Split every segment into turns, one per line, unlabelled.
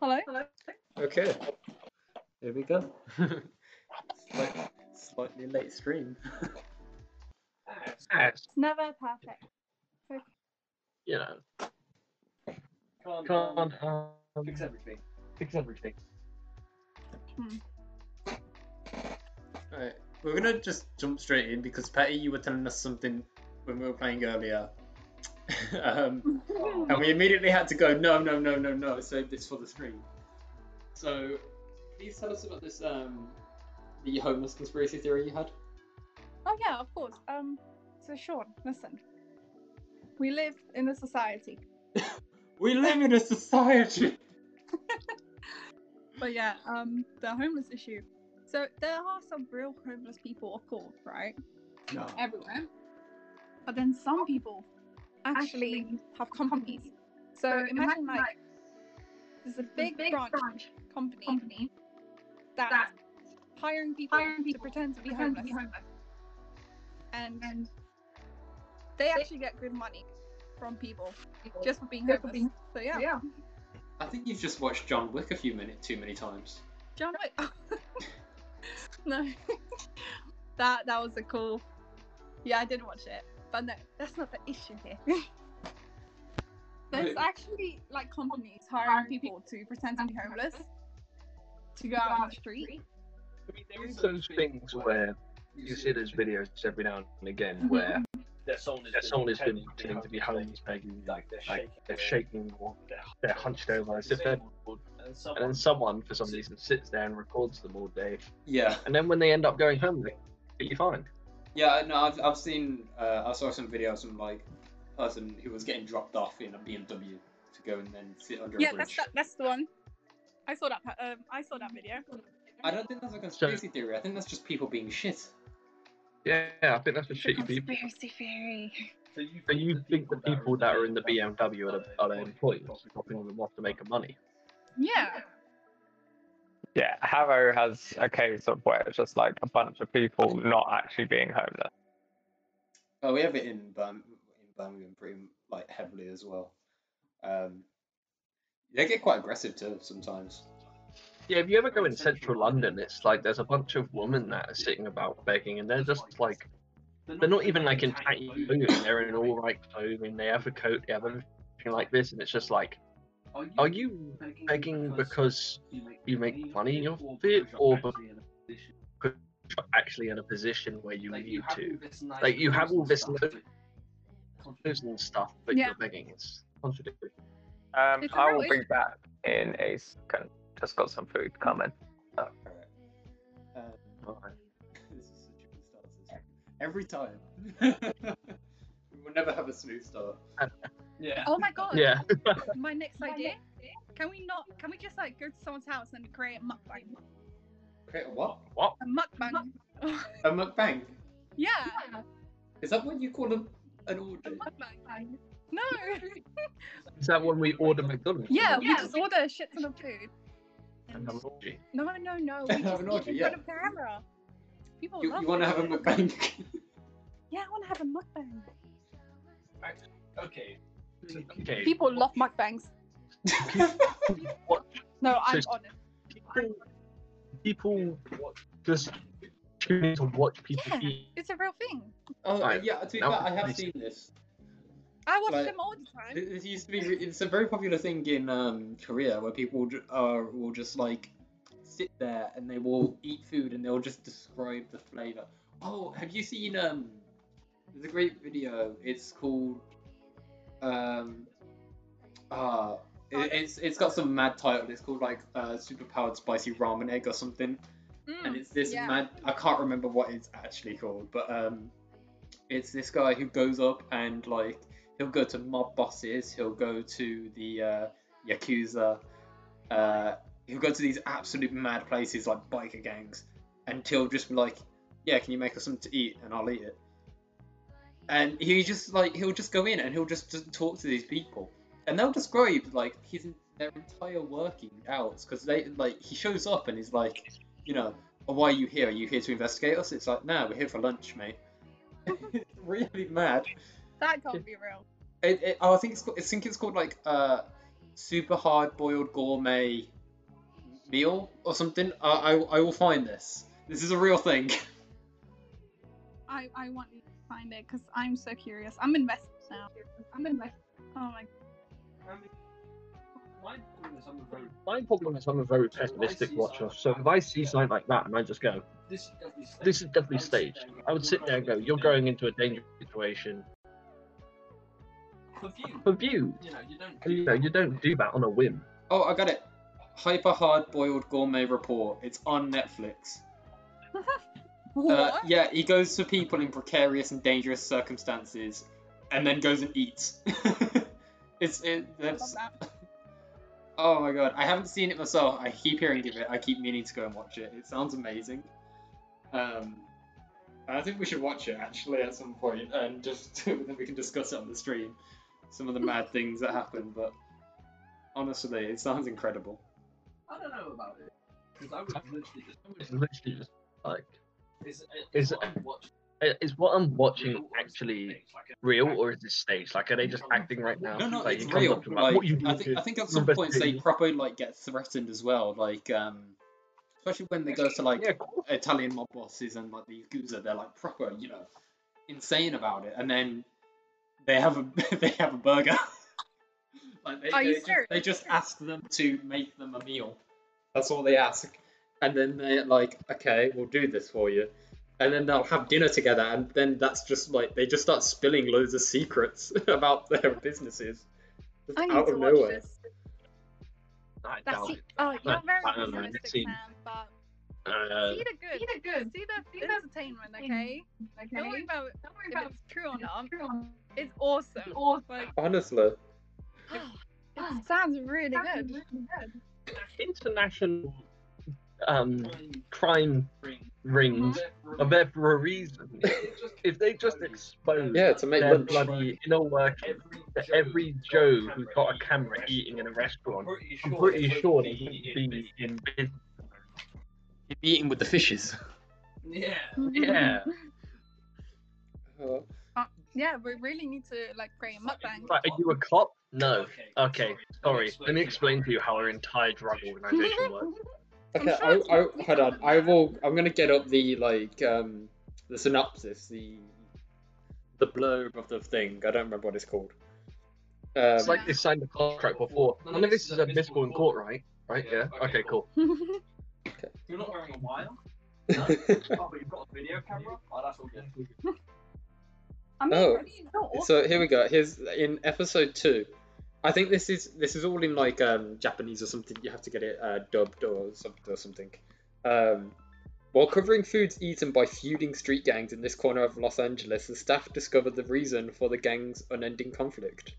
Hello?
Okay. There we go.
Slight, slightly late stream.
It's never perfect.
You know,
Can't,
can't um,
fix everything.
fix everything.
Alright, we're gonna just jump straight in because Patty, you were telling us something when we were playing earlier. um,
Oh,
and we immediately had to go no no no no no save this for the stream so please tell us about this um the homeless conspiracy theory you had
Oh yeah, of course. Um, so Sean, listen. We live in a society,
we live in a society
but yeah, um, the homeless issue. So there are some real homeless people, of course, right?
no
Everywhere. But then some people actually have companies. So imagine like there's a big, branch, company, that's
that's
hiring people,
hiring people
to pretend to be
pretend
homeless,
to be homeless.
and
And
they actually get good money from people
just
just for being
Just
homeless.
for being-
so yeah,
yeah.
i think you've just watched john wick a few minutes too many times
John Wick. no, that that was a cool. Yeah, I did watch it, but no, that's not the issue here. There's
Right.
actually like companies hiring people to pretend to be homeless to go out on the street.
I mean, there is those things where you see those videos every now and again where
that someone has
that someone has been
pretending
pretending to be homeless, maybe like
like they're
like
shaking,
they're shaking or
they're,
they're hunched over, as if they're bored.
and
and
someone
then someone for some reason sits there and records them all day.
yeah
And then when they end up going home, they're completely fine.
yeah no i've, I've seen uh, i saw some videos from like person who was getting dropped off in a bmw to go and then sit under
Yeah,
a
that's
bridge
that, that's the one. I saw that. Um, I saw that video.
i don't think that's a conspiracy theory i think that's just people being shit
Yeah, I think that's just shitty people.
theory.
so you,
But you think the people that are in the BMW are the, are the employees, dropping them off to make money?
Yeah,
Yeah, Harrow has a case of where it's just like a bunch of people not actually being homeless.
Well, Oh, we have it in Birm- in Birmingham pretty m- like heavily as well. Um, they get quite aggressive too sometimes.
Yeah, if you ever go in central London, it's like there's a bunch of women that are sitting about begging, and they're just like they're not even like in tight clothing. They're in all right clothing. They have a coat. They have everything like this, and it's just like, are you begging because you make money off it, or because you're actually in a position where you need to? Like you have all this clothes and stuff, but
Yeah.
you're begging. It's contradictory.
Um,
It's
I will
alright.
be back in a second. Just got some food coming.
Um,
Alright.
this is such a good start to this. Every time. we will never have a smooth start.
yeah
Oh my god.
Yeah.
My next idea. Can we not? Can we just like go to someone's house and create a mukbang?
Create a what?
What?
A mukbang.
A mukbang?
yeah.
Is that what you call a, an orgy?
Mukbang. No.
Is that when we order McDonald's?
Yeah, we
Yeah.
just order a shit ton of food.
And have an orgy.
No, no, no. We
Have
just
an
eat
orgy,
in
yeah.
front of camera. People
You,
love
you want to
it.
have a mukbang?
Yeah, I want to have a mukbang.
okay
Okay.
People love mukbangs.
What?
No, I'm
So-
honest.
people, people just tune in to watch people
Yeah.
eat.
It's a real thing.
oh,
Right,
yeah, to be
now
fair,
we're
I have
nice.
seen this.
I watch
Like-
them all the time.
Th- This used to be. It's a very popular thing in um, Korea where people ju- are will just like sit there and they will eat food and they'll just describe the flavor. Oh, have you seen um? There's a great video. It's called um. Ah, it, it's it's got some mad title. It's called like uh, superpowered spicy ramen egg or something and
Mm.
it's this
yeah.
mad i can't remember what it's actually called but um it's this guy who goes up and like he'll go to mob bosses he'll go to the uh yakuza uh he'll go to these absolute mad places like biker gangs and he'll just be like yeah can you make us something to eat and i'll eat it and he just like he'll just go in and he'll just, just talk to these people and they'll describe like his their entire working hours because they like he shows up and he's like you know, oh, why are you here? Are you here to investigate us? It's like, nah, we're here for lunch, mate. it's really mad.
That can't be real.
It, it, oh, I think it's called, I think it's called like uh, super hard boiled gourmet meal or something. I, I, I will find this. This is a real thing.
I, I want you to find it because I'm so curious. I'm invested now. I'm invested. Oh my.
My problem is I'm a very pessimistic watcher, so if I see something like that and I just go,
This is
this is definitely staged, I would sit there and go, you're going into a dangerous situation.
For view,
For view,
you know, you don't.
you know, you don't do that on a whim.
Oh, I got it. Hyper hard boiled gourmet report. It's on Netflix. Uh,
What?
yeah, he goes to people in precarious and dangerous circumstances, and then goes and eats. it's it.
I love
That's
that.
oh my god. I haven't seen it myself. I keep hearing of it. I keep meaning to go and watch it. It sounds amazing. Um, I think we should watch it actually at some point, and just then we can discuss it on the stream. Some of the mad things that happen, but honestly, it sounds incredible.
I don't know about it. Because I would literally just.
It's literally just like,
Is,
Is-
what I'm watching
i- is what I'm watching
real or is it
actually
staged? Like,
real or is this staged? Like, are they just acting right now?
No, no,
Like,
it's
it comes
real.
up to,
Like,
what you
I,
need
think,
to-
I think at some
number
points they
two.
probably like get threatened as well. Like, um, especially when they go to like
Yeah, of course.
Italian mob bosses and like the yakuza, they're like proper, you know, insane about it. And then they have a they have a burger. like they,
Are
they,
you
just,
serious?
they just ask them to make them a meal. That's all they ask. And then they're like, okay, we'll do this for you. And then they'll have dinner together, and then that's just like they just start spilling loads of secrets about their businesses just
I need
out
to
of
watch
nowhere.
this.
I
That's
doubt
it.
it.
Oh, you're
But-
very
I don't know,
pessimistic,
let's see.
Sam, but
Uh,
see the good. See the good. See the, entertainment, okay? Don't worry about if it's true or not. It's awesome. awesome. Like,
Honestly,
it sounds really good.
international um,
fucking
crime
ring.
rings are there for Mm. a reason. If they just expose
yeah, to make
their
lunch.
bloody inner workings to every Joe who's got a camera eating in a restaurant, I'm pretty sure they would be in business.
Eating with the fishes.
Yeah.
Yeah.
Uh,
Yeah, we really need to like create a mukbang.
Like, are you a cop? No. Okay, sorry.
sorry.
Let me explain to you how our entire drug organization works.
I'm
Okay,
sure it's not
I, I, hold on.
even
I
that.
will. I'm gonna get up the like um the synopsis, the the blurb of the thing. I don't remember what it's called. Um,
It's like they signed a contract before. None of this is admissible in court, right? Right, yeah? Okay, cool.
You're not wearing a wire? Oh, but you've got a video camera? Oh, that's all good.
I mean,
Oh.
really, it's so awesome.
so here we go. Here's in episode two. I think this is this is all in like um Japanese or something. You have to get it uh, dubbed or something or something. Um, while covering foods eaten by feuding street gangs in this corner of Los Angeles, the staff discovered the reason for the gang's unending conflict.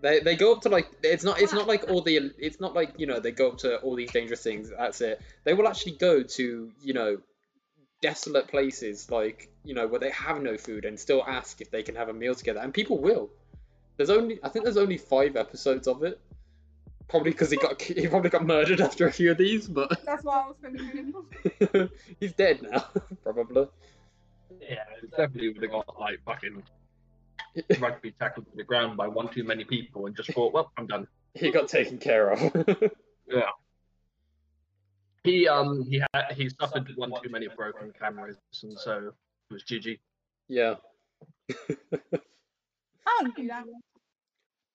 They, they go up to like it's not it's not like all the it's not like you know they go up to all these dangerous things that's it they will actually go to you know desolate places like you know where they have no food and still ask if they can have a meal together and people will there's only i think there's only five episodes of it probably because he got ki- he probably got murdered after a few of these but
That's what I was thinking.
he's dead now probably
Yeah, it definitely would have got like fucking rugby tackled to the ground by one too many people and just thought, well, I'm done.
he got taken care of
He um he had he suffered one too many broken cameras and so it was GG.
yeah
I don't do that.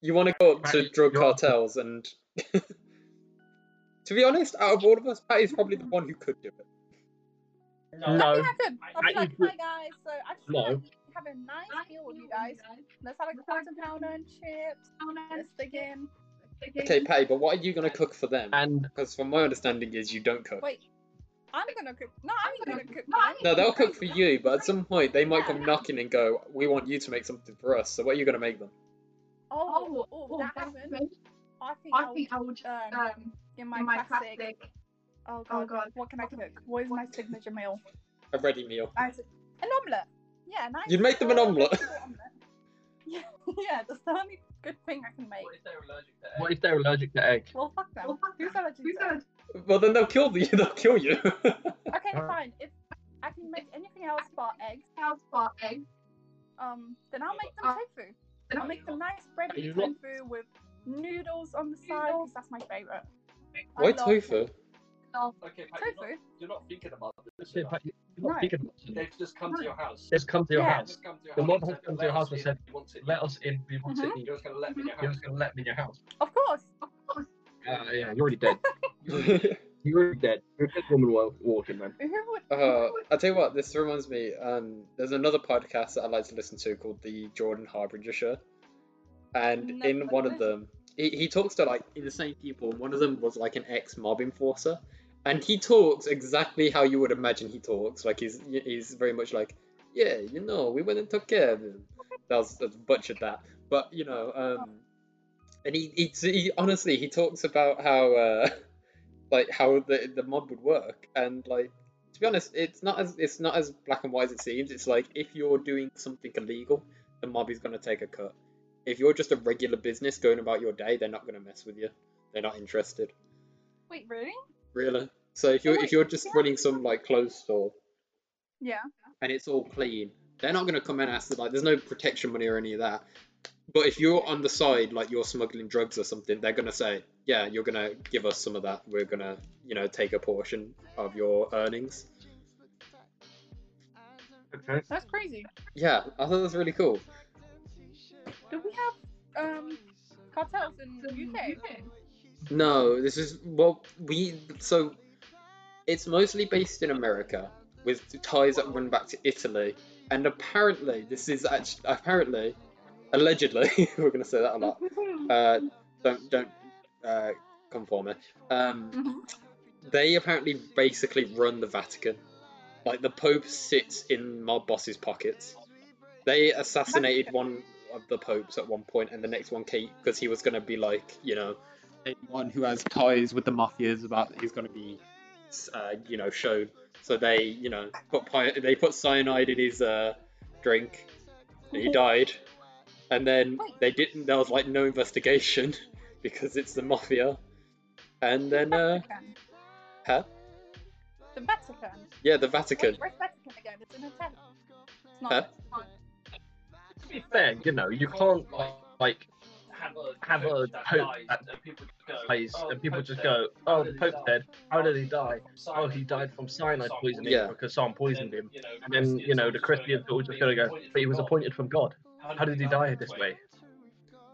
you want to go up to
Patty,
drug
you're-
cartels and to be honest out of all of us patty's probably the one who could do it
I
Oh, No,
think I could. I'll be
I-
like,
you-
hi guys. So I just
No.
want to have a nice meal with you guys. Let's have a quarter pounder and chips. Let's begin.
okay patty but what are you going to cook for them
and
because from my understanding is you don't cook
Wait, I'm gonna cook. No, I'm gonna cook.
No, they'll cook for you, but at some point they might come knocking and go, "We want you to make something for us." So what are you gonna make them?
Oh, oh, that happened. I think I think I would um in my, classic. Oh god, what can I cook? What is my signature meal?
A ready meal.
I said, an omelette. Yeah, nice.
You'd make them an omelette.
yeah, yeah, that's the only good thing I can make.
What if they're allergic to
what if they're allergic to egg?
Well, fuck them. Who's allergic? Who's allergic?
Well, then they'll kill you. They'll kill you.
Okay,
Uh,
fine. If I can make anything else but eggs, Uh, um, then I'll make them tofu. I'll make them nice breaded
You're
tofu
not-
with noodles on the side because that's my favourite. I
Why
love
tofu?
Okay, Pat, you're not,
Tofu?
you're not thinking about this.
You're
you know.
not
No.
thinking about it.
They've just come to your house.
Just come to your
Yeah.
house.
Just come to your
The
house
mob
and
has
said,
come to
"Let
your house
us
and
in,
said,
you want to
Let us in. We want to
Mhm.
eat.
You're just gonna let me in your
You're
house.
just gonna let me in your house.
Of course.
Uh, yeah, you're already dead. You're already dead. You're a dead woman wa- walking, man.
Who would?
Uh, I tell you what, this reminds me. Um, there's another podcast that I like to listen to called the Jordan Harbinger Show, and
Never
in one of
heard.
them, he, he talks to like insane people. And one of them was like an ex mob enforcer, and he talks exactly how you would imagine he talks. Like he's he's very much like, yeah, you know, we went and took care of him. That was, that's butchered that, but you know, um, and he, he he honestly he talks about how uh, like how the the mob would work and like to be honest, it's not as it's not as black and white as it seems. It's like if you're doing something illegal, the mob is gonna take a cut. If you're just a regular business going about your day, they're not gonna mess with you. They're not interested,
Wait, really?
really. So if you're
Right,
if you're just
yeah.
running some like clothes store
Yeah.
and it's all clean, they're not gonna come and ask like there's no protection money or any of that. But if you're on the side, like you're smuggling drugs or something, they're gonna say, yeah, you're gonna give us some of that. We're gonna you know take a portion of your earnings.
Okay.
That's crazy.
Yeah, I thought that was really cool.
Do we have um cartels in the UK?
No, this is well, we so it's mostly based in America with ties that run back to Italy, and apparently this is actually apparently allegedly we're gonna say that a lot. Uh, don't don't uh, come for me. Um,
Mhm.
they apparently basically run the Vatican. Like the Pope sits in mob bosses' pockets. They assassinated one of the popes at one point, and the next one came because he was going to be like, you know, anyone who has ties with the mafia is about he's going to be, uh, you know, shown. So they, you know, put pi- they put cyanide in his uh, drink, and he died. And then they didn't. There was like no investigation because it's the mafia. And then, uh,
Vatican.
huh?
The Vatican.
Yeah, the Vatican.
Wait, where's Vatican again? It's in Italian. It's not.
Huh?
it's not-
To be fair, you know, you can't like, like
Have a
Have a
coach that
hope
dies,
that
and people just go,
eyes,
"Oh,
and people
Pope's
just
dead.
go,
How
"Oh,
did
the
he
Pope's
die?
dead. How did he die?
From
Oh,
cyanide
he died from cyanide
Someone
poisoning
Yeah.
because someone poisoned him."
you know,
And then you know the Christians are always just gonna go, "But he was appointed from God. How did he die this way?"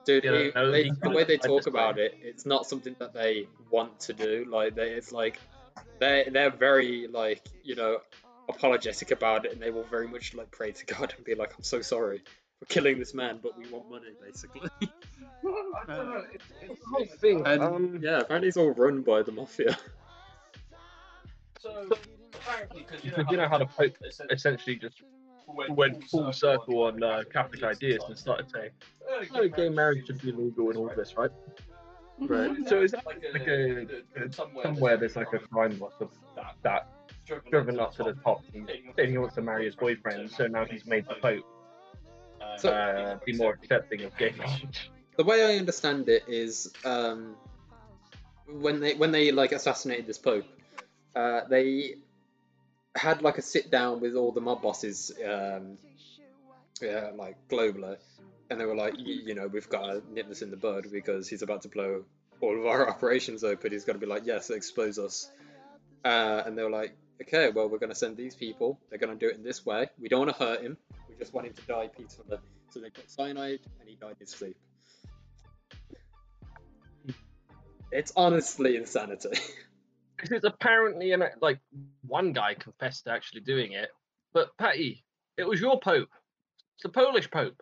Dude,
Yeah,
we-
no,
they-
he
the
can't
way they
decide
talk
this way.
about it, it's not something that they want to do. Like, they, it's like they they're very like you know apologetic about it, and they will very much like pray to God and be like, "I'm so sorry for killing this man, but we want money, basically."
I don't know. It's, it's,
The whole thing.
And
Um,
yeah, apparently it's all run by the mafia.
so apparently, because
because you know how the Pope
essentially
essentially just went full circle on uh, Catholic ideas and started saying, "Oh, gay marriage should be legal and all this, right?"
Mhm.
So is that
Like
like a
somewhere,
somewhere there's like a crime loss of that driven up to the top? and Saying he wants to marry his boyfriend, so now he's made the Pope uh, be more accepting of gay marriage.
the way I understand it is um, when they when they like assassinated this pope, uh, they had like a sit down with all the mob bosses, um, yeah, like globally, and they were like, "Y- you know, we've got to nip this in the bud because he's about to blow all of our operations open. He's going to be like, yes, expose us. Uh, and they were like, okay, well, we're going to send these people. They're going to do it in this way. We don't want to hurt him. We just want him to die peacefully. So they put cyanide, and he died in his sleep. It's honestly insanity.
Because it's apparently an, like one guy confessed to actually doing it, but Patty, it was your Pope. It's the Polish Pope.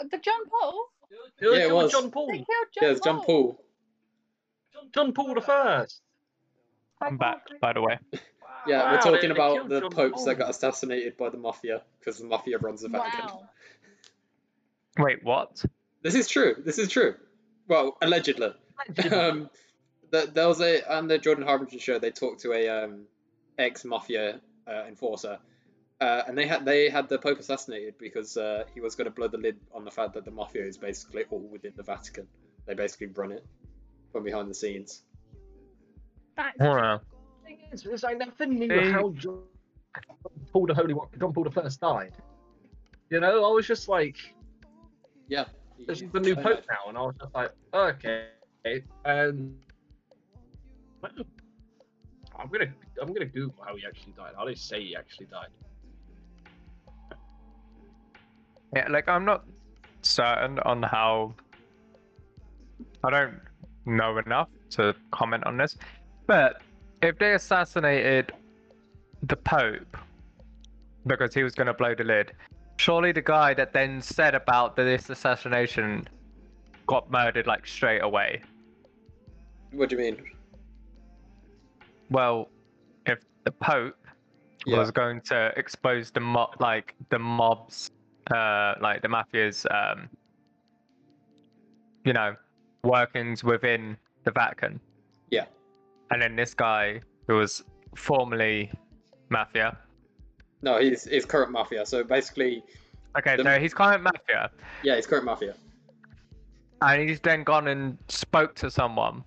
The John Paul.
It was,
Yeah, it
it was
was.
John
They
Paul.
killed John
Oh. yeah, it's John Paul.
John Paul the first.
I'm back, by the way.
Yeah, we're
Wow, they-
talking
they
about
killed
the
John
popes that
Paul.
got assassinated by the mafia because the mafia runs the Vatican.
Wow.
Wait, what?
This is true. This is true. Well, allegedly. um, th- there was a on the Jordan Harbinger show. They talked to a um, ex mafia uh, enforcer, uh, and they had they had the Pope assassinated because uh, he was going to blow the lid on the fact that the mafia is basically all within the Vatican. They basically run it from behind the scenes.
That is
Wow.
thing is, is I never knew
They-
how John Paul the Holy One, John Paul the First died. You know, I was just like,
Yeah.
this is the new pope now, and I was just like, okay, um, well, I'm gonna I'm gonna Google how he actually died. How they say he actually died.
Yeah, like I'm not certain on how. I don't know enough to comment on this, but if they assassinated the Pope because he was going to blow the lid, surely the guy that then said about this assassination got murdered like straight away.
What do you mean?
Well, if the Pope
Yeah.
was going to expose the mob, like the mobs, uh, like the mafia's, um, you know, workings within the Vatican.
Yeah.
And then this guy who was formerly mafia.
No, he's he's current mafia. So basically,
Okay,
The-
so he's current mafia,
yeah, he's current mafia.
and he's then gone and spoke to someone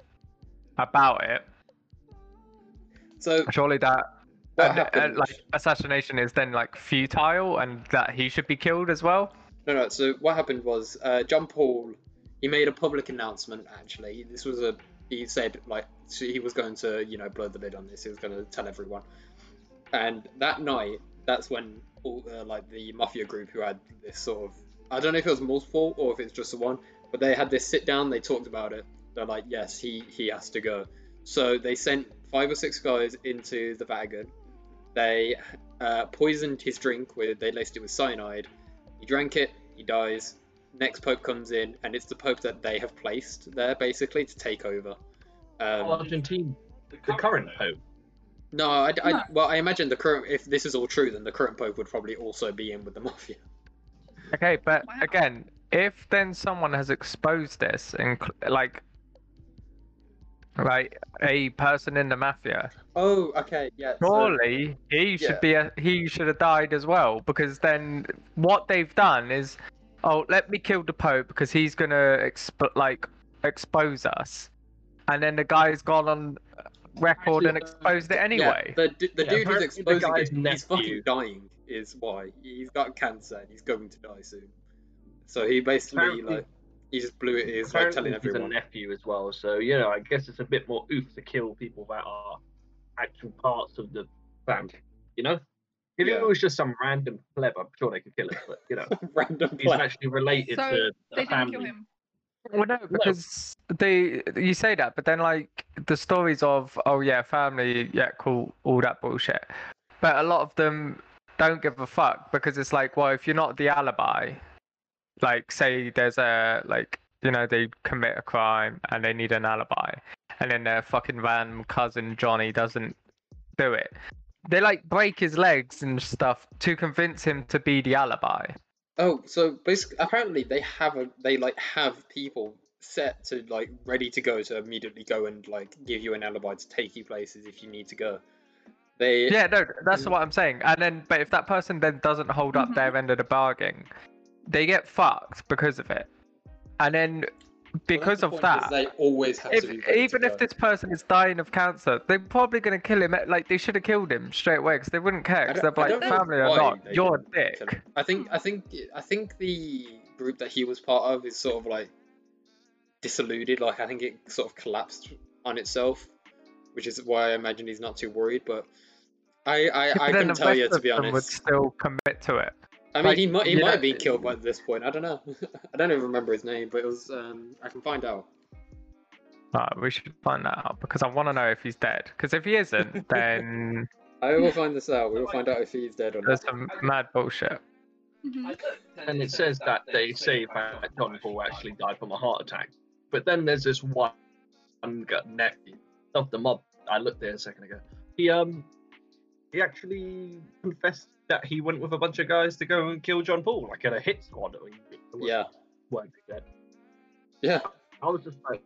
about it.
So
Surely that
what
and, uh,
happened?
like assassination is then like futile, and that he should be killed as well.
No, no. So what happened was uh, John Paul. He made a public announcement. Actually, this was a. He said like so he was going to you know blow the lid on this. He was going to tell everyone. And that night, that's when all uh, like the mafia group who had this sort of. I don't know if it was multiple or if it's just the one, but they had this sit down. They talked about it. They're like, yes, he he has to go. So they sent five or six guys into the Vatican. They uh, poisoned his drink with they laced it with cyanide. He drank it, he dies. Next pope comes in, and it's the pope that they have placed there basically to take over.
Oh,
Um,
Argentine, the current pope.
no, I, I-
No.
well, I imagine the current. If this is all true, then the current pope would probably also be in with the mafia.
Okay, but
Wow.
again, if then someone has exposed this, and cl- like, like a person in the mafia,
Oh, okay, yeah. so-
surely he should
yeah.
be a, he should have died as well because then what they've done is, oh, let me kill the pope because he's gonna exp- like expose us, and then the guy's gone on record
Actually,
and
uh,
exposed it
Yeah,
anyway.
the d- the dude
Yeah,
who's
apparently the
exposing
guy's
it, he's fucking
nephew-
dying. Is why he's got cancer and he's going to die soon. So he basically
Apparently-
like he just blew it. He's like
Apparently
telling
he's a
everyone.
nephew as well, so you know, I guess it's a bit more oof to kill people that are actual parts of the family. You know, if
Yeah.
it was just some random pleb, I'm sure they could kill him. But you know,
Random
he's
play.
actually related
So,
to
They
the
didn't kill
family.
him.
Well, no, because they you say that, but then like the stories of oh yeah, family, yeah, cool, all that bullshit. But a lot of them don't give a fuck because it's like, well, if you're not the alibi, like say there's a like you know they commit a crime and they need an alibi, and then their fucking random cousin Johnny doesn't do it. They like break his legs and stuff to convince him to be the alibi.
Oh, so basically, apparently they have a they like have people set to like ready to go to immediately go and like give you an alibi to take you places if you need to go. They
Yeah, no, that's what I'm saying. And then, but if that person then doesn't hold up
Mhm.
their end of the bargain, they get fucked because of it. And then,
Well, that's
because
the
of
point, is
that,
they always have
if
to be ready to
even if
go.
this person is dying of cancer, they're probably gonna kill him. Like they should have killed him straight away because they wouldn't care.
I
Because they're
don't- I
like,
don't know
family or
why
not,
they
you're a
didn't
dick.
kill him. I think I think I think the group that he was part of is sort of like disiluded. Like I think it sort of collapsed on itself, which is why I imagine he's not too worried. But I I, I
But then
couldn't
the
tell you
rest
to
of
be
them would
honest.
still commit to it.
I mean,
like,
he might he
you
might
know-
have been killed by this point. I don't know. I don't even remember his name, but it was um I can find out.
No, we should find that out because I want to know if he's dead. Because if he isn't, then
I will find this out. We will find out if he's dead or
there's
not.
some mad bullshit.
Mhm.
And it says that they say that John Paul actually died from a heart attack. But then there's this one gu- nephew of the mob. I looked there a second ago. He um he actually confessed that he went with a bunch of guys to go and kill John Paul, like in a hit squad. Or
Yeah,
Worked together.
yeah.
I was just like,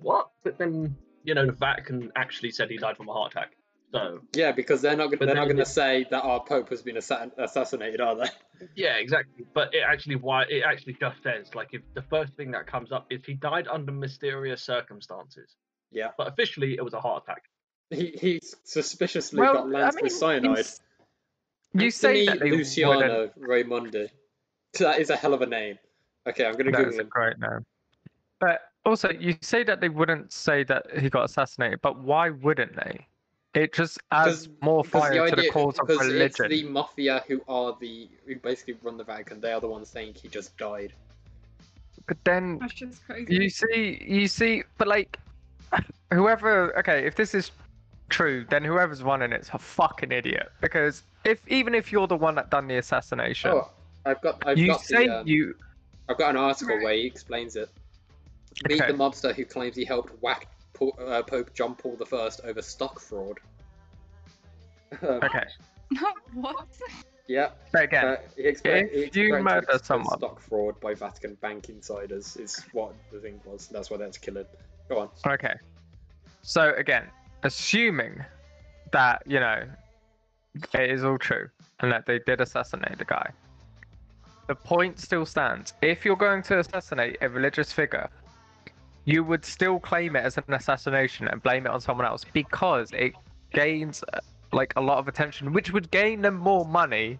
what? But then you know the Vatican actually said he died from a heart attack. So
Yeah, because they're not gonna,
But
they're not going
then
to
it-
say that our pope has been assa- assassinated, are they?
Yeah, exactly. But it actually why it actually just says like if the first thing that comes up is he died under mysterious circumstances.
Yeah.
But officially it was a heart attack.
He he suspiciously got lanced with
you
cyanide.
s- You
Anthony
say that they
Luciano
wouldn't.
Raimondi. That is a hell of a name. Okay, I'm gonna
That
Google
is a
him.
great name. But also, you say that they wouldn't say that he got assassinated, but why wouldn't they? It just adds
'Cause-
more
Because
fire to the cause of
because
religion.
it's the mafia who are the who basically run the Vatican. They are the ones saying he just died.
But then
That's just crazy.
you see, you see, but like, whoever, okay, if this is true, then whoever's running it's a fucking idiot. Because if even if you're the one that done the assassination,
Oh, I've got I've
you
got
say
the, um,
you
I've got an article
Right.
where he explains it. Meet
Okay.
the mobster who claims he helped whack Paul, uh, Pope John Paul I over stock fraud. Um,
okay.
what?
yeah,
But again,
uh, he explained, he
if you
explained
murder
it's
someone-
stock fraud by Vatican bank insiders is what the thing was. That's why they had to kill him. Go on.
Okay. So again, assuming that you know it is all true and that they did assassinate the guy, the point still stands. If you're going to assassinate a religious figure, you would still claim it as an assassination and blame it on someone else because it gains uh, like a lot of attention, which would gain them more money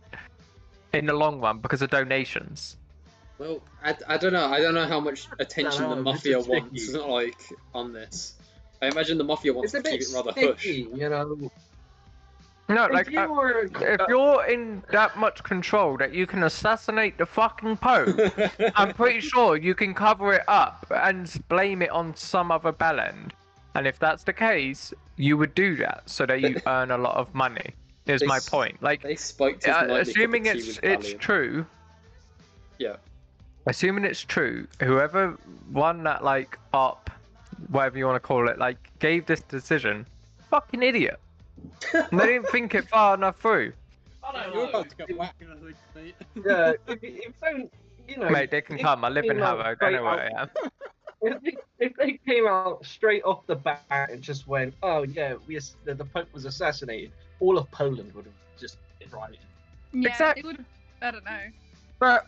in the long run because of donations.
Well, I, I don't know. I don't know how much attention the
Dunno, this
mafia
is
wants,
tricky.
like on this. I imagine the mafia wants
It's
to
a
keep
bit
it rather hush.
sticky, you know.
No,
If
like
you
uh,
were-
if
uh,
you're in that much control that you can assassinate the fucking Pope, I'm pretty sure you can cover it up and blame it on some other bellend. And if that's the case, you would do that so that you earn a lot of money. Is
They
my
s-
point. Like,
they spiked his
uh,
nightly cup of
assuming
tea
it's
with
it's
Valium.
true.
Yeah.
Assuming it's true, whoever won that like up, whatever you want to call it, like gave this decision, fucking idiot. they didn't think it far enough through.
I don't
You're
know.
about to get whacked.
yeah, if, if don't, you know,
Mate, they can
if
come. I live in
came out
Harrow. Don't know
straight
where I am.
if they, if they came out straight off the bat and just went, "Oh yeah, we ass- the, the Pope was assassinated," all of Poland would have just been rioting.
Yeah,
Exact-
it would. I don't know.
But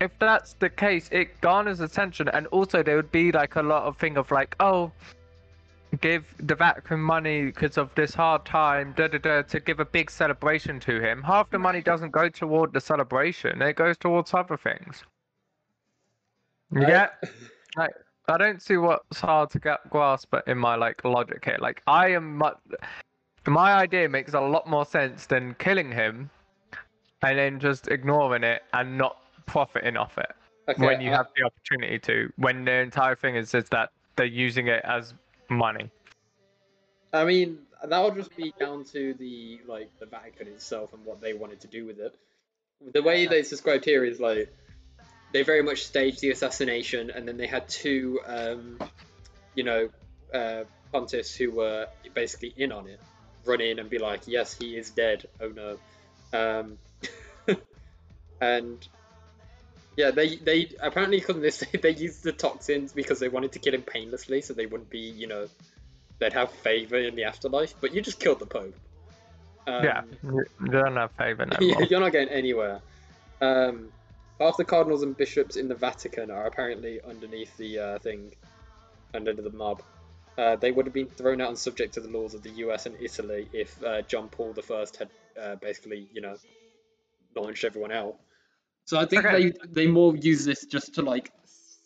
if that's the case, it garners attention, and also there would be like a lot of thing of like, oh, give the Vatican money because of this hard time, da da da, to give a big celebration to him. Half the money doesn't go toward the celebration; it goes towards other things.
I-
Yeah, I don't see what's hard to ga- grasp in my like logic here. Like, I am much. My idea makes a lot more sense than killing him and then just ignoring it and not profiting off it
Okay, uh,
when you
I-
have the opportunity to. When the entire thing is just that they're using it as money.
I mean, that would just be down to the like the Vatican itself and what they wanted to do with it. The way that it's described here is like they very much staged the assassination, and then they had two, um, you know, uh, pontiffs who were basically in on it, run in and be like, "Yes, he is dead. Oh no," um, and yeah, they they apparently because they they used the toxins because they wanted to kill him painlessly, so they wouldn't be you know they'd have favor in the afterlife, but you just killed the Pope. Um,
yeah, you you don't have favor no more.
You're not going anywhere. Um, half the cardinals and bishops in the Vatican are apparently underneath the uh, thing, under the mob. Uh, they would have been thrown out and subject to the laws of the US and Italy if uh, John Paul I had uh, basically, you know, launched everyone out. So I think
Okay.
they, they more use this just to, like,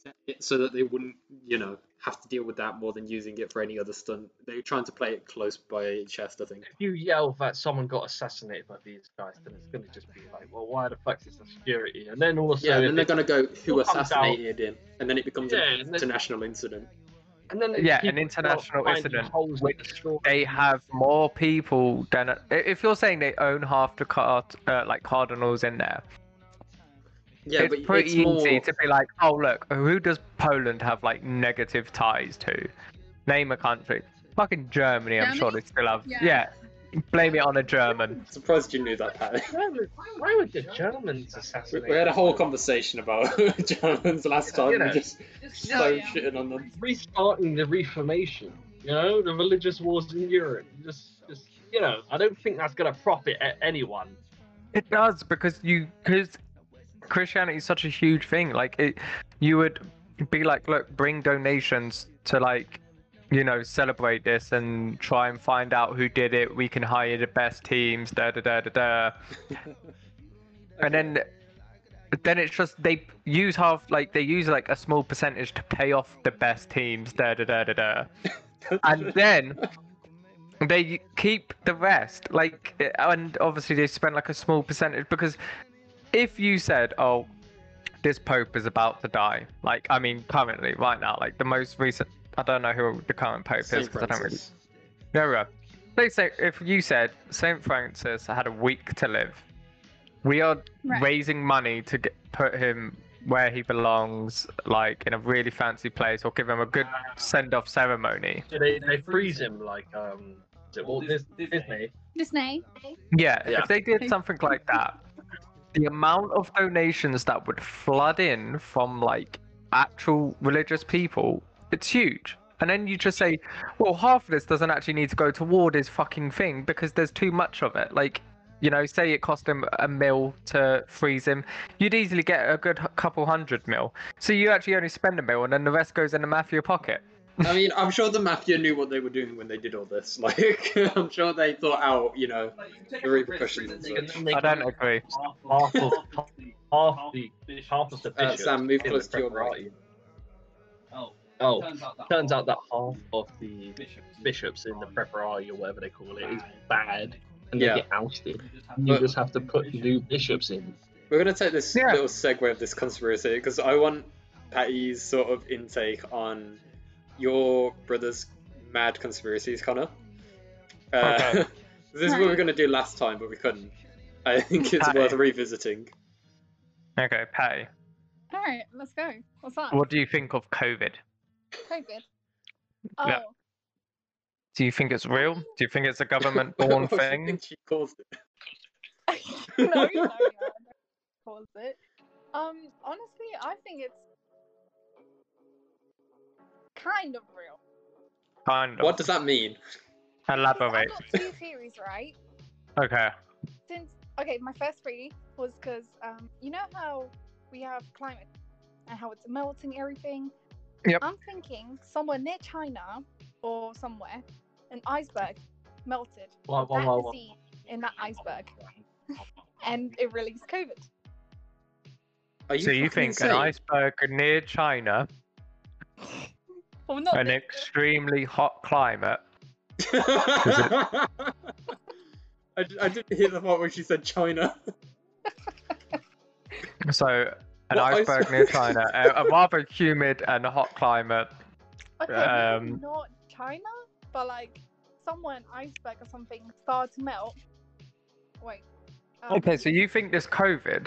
set it so that they wouldn't, you know, have to deal with that more than using it for any other stunt. They're trying to play it close by chest, I think.
If you yell that someone got assassinated by these guys, then it's going to just be like, "Well, why the fuck is the security?" And then also,
Yeah,
if
then they're
it-
gonna go who
all comes out-
assassinated him, and then it becomes
Yeah,
an
and then-
international incident.
and then if
Yeah, an
people
international
start finding
incident,
holes in
which
the story-
They have more people than i- if you're saying they own half the card, uh, like cardinals in there.
Yeah,
it's
but
pretty
it's
easy
more.
to be like, oh look, who does Poland have like negative ties to? Name a country. Fucking Germany, I'm sure they
Germany?
still have.
Yeah.
Yeah. Blame it on a German.
Surprised you knew that, Pat.
Why would, why would the Germans
We,
assassinate?
we had a whole
people?
conversation about Germans last time.
You know.
We just
Oh,
so
yeah.
shitting on them.
restarting the Reformation. You know, the religious wars in Europe. Just, just you know, I don't think that's gonna profit a- anyone.
It does because you because Christianity is such a huge thing. Like it, you would be like, look, bring donations to like, you know, celebrate this and try and find out who did it. We can hire the best teams. Da da da da da. And then But then it's just they use half, like they use like a small percentage to pay off the best teams. Da da da da da. and then they keep the rest like and obviously they spend like a small percentage because if you said oh this pope is about to die like i mean currently right now like the most recent i don't know who the current pope is
Saint
because i don't really
Francis.
no no they say if you said saint francis had a week to live we are
Right.
raising money to get, put him where he belongs like in a really fancy place or give him a good send-off ceremony
Yeah, they, they freeze him like um. Is it Walt Dis- Disney?
Disney.
Yeah,
Yeah.
if they did something like that, the amount of donations that would flood in from like actual religious people, it's huge. And then you just say, well, half of this doesn't actually need to go toward his fucking thing because there's too much of it. Like, you know, say it cost him a mil to freeze him, you'd easily get a good h- couple hundred mil. So you actually only spend a mil and then the rest goes in the mafia pocket.
I mean, I'm sure the mafia knew what they were doing when they did all this. Like, I'm sure they thought out, you know, the repercussions and
And
such.
then they
I don't
can-
agree.
half of half the half of the
Uh,
bishops
Sam, move
in
close
the
to your
Preparati.
mic.
Oh,
Oh,
turns out that
turns out that half of the
bishops, Um,
bishops in the preparati or whatever they call it is bad, and they
Yeah.
get ousted.
You just have
And
to-
you just have to put new bishops in.
We're gonna take this
Yeah.
little segue of this conspiracy because I want Patty's sort of intake on your brother's mad conspiracies, Connor. Uh,
Okay.
this is what we were
Right.
gonna do last time, but we couldn't. I think it's
Patty.
worth revisiting.
Okay, Patty,
All right, let's go. What's up?
what do you think of COVID?
COVID. Oh,
Yeah. Do you think it's real? Do you think it's a government born
What do you
thing?
think she calls it?
no, no, no, I don't cause it. Um, honestly, I think it's kind of real.
Kind of.
What does that mean?
So I've
Elaborate.
got two theories, right?
Okay.
Since okay, my first theory was because um, you know how we have climate and how it's melting everything.
Yep.
I'm thinking somewhere near China or somewhere, an iceberg melted.
Whoa, whoa,
that
whoa, whoa.
disease in that iceberg, and it released COVID.
Are you
so you
fucking
think
insane?
an iceberg near China,
Well, not
an
this-
extremely hot climate?
I, d- I didn't hear the part where she said China.
So an
What
iceberg
iceberg?
near China, a, a rather humid and hot climate.
okay, maybe
um,
not China, but like somewhere an iceberg or something started to melt. Wait. um,
Okay, so you think this COVID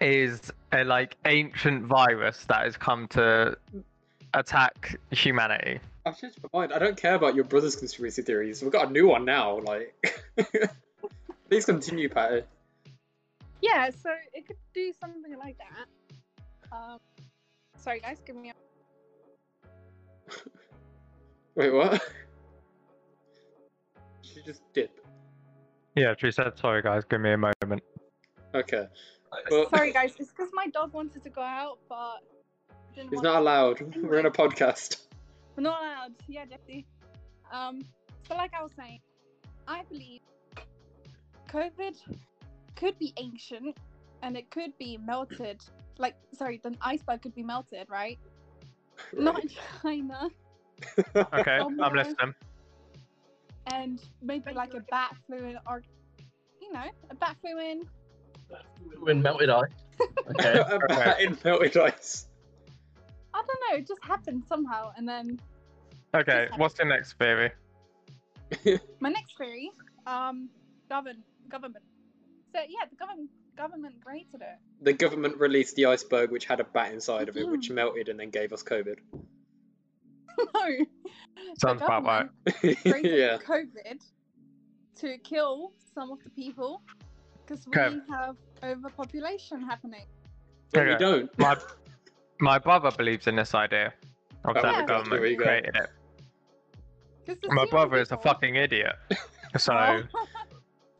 is a like ancient virus that has come to attack humanity?
I've changed my mind. I don't care about your brother's conspiracy theories. We've got a new one now. Like, please continue, Patty.
Yeah, so it could do something like that. Um, sorry guys, give me a
Wait, what? She just dip.
Yeah, she said, sorry guys, give me a moment.
Okay, but
Sorry, guys. It's because my dog wanted to go out, but didn't
he's
want
not
to.
allowed. We're in a podcast.
We're not allowed. Yeah, definitely. Um, so like I was saying, I believe COVID could be ancient, and it could be melted. Like, sorry, the iceberg could be melted, right? Not in China,
Okay,
Oh, no.
I'm listening.
and maybe like a bat flew in, or you know, a bat flew in.
When melted ice. Okay.
a bat in melted ice.
I don't know. It just happened somehow, and then
Okay, what's the next theory?
my next theory, um, govern government. So yeah, the government government created it.
The government released the iceberg, which had a bat inside of it, which melted and then gave us COVID.
No,
Sounds
the
about right.
government created
yeah.
COVID to kill some of the people because we
Okay.
have overpopulation happening.
But we
Okay.
don't.
my my brother believes in this idea of
Oh,
that
yeah.
the government
There you go.
created it.
'Cause the
My
sooner
brother is a
people-
fucking idiot, so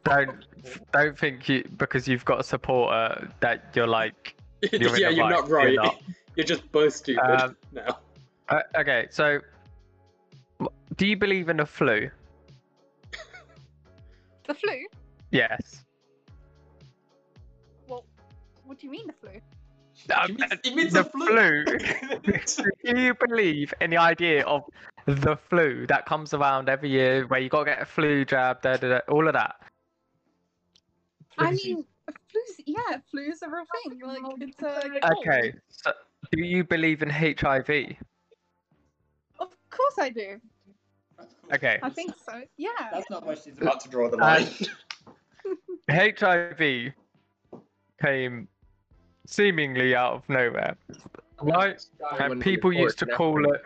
don't don't think you because you've got a supporter that you're like. You're in
yeah,
the
you're
right.
not right.
You're not.
You're just both stupid
Um,
now.
Uh, okay, so w- do you believe in the flu?
the flu.
Yes.
Well, What do you mean the flu?
Uh,
It means, it means
the
a flu.
flu. Do you believe in the idea of the flu that comes around every year where you got to get a flu jab, da, da, da, all of that?
I mean, flu's yeah, flu's a real thing. Like it's a
Okay. So do you believe in HIV?
Of course I do.
Okay.
I think so. Yeah.
That's not much.
He's about to
Uh,
draw the line.
HIV came seemingly out of nowhere. Right? And people used to call it.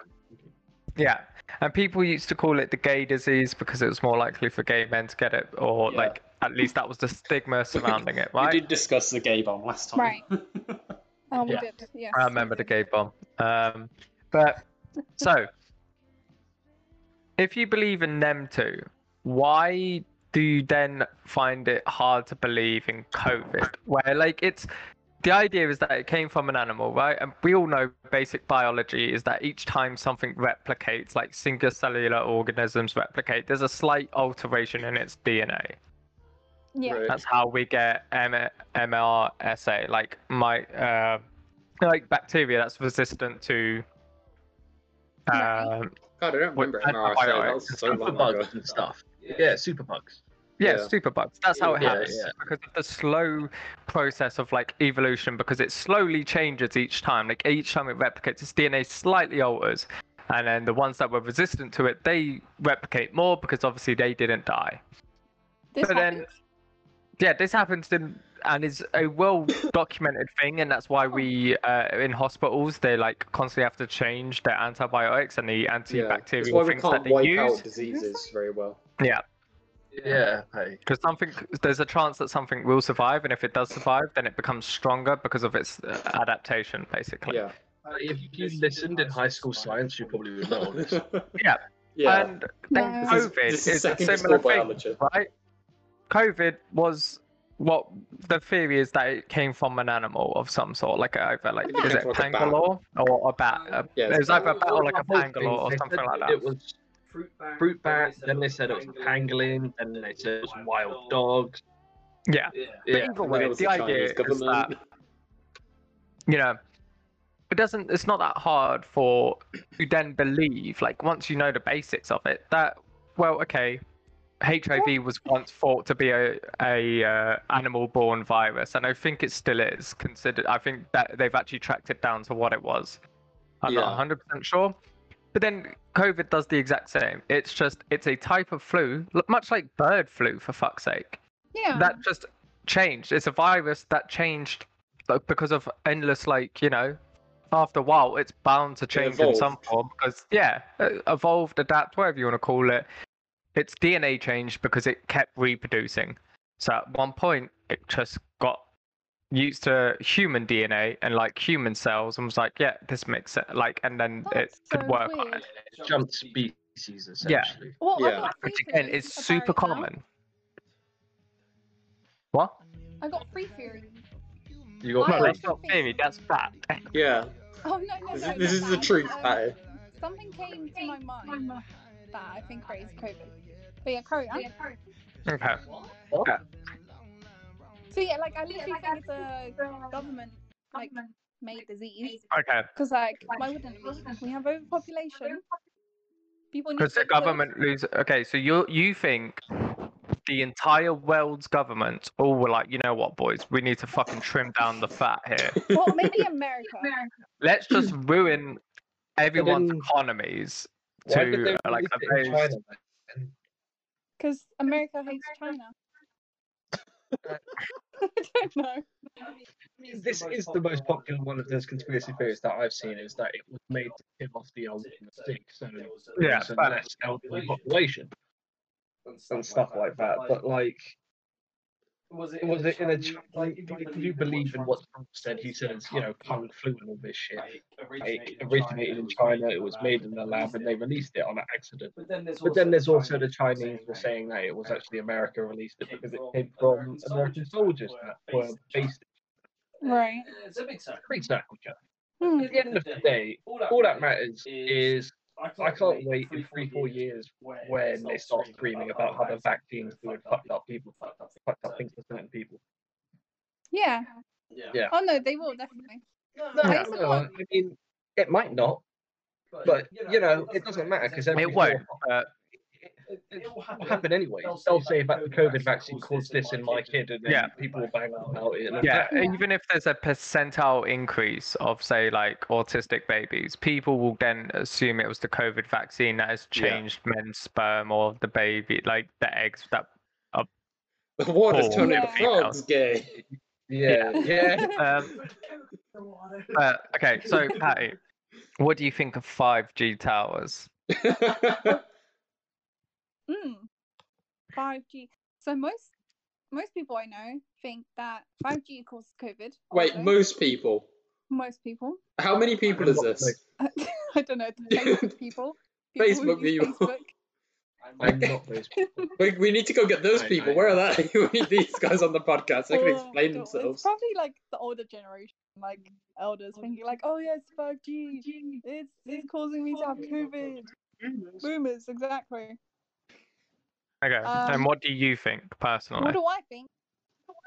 Yeah. And people used to call it the gay disease because it was more likely for gay men to get it, or
Yeah.
like at least that was the stigma surrounding it,
We
right?
did discuss the gay bomb last time.
Right. Oh, we
Yeah.
did. Yes.
I remember the gay bomb. Um, but so, if you believe in them two, why do you then find it hard to believe in COVID? Where like it's the idea is that it came from an animal, right? And we all know basic biology is that each time something replicates, like single cellular organisms replicate, there's a slight alteration in its DNA.
Yeah.
That's how we get M- MRSA, like my uh, like bacteria that's resistant to.
Right.
Um,
God, I don't
What-
remember
I-
MRSA.
I- I-
That was so long ago.
Superbugs and stuff. Yeah, superbugs.
yeah,
Yeah.
superbugs. That's how it
Yeah,
happens
yeah.
because of the slow process of like evolution, because it slowly changes each time. Like each time it replicates, its DNA slightly alters, and then the ones that were resistant to it, they replicate more because obviously they didn't die.
This
but then-
happened.
yeah, this happens in, and is a well documented thing, and that's why we uh, in hospitals they like constantly have to change their antibiotics and the
Yeah.
antibacterial
That's why we
things that
can't
they
wipe out
use
diseases very well.
Yeah, hey.
because something there's a chance that something will survive, and if it does survive, then it becomes stronger because of its uh, adaptation, basically.
Yeah.
Like, Uh, If you listened in high school science, you probably would know all this.
Yeah.
Yeah.
And then
No.
This is-
COVID
this
is,
is
a
secondary
similar
school
thing.
biology.
right? COVID was what the theory is that it came from an animal of some sort, like either like
It
is
came
it
from, like, a bat.
pangolin or a bat? A-
Yeah,
it was
it's
either a
Well,
bat or like a
well, they
pangolin or
said
something like
It
that.
was fruit bat, then they said it was pangolin, then they said it was wild dogs.
Yeah,
Yeah.
but
Yeah,
either
And it
way,
was
the idea is that you know it doesn't. It's not that hard for you then believe like once you know the basics of it that well okay. HIV was once thought to be a, a uh, animal-born virus, and I think it still is considered. I think that they've actually tracked it down to what it was. I'm
Yeah.
not 100 percent sure, but then COVID does the exact same. It's just it's a type of flu, l- much like bird flu, for fuck's sake.
Yeah.
That just changed. It's a virus that changed like, because of endless, like you know, after a while, it's bound to change in some
evolved.
form. Because yeah, e- evolved, adapt, whatever you want to call it. Its DNA changed because it kept reproducing. So at one point, it just got used to human DNA and like human cells and was like, yeah, this makes sense. Like, and then
That's
it could
so
work.
weird.
It jumped species essentially.
Well,
Yeah.
I got free
Which again
theory
is
about
super
it now.
common. What?
I got free theory.
You got
No,
No,
Oh.
that's not theory. That's fact.
Yeah.
Oh no no
This
no.
is, this
not
is the
that.
truth,
Um,
Patty.
Something came to my mind that I think raised COVID. But yeah, carry on.
Okay.
So yeah, like I literally think it's a government like made disease
Okay.
because like why wouldn't it be? we have overpopulation? People need
Because the
to live.
government lose. Okay, so you you think the entire world's government all were like, you know what, boys, we need to fucking trim down the fat here.
Well, maybe America.
Let's just ruin everyone's
then-
economies
Why did they
to uh, like
release
a
it in
very-
China, then?
Because America hates China. I don't know.
This is the most popular one of those conspiracy theories that I've seen is that it was made to kill off the old and sick, so there was
Yeah,
a
but-
less elderly population and stuff like that. But like,
was it,
was it in a Chi- like? Do you believe in what Trump said? He says, you know, kung flu and all this shit. Like, originated in China, it was made in the lab, and they released it on accident.
But then there's
But then there's also the Chinese were saying that it was actually America released it because it came from American soldiers that were based
Right.
It's a big circle.
in circle Jerk.
Hmm.
At the end of the day, all that matters is I can't wait in three, four years when they start screaming about how the vaccines would fucked up people, fucked up things for certain people.
Yeah.
Yeah.
Yeah.
Oh no, they will definitely.
No,
I
no,
suppose-
I mean, it might not, but you know, it doesn't matter because
It won't, but-
It, it
will
will happen anyway. They'll say that the COVID vaccine caused this in my kid, and then
Yeah.
people will bang on about it. And
Yeah,
Yeah.
even if there's a percentile increase of, say, like autistic babies, people will then assume it was the COVID vaccine that has
Yeah.
changed men's sperm or the baby, like the eggs that.
The water's
Oh.
turning
Yeah.
frogs gay.
yeah, yeah, yeah.
Um, but, okay, so Patty, what do you think of 5G towers?
Mm. 5G. So most most people I know think that 5G causes COVID.
Wait,
obviously.
most people.
most people.
How many people is this?
I don't know. The Facebook people.
Facebook
who use
people.
Facebook.
I'm not those.
We, we need to go get those
I-
people.
I-
Where are they? we need these guys on the podcast. They can
Oh,
explain
God, It's
themselves.
probably like the older generation, like elders thinking like, oh yes, 5G. It's it's causing me to have COVID. Boomers, exactly.
Okay,
Um,
and what do you think personally?
What do I think?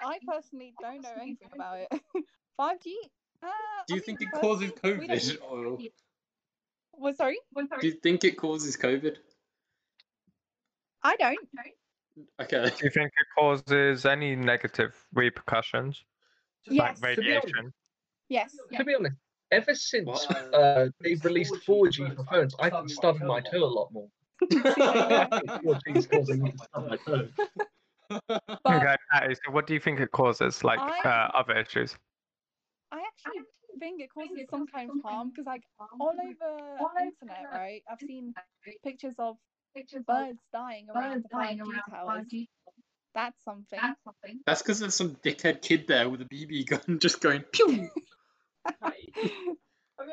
I personally don't know anything about it. 5G. Uh,
Do
I
you think
mean,
it causes
personally, we don't- Oh.
COVID? Or
Well, sorry,
do you think it causes COVID?
I don't.
Okay.
do you think it causes any negative repercussions?
Yes.
Like
To be honest-
radiation?
Yes.
To be honest, ever since
What?
uh, they've released 4G
4G
for phones, I've been stubbing my toe a lot more. I think 4G is causing me to stub my toe.
But
okay, Patty, so what do you think it causes? Like
I-
uh, other issues?
I actually think it causes some kind of harm because, like, all over internet, right? I've seen pictures of birds dying around the 5G towers. That's something.
That's because there's some dickhead kid there with a BB gun just going pew.
Have you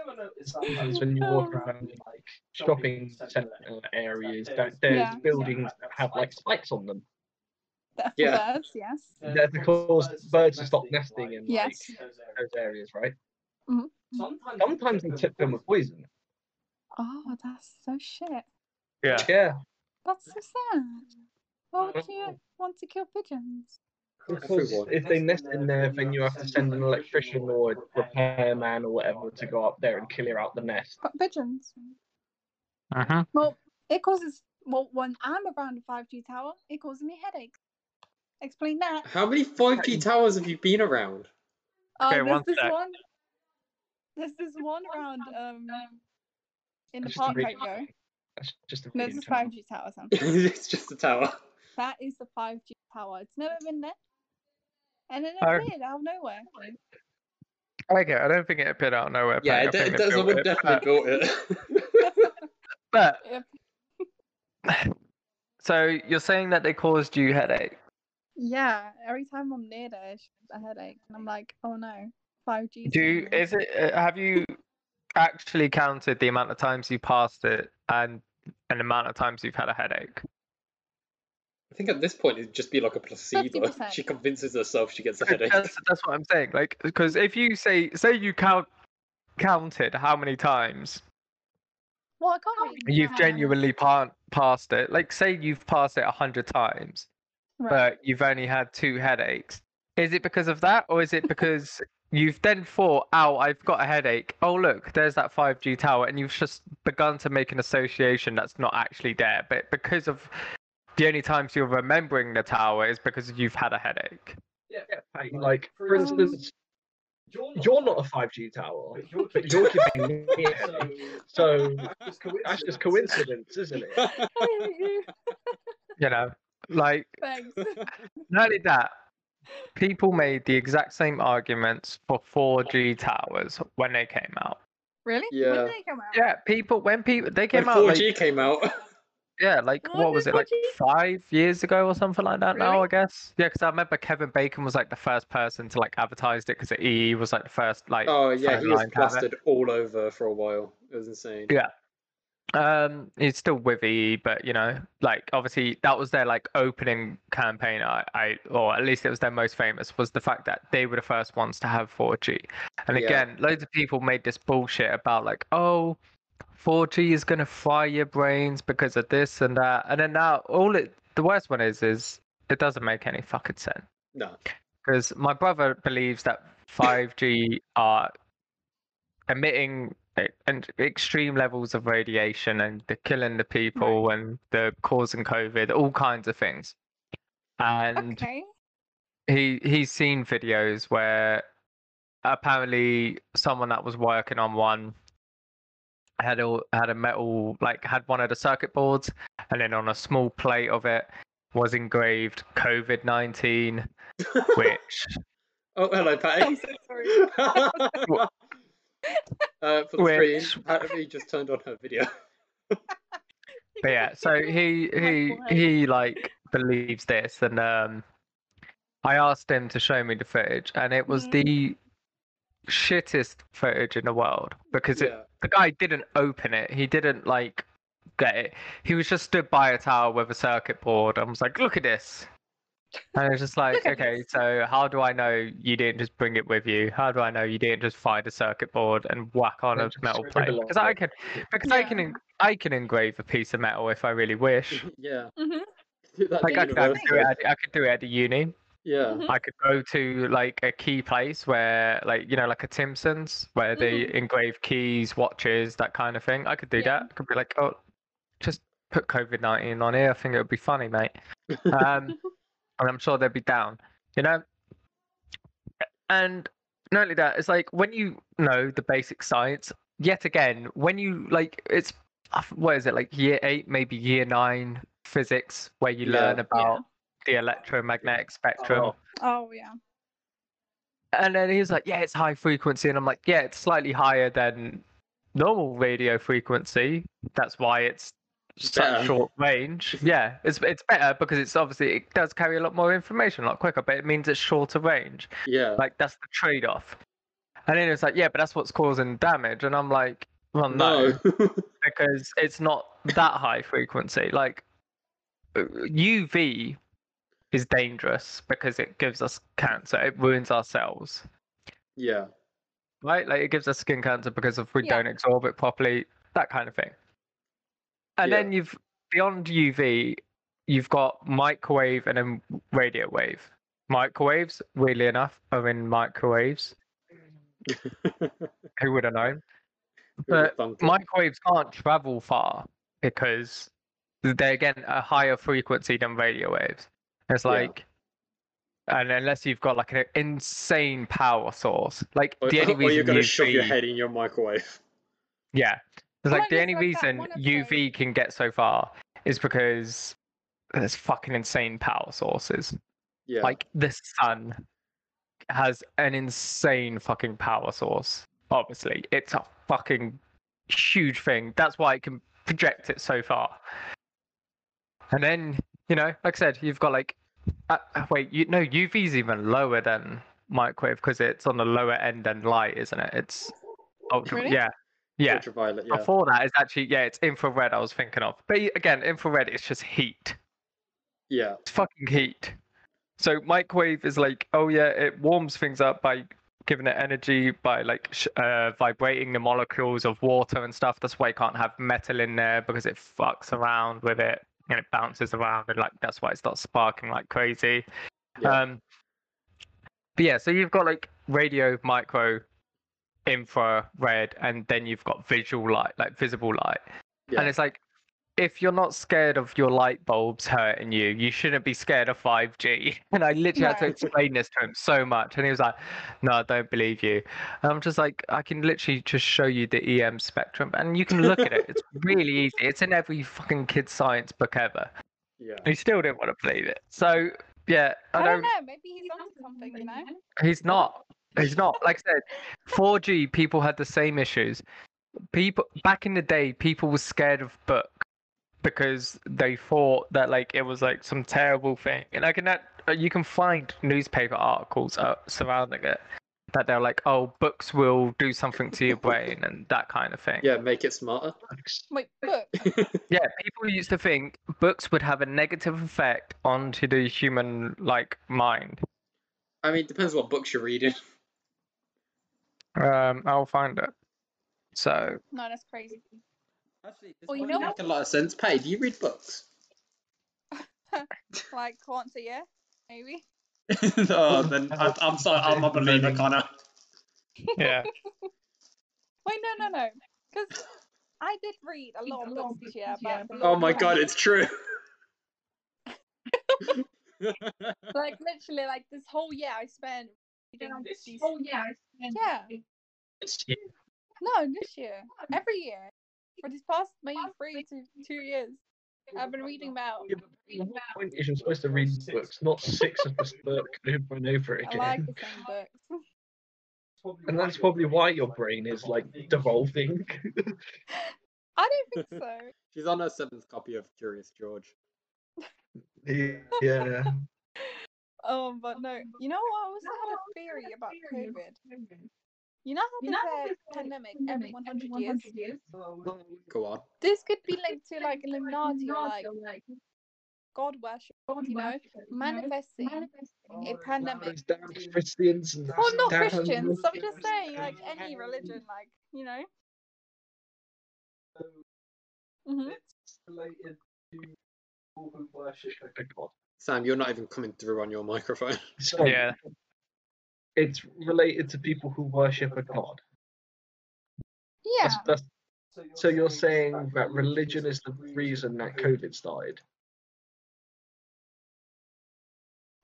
ever noticed
It's
that?
when you walk
Um,
around like shopping centre areas, that there's
Yeah.
buildings that have like spikes on them.
That-
Yeah.
Birds, yes.
They're to cause birds to stop nesting in like
Yes.
those areas, right?
Sometimes,
Sometimes they tip them with poison.
Oh, that's so shit.
Yeah.
Yeah.
That's so sad. Why would
Mhm.
you want to kill pigeons?
Because
Everyone.
if they nest in there, then you have to send an electrician or a repairman or whatever to go up there and clear out the nest.
But pigeons.
Uh-huh.
Well, it causes. Well, when I'm around a 5G tower, it causes me headaches. Explain that.
How many 5G towers have you been around?
Oh,
Okay,
there's
one
this
sec.
one. There's this one round um in the
Just
park I
read-
go.
That's just a
No,
really
this is
internal-
5G tower. Sam.
it's just a tower.
That is the 5G tower. It's never been there, and it
Oh.
appeared out of nowhere.
Okay, I don't think it appeared out of nowhere.
Yeah,
Patty. I
it,
think
it does. I
built
would
it,
definitely built it.
But
It,
so you're saying that they caused you headache?
yeah, every time I'm near there, it's a headache, and I'm like, oh no, 5G. 's
Do you,
doing this.
is it? uh, Have you actually counted the amount of times you passed it and and the amount of times you've had a headache?
I think at this point it'd just be like a placebo.
50%.
She convinces herself she gets a headache.
That's, that's what I'm saying. Like, because if you say say you count counted how many times
Well, I can't really.
you've
count.
genuinely pa- passed it, like say you've passed it a hundred times,
Right.
but you've only had two headaches. Is it because of that, or is it because you've then thought, "Oh, I've got a headache. Oh, look, there's that 5G tower," and you've just begun to make an association that's not actually there, but because of the only times you're remembering the tower is because you've had a headache.
Yeah, Patty, like for
Um,
instance, you're not a 5G tower,
But you're
but you're giving me a headache. So
That's
that's just coincidence, isn't it?
You know, like
Thanks.
not only that, people made the exact same arguments for 4G towers when they came out.
Really?
Yeah.
When did they come out?
Yeah, people when people they
when
came out.
4G
like-
came out,
Yeah, like
Why
what
did
was it like
Pudgy-
five years ago or something like that? Now
Really?
I guess. Yeah, because I remember Kevin Bacon was like the first person to like advertise it because EE was like the first like.
oh yeah,
phone
he was
line to have it.
plastered all over for a while. It was insane.
Yeah. Um, it's still with EE, but you know, like obviously that was their like opening campaign. I, I or at least it was their most famous was the fact that they were the first ones to have 4G. And
Yeah.
again, loads of people made this bullshit about like, oh, 4G is gonna fry your brains because of this and that. And then now all it the worst one is is it doesn't make any fucking sense
No.
because my brother believes that 5G are emitting e- and extreme levels of radiation and they're killing the people and they're causing COVID, all kinds of things. And
Okay.
he he's seen videos where apparently someone that was working on one had a had a metal like had one of the circuit boards and then on a small plate of it was engraved COVID nineteen, which
Oh, hello,
I'm
Patty.
so sorry.
uh, for the
Which-
screen, Patty just turned on her video.
but yeah, so he he
Michael Hay.
he like believes this, and um, I asked him to show me the footage, and it was
Mhm.
the shittest footage in the world because it,
yeah.
the guy didn't open it. He didn't like get it. He was just stood by a tower with a circuit board and was like, "Look at this." And it's just like,
Look at
okay,
this.
so how do I know you didn't just bring it with you? How do I know you didn't just find a circuit board and whack on
Yeah,
a
just
metal
scribble
plate?
along
Because I
it.
can, because I can,
Yeah.
en- I can engrave a piece of metal if I really wish.
Yeah.
Mhm.
Do that
Like
to
I could, I could
university.
do it. At, I could do it at the uni.
Yeah.
I could go to like a key place where, like you know, like a Timson's where they engrave keys, watches, that kind of thing. I could do
Yeah.
that. Could be like, oh, just put COVID nineteen on here. I think it would be funny, mate. Um, and I'm sure they'd be down. You know. And not only that, it's like when you know the basic science. Yet again, when you like, it's I f- what is it like year eight, maybe year nine physics, where you
Yeah.
learn
Yeah.
about the electromagnetic spectrum.
Oh.
Oh yeah.
And then he was like, "Yeah, it's high frequency," and I'm like, "Yeah, it's slightly higher than normal radio frequency. That's why it's such
Better.
short range. Yeah, it's it's better because it's obviously it does carry a lot more information a lot quicker, but it means it's shorter range.
Yeah.
Like that's the trade-off." And then it's like, "Yeah, but that's what's causing damage," and I'm like, "Well, Oh, no because it's not that high frequency. Like uh, UV is dangerous because it gives us cancer. It ruins our cells,
yeah.
right? Like it gives us skin cancer because if we
Yeah.
don't absorb it properly, that kind of thing. And
Yeah.
then you've beyond UV, you've got microwave and then radio wave. Microwaves, weirdly enough, are in microwaves. Who would have known? But
Thunk it.
microwaves can't travel far because they're again a higher frequency than radio waves. It's
Yeah.
like, and unless you've got like an insane power source, like
Or,
the only
or
reason
you're gonna
UV,
shove your head in your microwave.
yeah, it's
Well,
like
I
the
guess
only
like that
reason
one episode-
UV can get so far is because there's fucking insane power sources.
Yeah.
Like the sun has an insane fucking power source. Obviously, it's a fucking huge thing. That's why it can project it so far. And then you know, like I said, you've got like uh, uh, wait, you no UV's even lower than microwave because it's on the lower end than light, isn't it? It's ultra,
Really?
yeah, yeah.
Ultraviolet. Yeah.
Oh, Before that is actually yeah, it's infrared. I was thinking of, but y- again, infrared is just heat
Yeah.
it's fucking heat. So microwave is like, oh yeah, it warms things up by giving it energy by like sh- uh, vibrating the molecules of water and stuff. That's why you can't have metal in there because it fucks around with it and it bounces around and like that's why it starts sparking like crazy.
Yeah.
Um, but yeah, so you've got like radio, micro, infrared, and then you've got visual light, like visible light.
Yeah.
And it's like, if you're not scared of your light bulbs hurting you, you shouldn't be scared of 5G. And I literally had to
No.
explain this to him so much. And he was like, No, I don't believe you. And I'm just like, I can literally just show you the EM spectrum and you can look at it. It's really easy. It's in every fucking kid's science book ever.
yeah.
And he still didn't want to believe it. So, yeah, I,
I don't
don't,
know. Maybe he's onto something. You know.
He's not. He's not. Like I said, 4G people had the same issues. People back in the day, people were scared of book because they thought that like it was like some terrible thing. And I can uh, you can find newspaper articles uh, surrounding it that they're like, oh, books will do something to your brain and that kind of thing.
Yeah. Make it smarter.
Wait, book.
Yeah, people used to think books would have a negative effect onto the human like mind.
I mean, it depends what books you're reading.
Um, I'll find it. So
No, that's crazy.
Actually, this
Well, you
might
know
make a lot of sense. Pay. Do you read books?
Like once a year, maybe.
oh, then I, I'm sorry, I'm a believer, Connor.
Yeah.
Wait, no, no, no. Because I did read a lot of books this year about. the
Oh
Lord
my
Mayor.
god, it's true.
Like literally, like this whole year I spent. reading these- Oh, Yeah. No, this year. Every year. For these past maybe three to two years, I've been reading about.
Yeah, but at what point is you're supposed to read books, not six of the book over and over
I
again?
like the same books.
And that's probably why your brain is like devolving.
I don't think so.
She's on her seventh copy of Curious George.
yeah.
Um, but no, you know what? I also had a theory about COVID. You know how there's a pandemic every 100 years?
Go on.
This could be linked to like Illuminati, or, like God worship, you know, manifesting a pandemic.
Those damn Christians and
Well,
those
not
damn-
Christians. So I'm just saying, like any religion, like you know. Mhm.
Oh, God.
Sam, you're not even coming through on your microphone.
So
Yeah.
it's related to people who worship a god.
Yeah.
That's- that's- so you're saying that religion is the reason that COVID started?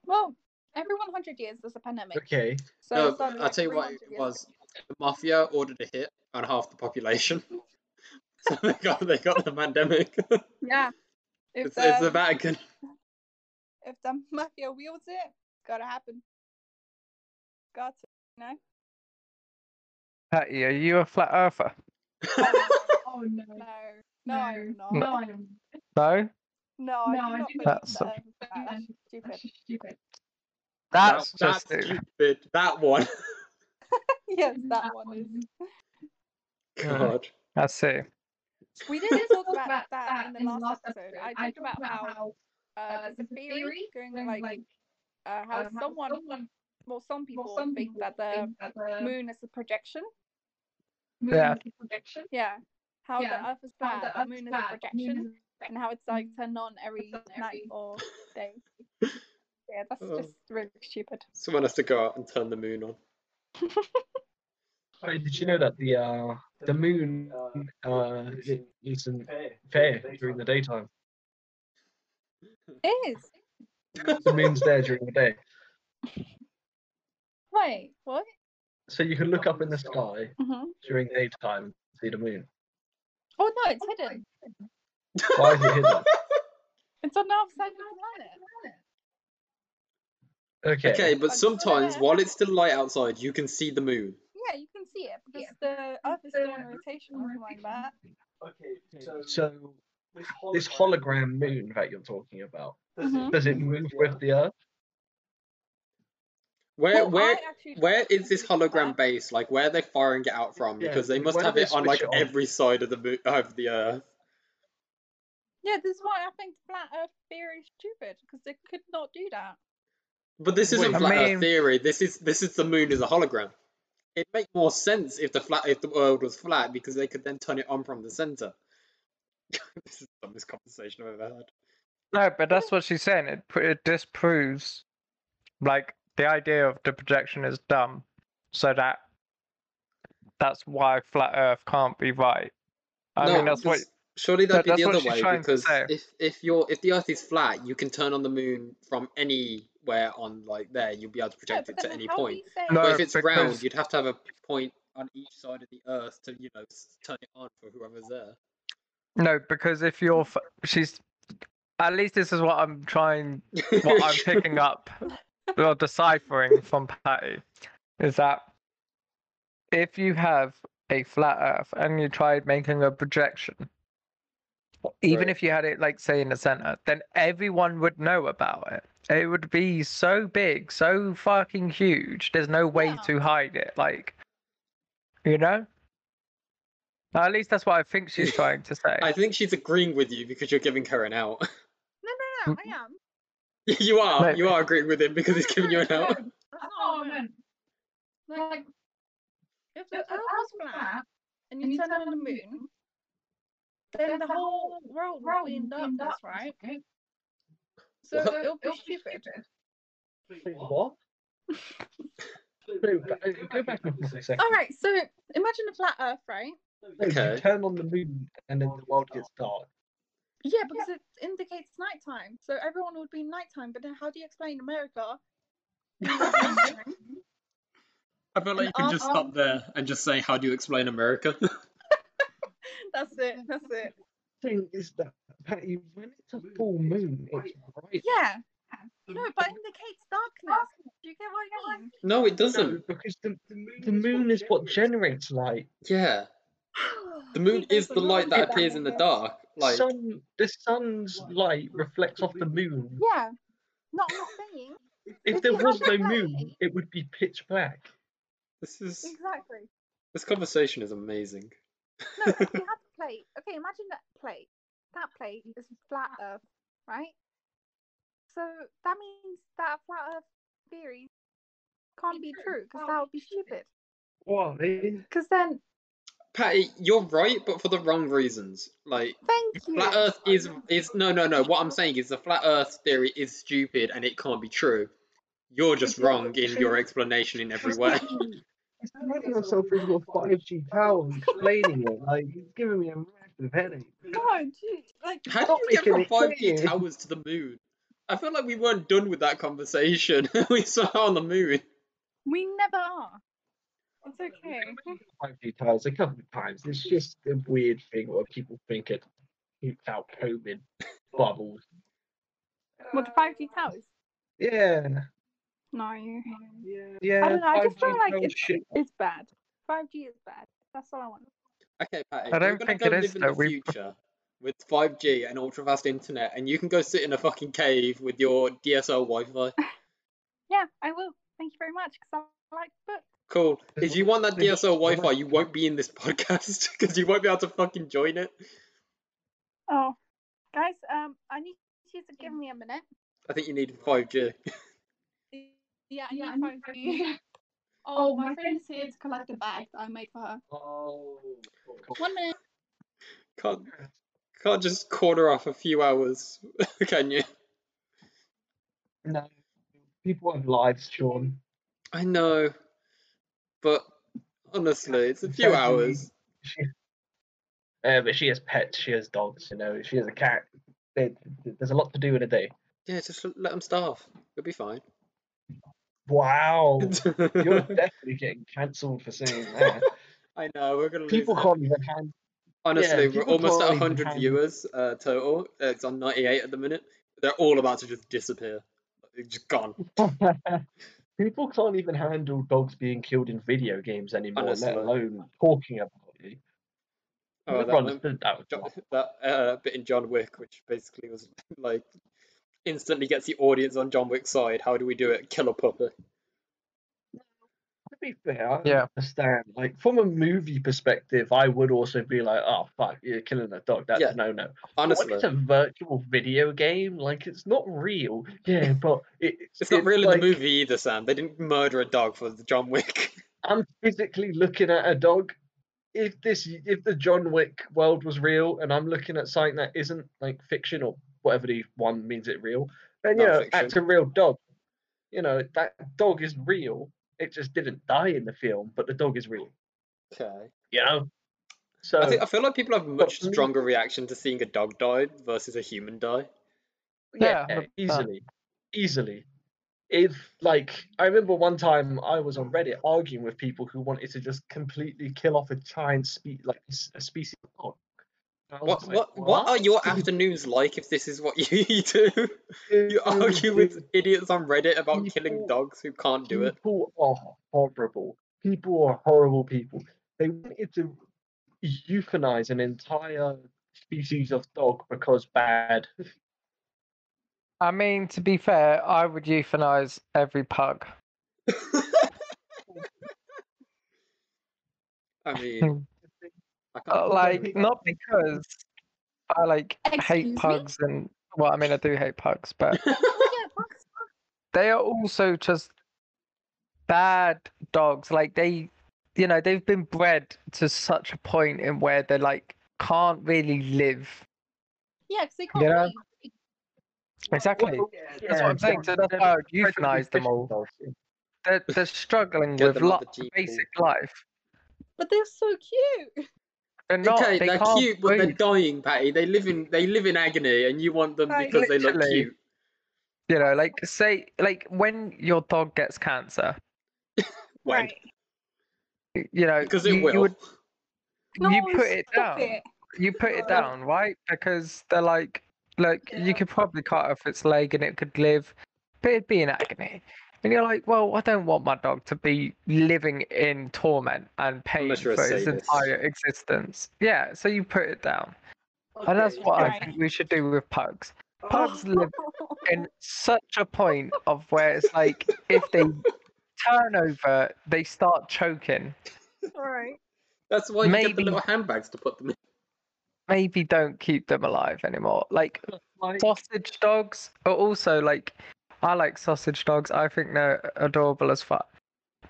Well, every 100 years there's a pandemic.
Okay.
So
no,
it's not,
Um, I'll
like,
tell you
every
what it
100 years.
was. The mafia ordered a hit on half the population. so they got they got the pandemic.
Yeah. If
it's,
the,
it's the Vatican.
if the mafia wields it, it's gotta happen. Got to, you know.
Patty, are you a flat earther?
Oh, No, Oh, no, I'm not.
No.
No,
No?
I do not believe
That's
that. That's stupid.
That's
That-
just
that's
it.
stupid. That one.
yes, that one is.
Yeah.
God.
That's it.
We didn't talk about that in the last episode. I talked about how uh, there's a theory going like, uh, how someone, well, some people think that the moon is a projection.
Yeah.
Yeah. How the Earth is flat, the moon is a projection, and how it's like turned on every night or day. Yeah, that's
Oh.
just really stupid.
Someone has to go out and turn the moon on.
Wait, did you know that the uh, the moon uh, i- isn't fair during the daytime?
It is.
The moon's there during the day,
Wait, what?
so you can look up in the sky
hmm
during daytime and see the moon.
Oh no, it's hidden.
Why is it hidden?
It's on the other side of the
Okay.
Okay, but
I'd still
sometimes
there.
while it's still light outside, you can see the moon.
planet. Yeah, you can see it because the Earth is still in rotation or something like that.
So this hologram moon that you're talking about
Mhm.
does it move with the Earth?
Where
Well,
where
I actually
where
don't
is this
believe
hologram
that.
base? Like where are they firing it out from?
Yeah,
Because they must
where do
have
they
it on
switch
like
it on?
every side of the moon of the earth.
Yeah, this is why I think flat Earth theory is stupid because they could not do that.
But this isn't
Wait, I
flat Earth
mean-
theory. This is this is the moon is a hologram. It'd make more sense if the flat if the world was flat because they could then turn it on from the center. this is the dumbest conversation I've ever had.
No, but that's what she's saying. It, pr- it disproves, like, the idea of the projection is dumb. So that that's why flat Earth can't be right. I mean, that's what.
because surely
that-
that'd
that's
be the
what
other
she's
way
trying to
because
say.
if if you're if the Earth is flat, you can turn on the moon from anywhere on like there. You'll be able to
Yeah,
project
but
it to
then
any
how do
point.
you say-
No,
But if it's round,
because-
you'd have to have a point on each side of the Earth to you know s- turn it on for whoever's there.
No, because if you're. F- she's. At least this is what I'm trying what I'm picking up or deciphering from Patty is that if you have a flat Earth and you tried making a projection, even
Right.
if you had it like say in the center, then everyone would know about it. It would be so big, so fucking huge. There's no way
Yeah.
to hide it. Like, you know. At least that's what I think she's trying to say.
I think she's agreeing with you because you're giving her an out.
No, no, no, I am.
you are
Wait.
you are agreeing with him because he's giving you an out.
Oh man. Like, if the Earth was flat and you turn on the moon, then the whole world would be in darkness, right? So
What?
it'll be stupid.
What? No, ba- uh, go back up for a second.
All right, so imagine a flat Earth, right?
No, you
Okay.
turn on the moon and then the world gets dark.
Yeah, because it indicates nighttime, so everyone would be in nighttime. But then, how do you explain America?
I feel like you can just stop there and just say, "How do you explain America?"
That's it. That's it.
thing is that Patty, when it's a full moon, it's bright.
Yeah. No, but it indicates darkness. Do you get what I mean?
no, it
No,
doesn't.
because the, the moon is what generates light.
Yeah, the moon is the light that
It-
appears in the dark. Like,
Sun, the sun's light reflects off the moon.
Yeah. No, I'm not saying
If
If
there
you
was
had
no
a
moon,
light-
it would be pitch black.
this is
exactly.
this conversation is amazing.
No, if you had a plate. Okay, imagine that plate. That plate is flat Earth, right? So that means that flat Earth theory can't be true because that would be stupid.
What? It,
Because then,
Patty, you're right, but for the wrong reasons. Like,
thank you.
flat Earth is is no, no, no. What I'm saying is the flat Earth theory is stupid and it can't be true. You're just wrong in your explanation in every way.
Explain yourself with your 5G tower explaining it. Like, it's giving me a massive headache.
No, dude, like
How did
Stop
we get
making
from
it
five G
clear.
towers to the moon? I feel like we weren't done with that conversation. we saw on the moon.
we never are. It's okay.
5G towers a couple of times. It's just a weird thing where people think it keeps out COVID bubbles.
What the five G towers?
Yeah,
No, you-
yeah.
don't know, I just
5G
feel like
towers
it's-
shit.
it's bad. Five G is bad. That's all I want.
Okay, Patty,
I
we're
don't
gonna
think
go
it
live
is,
in
though.
the
We-
future with five G and ultra fast internet, and you can go sit in a fucking cave with your DSL Wi-Fi.
Yeah, I will. Thank you very much because I like books.
Cool.
There's
If you want that
there's
DSL
lots of
Wi-Fi, you won't be in this podcast because you won't be able to fucking join it.
Oh, guys, um, I need you to give me a minute.
I think you need five G.
Yeah, I need five G. Oh, my friend's here to collect a bag that I made for her.
Oh,
One minute.
Can't can't just quarter off a few hours, can you?
no. People have lives, Sean.
I know, but honestly, it's a few
Five G.
hours.
Uh, but she has pets. She has dogs. You know, she has a cat. There, there's a lot to do in a day.
Yeah, just l- let them starve. It'll be fine.
Wow, you're definitely getting cancelled for saying that.
I know we're gonna
People
lose.
can't even handle.
Honestly,
yeah,
we're
people
almost at
can't even
hundred
handle-
viewers uh, total. Uh, It's on ninety-eight at the minute. They're all about to just disappear. It's just gone.
People can't even handle dogs being killed in video games anymore,
Honestly.
let alone talking about it.
Oh,
Never
that, one-
understood that was
Jo-
wrong.
that uh, bit in John Wick, which basically was like instantly gets the audience on John Wick's side. How do we do it? Kill a puppy.
To be fair, I
Yeah.
understand. Like from a movie perspective, I would also be like, "Oh fuck, you're killing a dog. That's
Yeah,
a no-no." But
Honestly,
when it's a virtual video game, like it's not real. Yeah, but it, it's,
it's not really
like,
the movie either, Sam. They didn't murder a dog for the John Wick.
I'm physically looking at a dog. If this, if the John Wick world was real, and I'm looking at something that isn't like fiction or whatever the one means it real, then you know
Non-fiction.
that's a real dog. You know that dog is real. It just didn't die in the film, but the dog is real.
Okay.
You know. So
I, think, oh, I feel like people have much
me-
stronger reaction to seeing a dog die versus a human die.
yeah,
Yeah, 100%.
easily easily if like i remember one time i was on reddit arguing with people who wanted to just completely kill off a giant spe- like s- a species of dog And I was
What
just
what
like,
what are your afternoons like if this is what you do? You argue with idiots on Reddit about killing
People-
dogs who can't do it.
people are horrible people are horrible people they wanted to euthanize an entire species of dog because bad
I mean, to be fair, I would euthanize every pug.
I mean, I can't.
Uh, like not because I like hate
Excuse me?
pugs and well, I mean I do hate pugs, but
Oh, yeah, that's
they are also just bad dogs. Like they, you know, they've been bred to such a point in where they like can't really live.
yeah, because they
You
can't
know?
leave.
Exactly.
Well,
That's what I'm saying. So that's why I would euthanize them all. They're, they're struggling
Get
with
them on
lo-
the G-pool.
basic life.
But they're so cute.
They're not.
okay,
they
they're
can't
cute, but they're
breathe.
dying, Patty. They live in they live in agony, and you want them
Like,
because they look
literally.
cute.
You know, like say, like when your dog gets cancer,
When?
Right.
you know,
Because
you,
it
you
will.
would- you
No,
put it
stop
down.
it.
You put it
Oh.
down, right? Because they're like, look, you could probably cut off its leg and it could live, but it'd be in agony. And you're like, well, I don't want my dog to be living in torment and pain
Unless
for
you're a
its
sadist.
entire existence. Yeah, so you put it down. and that's what I
right. Oh.
think we should do with pugs. Pugs live in such a point of where it's like, if they turn over, they start choking.
Right.
That's why you get the
Maybe.
little handbags to put them in.
Maybe don't keep them alive anymore. Like, sausage dogs are also like I like sausage dogs. I think they're adorable as fuck.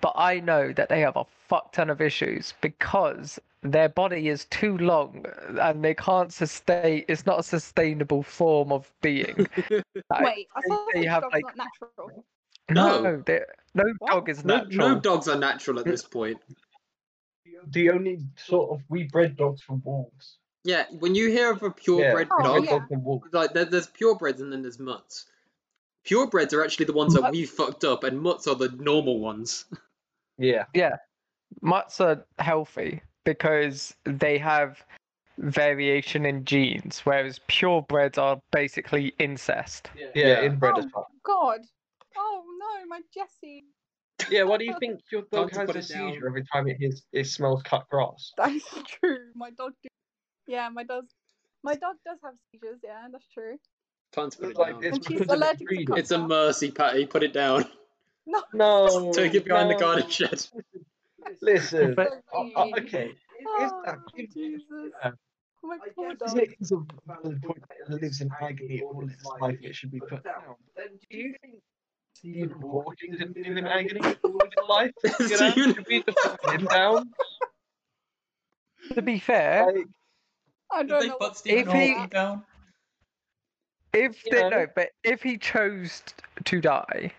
But I know that they have a fuck ton of issues because their body is too long and they can't sustain it's not a sustainable form of being. I
Wait, I
think
thought
they
the
have,
dog's
like-
not natural.
No.
no, they're- no
What?
dog is
No,
natural.
no dogs are natural at this point.
The only sort of we bred dogs from wolves.
Yeah, when you hear of a purebred
Oh,
dog,
yeah.
like there, there's purebreds and then there's mutts. Purebreds are actually the ones that
Mutts-
we fucked up, and mutts are the normal ones.
Yeah.
mutts are healthy because they have variation in genes, whereas purebreds are basically incest.
Yeah,
Yeah.
inbred as
Oh.
well.
God. Oh no, my Jessie.
Yeah, why do you think your dog
to
has
put
a
it down.
seizure every time it, hears, it smells cut grass?
That's true. My dog. Do- yeah, my dog. My dog does have seizures. Yeah, that's true.
Time to put it
Like,
down.
it's
And she's
because of the
allergic to
breeding.
cock.
It's a mercy, Patty. Put it down.
No.
Take it behind
Oh, no.
the garden shed.
Listen.
But-
oh, oh, okay. Is that
Oh, Jesus. Oh,
Yeah.
My
I
poor
guess
dog.
It is a valid point that it lives in agony all its life. It should be put down. Then do you think Stephen Hawking didn't live in agony all his life? You know?
Stephen-
Should we just put him down?
To be
Eh?
fair,
Like,
I don't know. what-
Stephen If he- Hawking
down?
If
you
they
know?
no, but if he chose to die,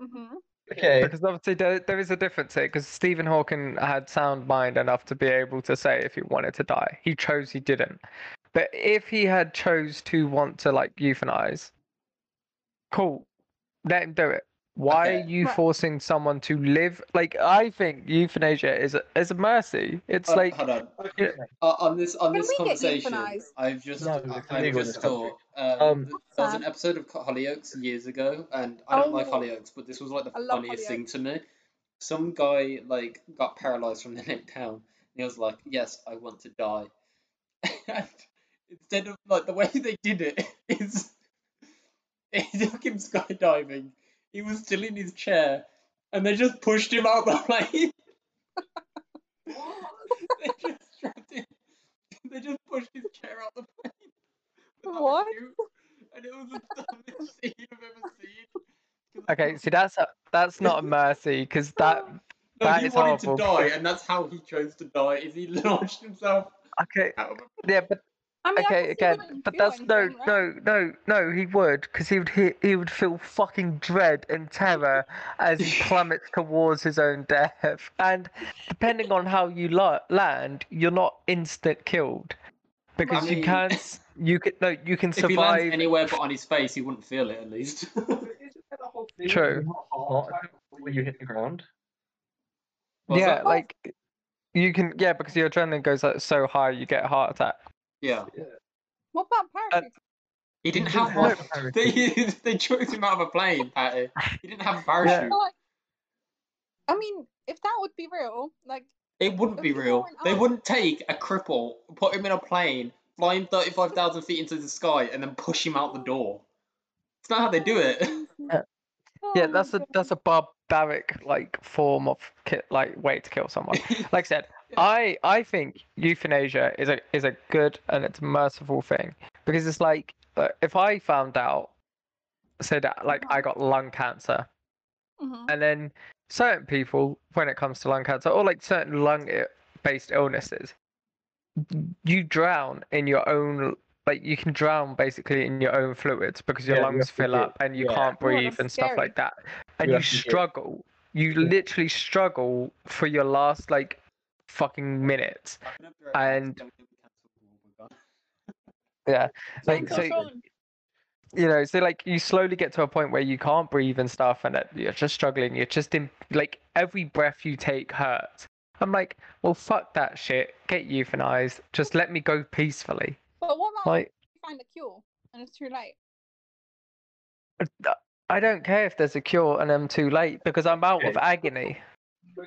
Mhm.
okay.
because obviously there, there is a difference here, because Stephen Hawking had sound mind enough to be able to say if he wanted to die, he chose he didn't. But if he had chose to want to like euthanize, cool, let him do it. Why
Okay.
are you
Right.
forcing someone to live? Like I think euthanasia is a, is a mercy.
Uh,
It's like
hold on.
okay.
Uh, on this on
Can
this
we get
conversation,
euthanized?
I've just
No,
I-
it's
I've
illegal in
just
this country.
thought um,
Um,
th- there was an episode of Co- Hollyoaks years ago, and I don't like
Oh.
Hollyoaks, but this was like the
I love
funniest thing to me. Some guy like got paralyzed from the neck down, and he was like, "Yes, I want to die." and instead of like the way they did it is, he took him skydiving. He was still in his chair, and they just pushed him out the plane. they just strapped him. They just pushed his chair out the plane. But that was
What?
you. And it was the dumbest scene I've ever seen. 'Cause I
okay,
was
see that's a, that's not a mercy because that
like, no,
that
he
is
wanted
horrible.
to die, and that's how he chose to die. Is he launched himself
okay
out of a
yeah, but
I mean, I
okay,
can see
again,
why you
but
feel
that's no,
anything, right?
no, no, no. He would, because he would he, he would feel fucking dread and terror as he plummets towards his own death. And depending on how you la- land, you're not instant killed, because you
mean-
can't. s- You can no, you can
If he lands
survive.
anywhere but on his face, he wouldn't feel it at least.
Oh.
True.
Before you hit the ground.
Was
yeah,
that-
like you can. Yeah, because your adrenaline goes like, so high, you get a heart attack.
yeah.
What
Uh,
about parachuting?
He didn't
didn't
have one.
have a
They they choked him out of a plane, Patty. He didn't have a parachute.
Like, I mean, if that would be real, like,
It wouldn't
If
be
he
real.
went
They
up-
wouldn't take a cripple, put him in a plane, fly him 35,000 feet into the sky, and then push him out the door. It's not how they do it.
Yeah,
Uh, Yeah,
Oh,
that's a that's a barbaric like form of ki- like way to kill someone. Like I said, I I think euthanasia is a is a good and it's a merciful thing because it's like uh, if I found out, say that like I got lung cancer,
hmm
and then certain people when it comes to lung cancer or like certain lung i- based illnesses, you drown in your own like you can drown basically in your own fluids because your
Yeah, you have
lungs
to
fill
do-
up and you
yeah.
can't
Oh, that's
breathe and stuff
scary.
like that. And
You
you,
have to do it.
struggle. You literally struggle for your last like fucking minutes. And- Yeah. Like so you know, so like you slowly get to a point where you can't breathe and stuff, and that you're just struggling. You're just in like every breath you take hurts. I'm like, well, fuck that shit. Get euthanized. Just let me go peacefully.
But what about
Like,
if you find a cure and it's too late?
I don't care if there's a cure and I'm too late because I'm out of
Okay.
agony.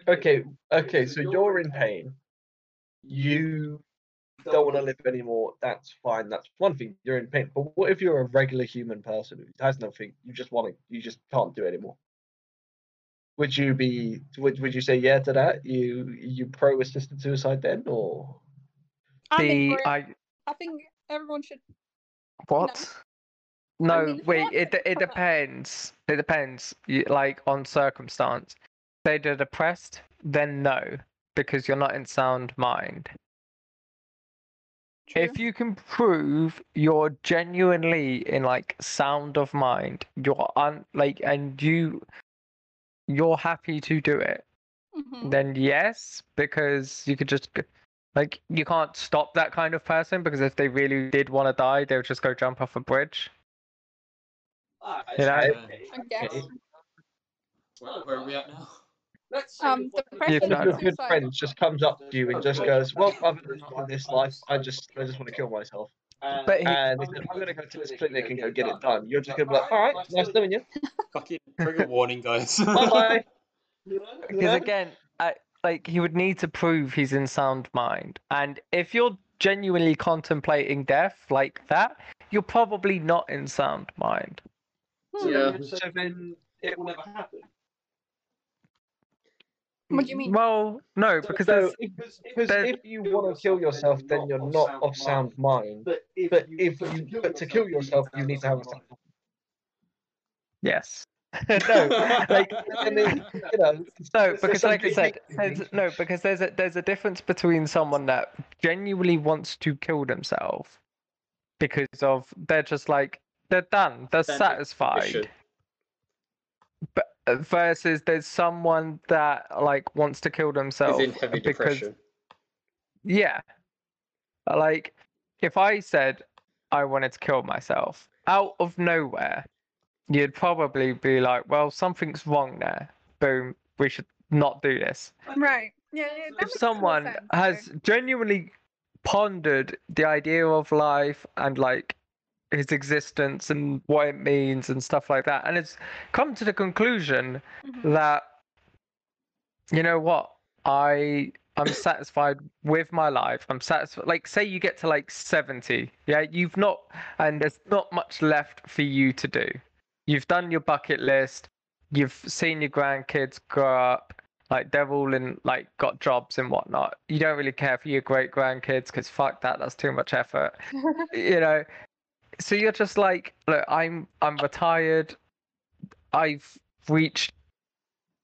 Okay, okay, so you're in pain. You don't want to live anymore. That's fine. That's one thing. You're in pain. But what if you're a regular human person who has nothing? You just want to, you just can't do it anymore. Would you be would, would you say yeah to that? You you pro assisted suicide then or
I'm in
The
for it.
I
I think everyone should.
What? No,
mean, it's
wait.
not
It de- it
proper.
depends. It depends. You, like on circumstance. If they're depressed, then no, because you're not in sound mind.
True.
If you can prove you're genuinely in like sound of mind, you're un like and you you're happy to do it,
Mhm.
then yes, because you could just g- like you can't stop that kind of person because if they really did want to die, they would just go jump off a bridge. You know,
I guess.
Okay.
Where, where are we at now?
Let's
Um, depression
You've
and
done
your good
suicide.
friend just comes up to you and just goes, "Well, I've not in this life. I just I just want to kill myself."
But he-
And they said, "I'm gonna go to this clinic and go get it done." You're just gonna be like, "All right, nice knowing you.
Fucking trigger warning, guys.
Bye bye."
Because again, I, like he would need to prove he's in sound mind, and if you're genuinely contemplating death like that, you're probably not in sound mind.
Hmm.
Yeah.
So then it will never happen.
What do you mean?
Well, no, because
so
there's
if, because
there's-
if you want to kill yourself, then you're not of sound mind.
But if,
But if you but to kill yourself, you need to have a sound
yes.
no, like, and then, you know,
No,
It's
because
just
like I said,
ambiguous.
there's, no, because there's a there's a difference between someone that genuinely wants to kill themselves because of they're just like they're done, they're
Then they- they
satisfied. But uh, versus there's someone that like wants to kill
He's
themselves
in heavy depression.
yeah, like if I said I wanted to kill myself out of nowhere, you'd probably be like, well, something's wrong there. Boom, we should not do this
Right. Yeah. yeah that
if
makes more
someone
sense, though.
has genuinely pondered the idea of life and like his existence and what it means and stuff like that and has come to the conclusion
Mhm.
that you know what i i'm satisfied with my life i'm satisfied like say you get to like 70 yeah you've not and there's not much left for you to do you've done your bucket list you've seen your grandkids grow up like they're all in like got jobs and whatnot you don't really care for your great grandkids because fuck that that's too much effort you know so you're just like look i'm i'm retired i've reached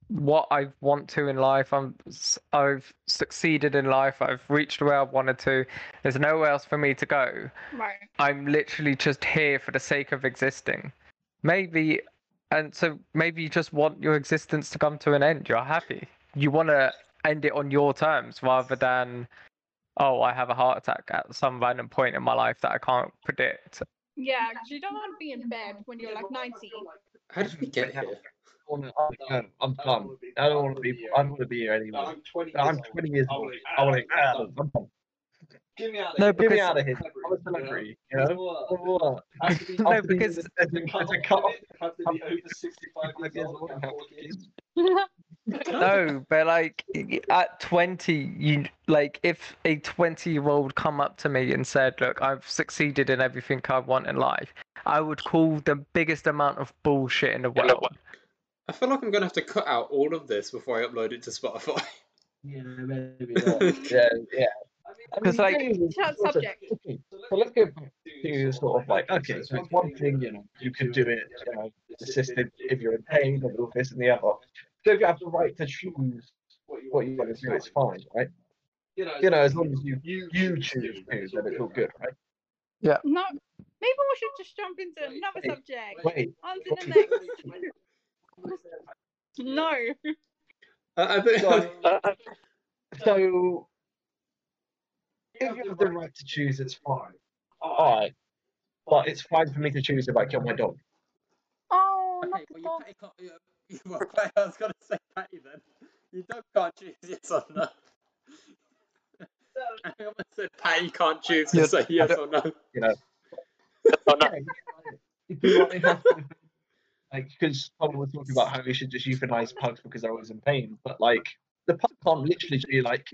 what i want to in life i'm s- i've succeeded in life i've reached where i wanted to there's nowhere else for me to go
Right.
i'm literally just here for the sake of existing maybe and so maybe you just want your existence to come to an end you're happy you want to end it on your terms rather than oh i have a heart attack at some random point in my life that i can't predict
Yeah, 'cause you don't want to be in bed when you're like 90.
How did we get here?
I'm done. I'm done. I don't want to be. I don't want to be here anymore.
I'm 20
I'm 20 years old. I want to. I'm done.
Get me out
No,
of here.
because-
Get me out of here. I'm a celebrity. You know. What?
No,
I've been-
because-
there's a- there's a cut-off.
Have to be over 65
I'm
years old and have four kids.
no but like y- at 20 you like if a 20 year old come up to me and said look i've succeeded in everything i want in life i would call the biggest amount of bullshit in the world
I feel like I'm gonna have to cut out all of this before I upload it to Spotify.
Yeah, maybe not. yeah, yeah.
Because, like-
Chat subject.
So let's go back to sort of like, okay, so it's one thing, you know, you could do it, you know, assisted if you're in pain and all this and the other. So if you have the right to choose what you want to do, it's fine, right? You know, as long as you you choose to, then it's all good, right?
Yeah.
No, maybe we should just jump into another
wait,
subject.
Wait,
On to the
wait.
next. No.
I, I think
Uh, uh, so, if you have the right to choose, it's fine. Alright. But it's fine for me to choose if I kill my dog.
Oh, not
Okay,
the
well,
dog.
you can't, you, you, well, I was going to say Patty then. You don't can't choose yes or no. I almost said Patty can't choose
Yeah,
to say yes
I
or no.
Oh, no. If you want to have to- like, because Tom was talking about how we should just euthanize pugs because I was in pain, but like, the pug can't literally do like,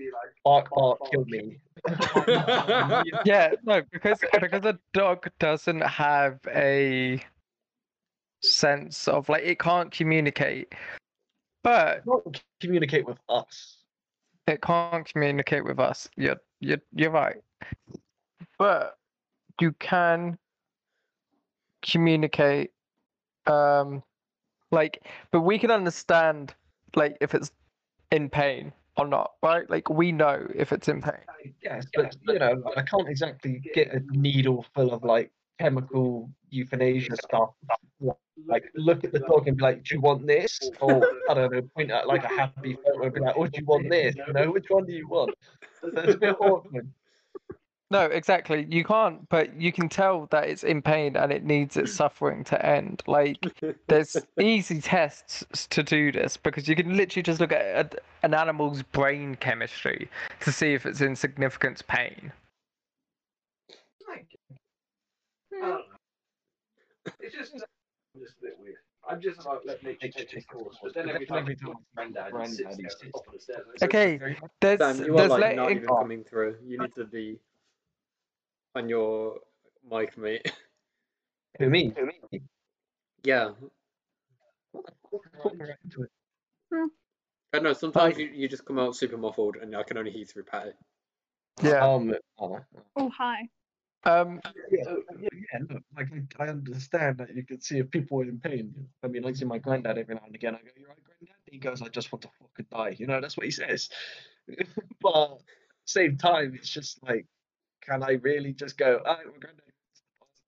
bark, bark, kill me.
Yeah, no, because because a dog doesn't have a sense of like it can't communicate, but
Not communicate with us.
it can't communicate with us. You're you're you're right, but you can communicate. Um, like, but we can understand like if it's in pain or not, right? Like we know if it's in pain.
Yes, but you know, I can't exactly get a needle full of like chemical euthanasia stuff. Like, look at the dog and be like, "Do you want this?" Or I don't know, point at like a happy photo and be like, "Oh, do you want this?" You know, which one do you want? So it's a bit awkward.
No, exactly. You can't, but you can tell that it's in pain and it needs its suffering to end. Like, there's easy tests s- to do this because you can literally just look at a- an animal's brain chemistry to see if it's in significant pain.
It's just, I'm just a bit weird. I'm just about let nature take its course, but then every time I talk to granddad, he sits there at the top of the stairs. and says,
Okay, there's
Sam, you are
there's oh.
like
let-
not
it-
even coming through. You need to be on your mic, mate.
To me,
yeah. I don't know, sometimes you, you just come out super muffled and I can only hear through Patty.
yeah.
Um, oh,
Oh, hi.
Um,
yeah, uh, yeah, yeah, look, like I- I understand that you can see if people are in pain. I mean, I see my granddad every now and again. I go, "You're right, granddad." He goes, "I just want to fucking die." You know, that's what he says. but same time, it's just like, can I really just go? Oh, my granddad.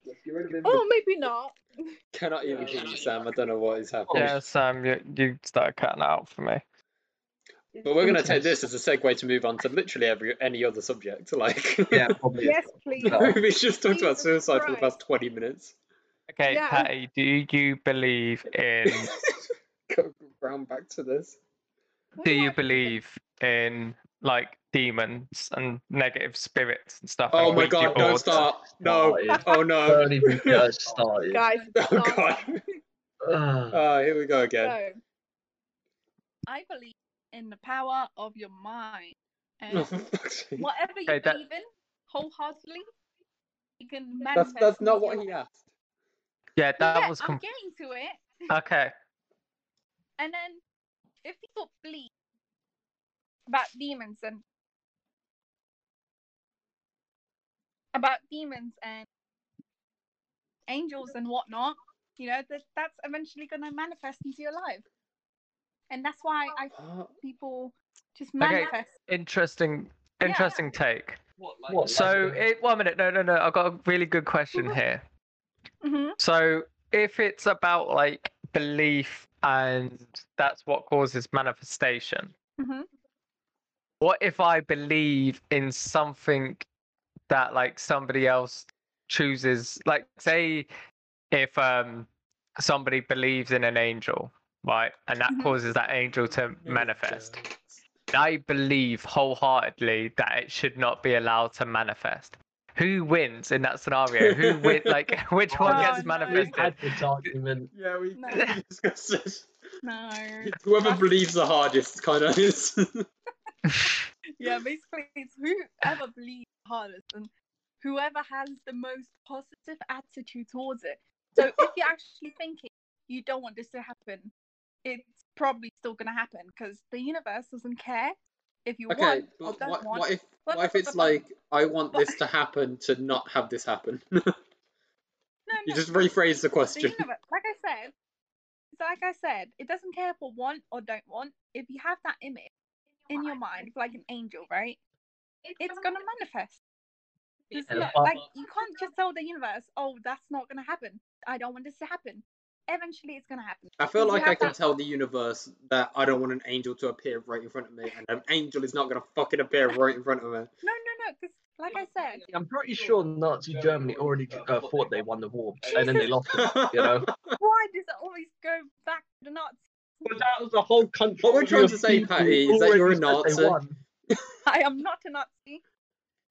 "Look, Get rid of him.
Oh, maybe not.
Cannot even hear you, Sam. I don't know what is happening.
yeah, Sam, you, you start cutting out for me.
But we're going to take this as a segue to move on to literally every any other subject. Like,
Yeah, probably.
Yes, please.
we've just talked about
Jesus
suicide for the
Christ.
past 20 minutes.
Okay,
Yeah.
Patty, do you believe in?
Go round back to this.
do you believe in like demons and negative spirits and stuff?
Oh
and
my
Ouija
god, don't
boards?
start. No.
Started.
Oh no.
Don't even get us started.
Guys,
Oh
stop.
god.
Ugh.
Oh, here we go again.
So,
I believe in the power of your mind.
Oh,
And
for fuck's sake.
whatever you
Okay, that-
believe in, wholeheartedly, you can
That's,
manifest.
that's not
into
what
your-
he asked.
Yeah, that
Yeah,
was
I'm
com-
getting to it.
okay.
And then, if people believe about demons and about demons and angels and whatnot, you know that that's eventually going to manifest into your life. And that's why I
What?
people just
Okay.
manifest.
Interesting,
Yeah.
interesting take.
What, like,
What,
So,
Like,
it, one minute, no, no, no. I've got a really good question here.
Mhm.
So, if it's about like belief and that's what causes manifestation,
Mhm.
what if I believe in something that like somebody else chooses? Like, say, if um somebody believes in an angel, right, and that
Mhm.
causes that angel to manifest. I believe wholeheartedly that it should not be allowed to manifest. Who wins in that scenario? Who win? Like, which one
Oh,
gets
no.
We've
manifested?
had this argument.
Yeah, we
No.
we discussed this.
No.
Whoever believes the hardest kind of is.
Yeah, basically, it's whoever believes hardest and whoever has the most positive attitude towards it. So if you're actually thinking you don't want this to happen, it's probably still going to happen because the universe doesn't care if you
okay,
want or
but
don't
what,
want.
what if
But-
what if it's
but-
like I want
but-
this to happen to not have this happen?
no,
You
no,
just rephrase the
the
question.
universe, like I said, it's like I said, it doesn't care for want or don't want. If you have that image in your mind, like an angel, right? It's going to manifest. There's
Yeah,
no-
but-
like you can't just tell the universe, oh, that's not gonna happen. I don't want this to happen. Eventually, it's gonna happen.
I feel
Did you
like I
have
can
that-
tell the universe that I don't want an angel to appear right in front of me, and an angel is not gonna fucking appear right in front of me.
No, no, no. Because like I said,
I'm pretty sure Nazi Germany already uh, thought they won the war, and then they lost it. You know,
what
why does it always go back to the Nazis?
but that was the whole country.
we're trying to
of
say,
people
Patty, is that
already
you're a
said
Nazi.
they won.
I am not a Nazi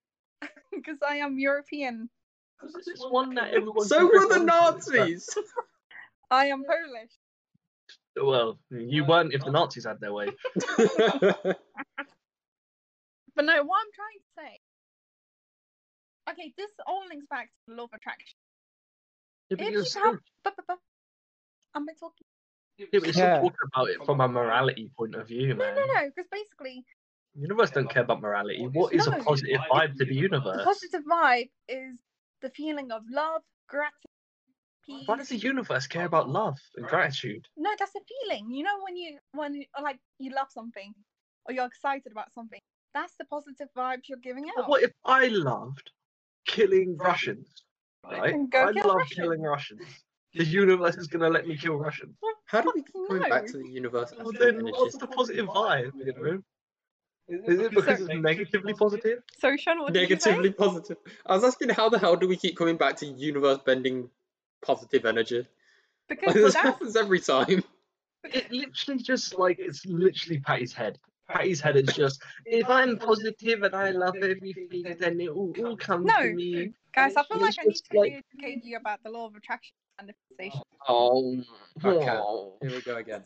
because I am European.
It's one that everyone.
So were the Nazis.
I am Polish.
Well, you weren't if the Nazis had their way.
But no, what I'm trying to say. Okay, this all links back to the law of attraction.
Yeah, but
If
you're
you
still,
have- But, but, but, am I talking?
yeah, but you're still
Yeah.
talking about it from a morality point of view,
No,
man.
no, no. Because basically,
Universe don't care about morality. What is
No.
a positive vibe to the
the
universe?
positive vibe is the feeling of love, gratitude, peace.
Why does the universe care about love and gratitude?
No, that's a feeling. You know when you when or like you love something or you're excited about something. That's the positive vibes you're giving
But
out.
what if I loved killing Russians? Right?
Then go
I
kill
love
Russians.
killing Russians. The universe is gonna let me kill Russians.
How do we keep going back
No.
to the universe?
Well,
aspect
then
and it's
what's
just
the positive vibe? You know? Is it because it's negatively positive?
So Sean, what did you say?
negatively positive? I was asking, how the hell do we keep coming back to universe bending positive energy?
Because
Like, this
that's
happens every time.
It literally just like it's literally Patty's head. Patty's head is just if I'm positive and I love everything, then it will all come
No.
to me.
guys, I feel like
It's
I need
just
to
like-
re-educate you about the law of attraction and manifestation.
Oh, okay.
Oh,
Here we go again.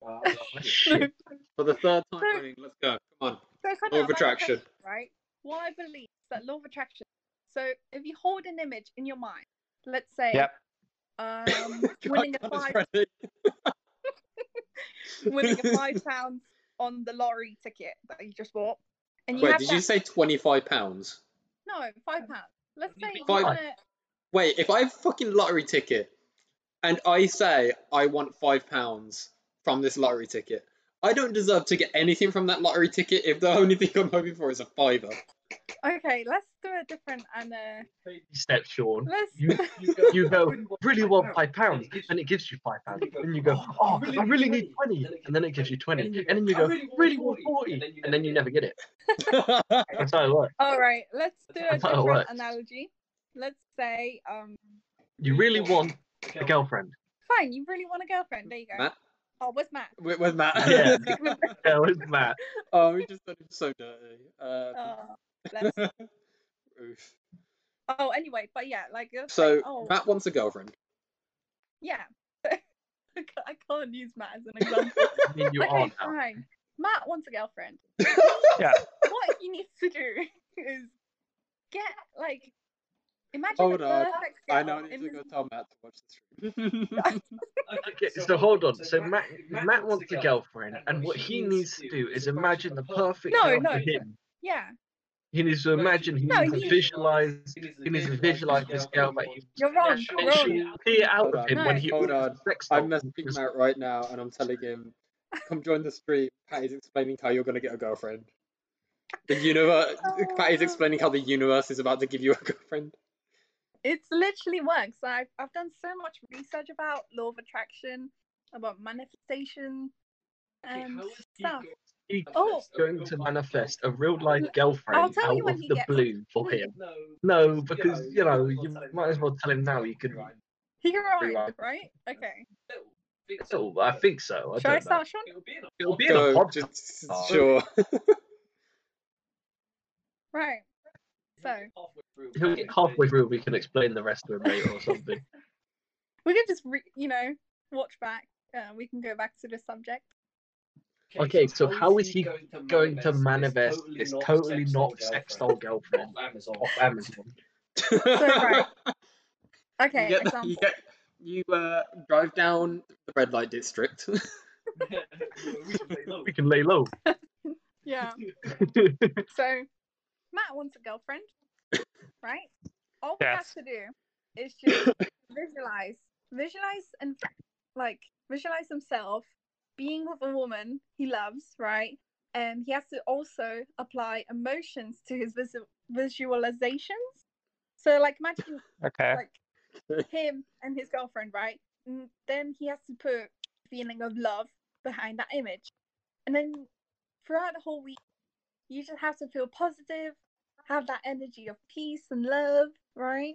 shit.
For the third time, running, let's go. Come on.
So kind
Law of attraction.
right? What I believe is that law of attraction. So if you hold an image in your mind, let's say,
Yep.
um,
God,
winning a
God,
five,
it's ready.
winning a five pounds on the lottery ticket that you just bought, and you
Wait,
have
did
that,
you say twenty-five pounds?
no five pounds. Let's say you
Five-
want
Wait, if I have a fucking lottery ticket and I say I want five pounds from this lottery ticket, I don't deserve to get anything from that lottery ticket if the only thing I'm hoping for is a fiver.
to. Okay, let's do a different and uh,
Step Sean.
let's.
You you go really want five pounds and it gives you five pounds and you go oh i really need 20 and then it gives you 20 and then you go really want 40 and then you never get it that's how it works
All right, let's do a
That's how it
different
works.
analogy. Let's say, um,
you really want a girlfriend
fine, you really want a girlfriend. There you go.
Matt?
Oh, where's Matt?
with, with Matt.
Yeah. yeah with matt
oh, we just done him so dirty. Uh,
Oh, bless.
oof.
oh, anyway, but yeah, like it's
So
like, oh
Matt wants a girlfriend.
yeah, I ca- I can't use Matt as an example.
i mean you are
okay,
now
fine. Matt wants a girlfriend.
Yeah.
What he needs to do is get like imagine a
Hold on,
perfect
I
girl
know I need
in
to
this-
go tell Matt to watch this.
okay so hold on so matt matt wants a girlfriend and what he needs to do is imagine the perfect
No,
girl
no,
for him
yeah.
he needs to imagine he
No,
needs
he-
to visualize he needs to visualize this girl that he
You're wrong. You're
and
wrong.
she appear out
Hold
of
on,
him when he
hold on.
sex
Oh, I'm
doll.
messaging
Just-
Matt right now and I'm telling him, come join the stream. Pat is explaining how you're going to get a girlfriend. The universe. Pat is
Oh.
explaining how the universe is about to give you a girlfriend.
It's literally works. I've I've done so much research about law of attraction, about manifestation, and stuff.
He's
Um, Oh.
going to manifest a real life girlfriend
I'll tell
out
you when
of
he
the
gets-
blue for him. No, because you know you might as well tell him now. He could.
He arrived,
Right.
right? Okay.
Oh, I think so. I
Should I
don't know.
start, Sean?
It'll be in a
Go,
podcast.
just,
Oh.
sure.
Right. So
He'll get halfway through. We can explain the rest to him later or something.
we can just, re- you know, watch back. Uh, we can go back to the subject.
Okay, so how is he Going to manifest this totally not sex doll girlfriend
Amazon.
off Amazon.
right.
you
Okay,
get, the-
example.
you, get, you uh, drive down the red light district.
We can lay low.
Yeah. So Matt wants a girlfriend, right? All
Yes.
he has to do is just visualize, visualize, and like visualize himself being with a woman he loves, right? and he has to also apply emotions to his vis- visualizations. So, like, imagine
Okay.
him and his girlfriend, right? And then he has to put feeling of love behind that image. And then throughout the whole week, you just have to feel positive, have that energy of peace and love, right?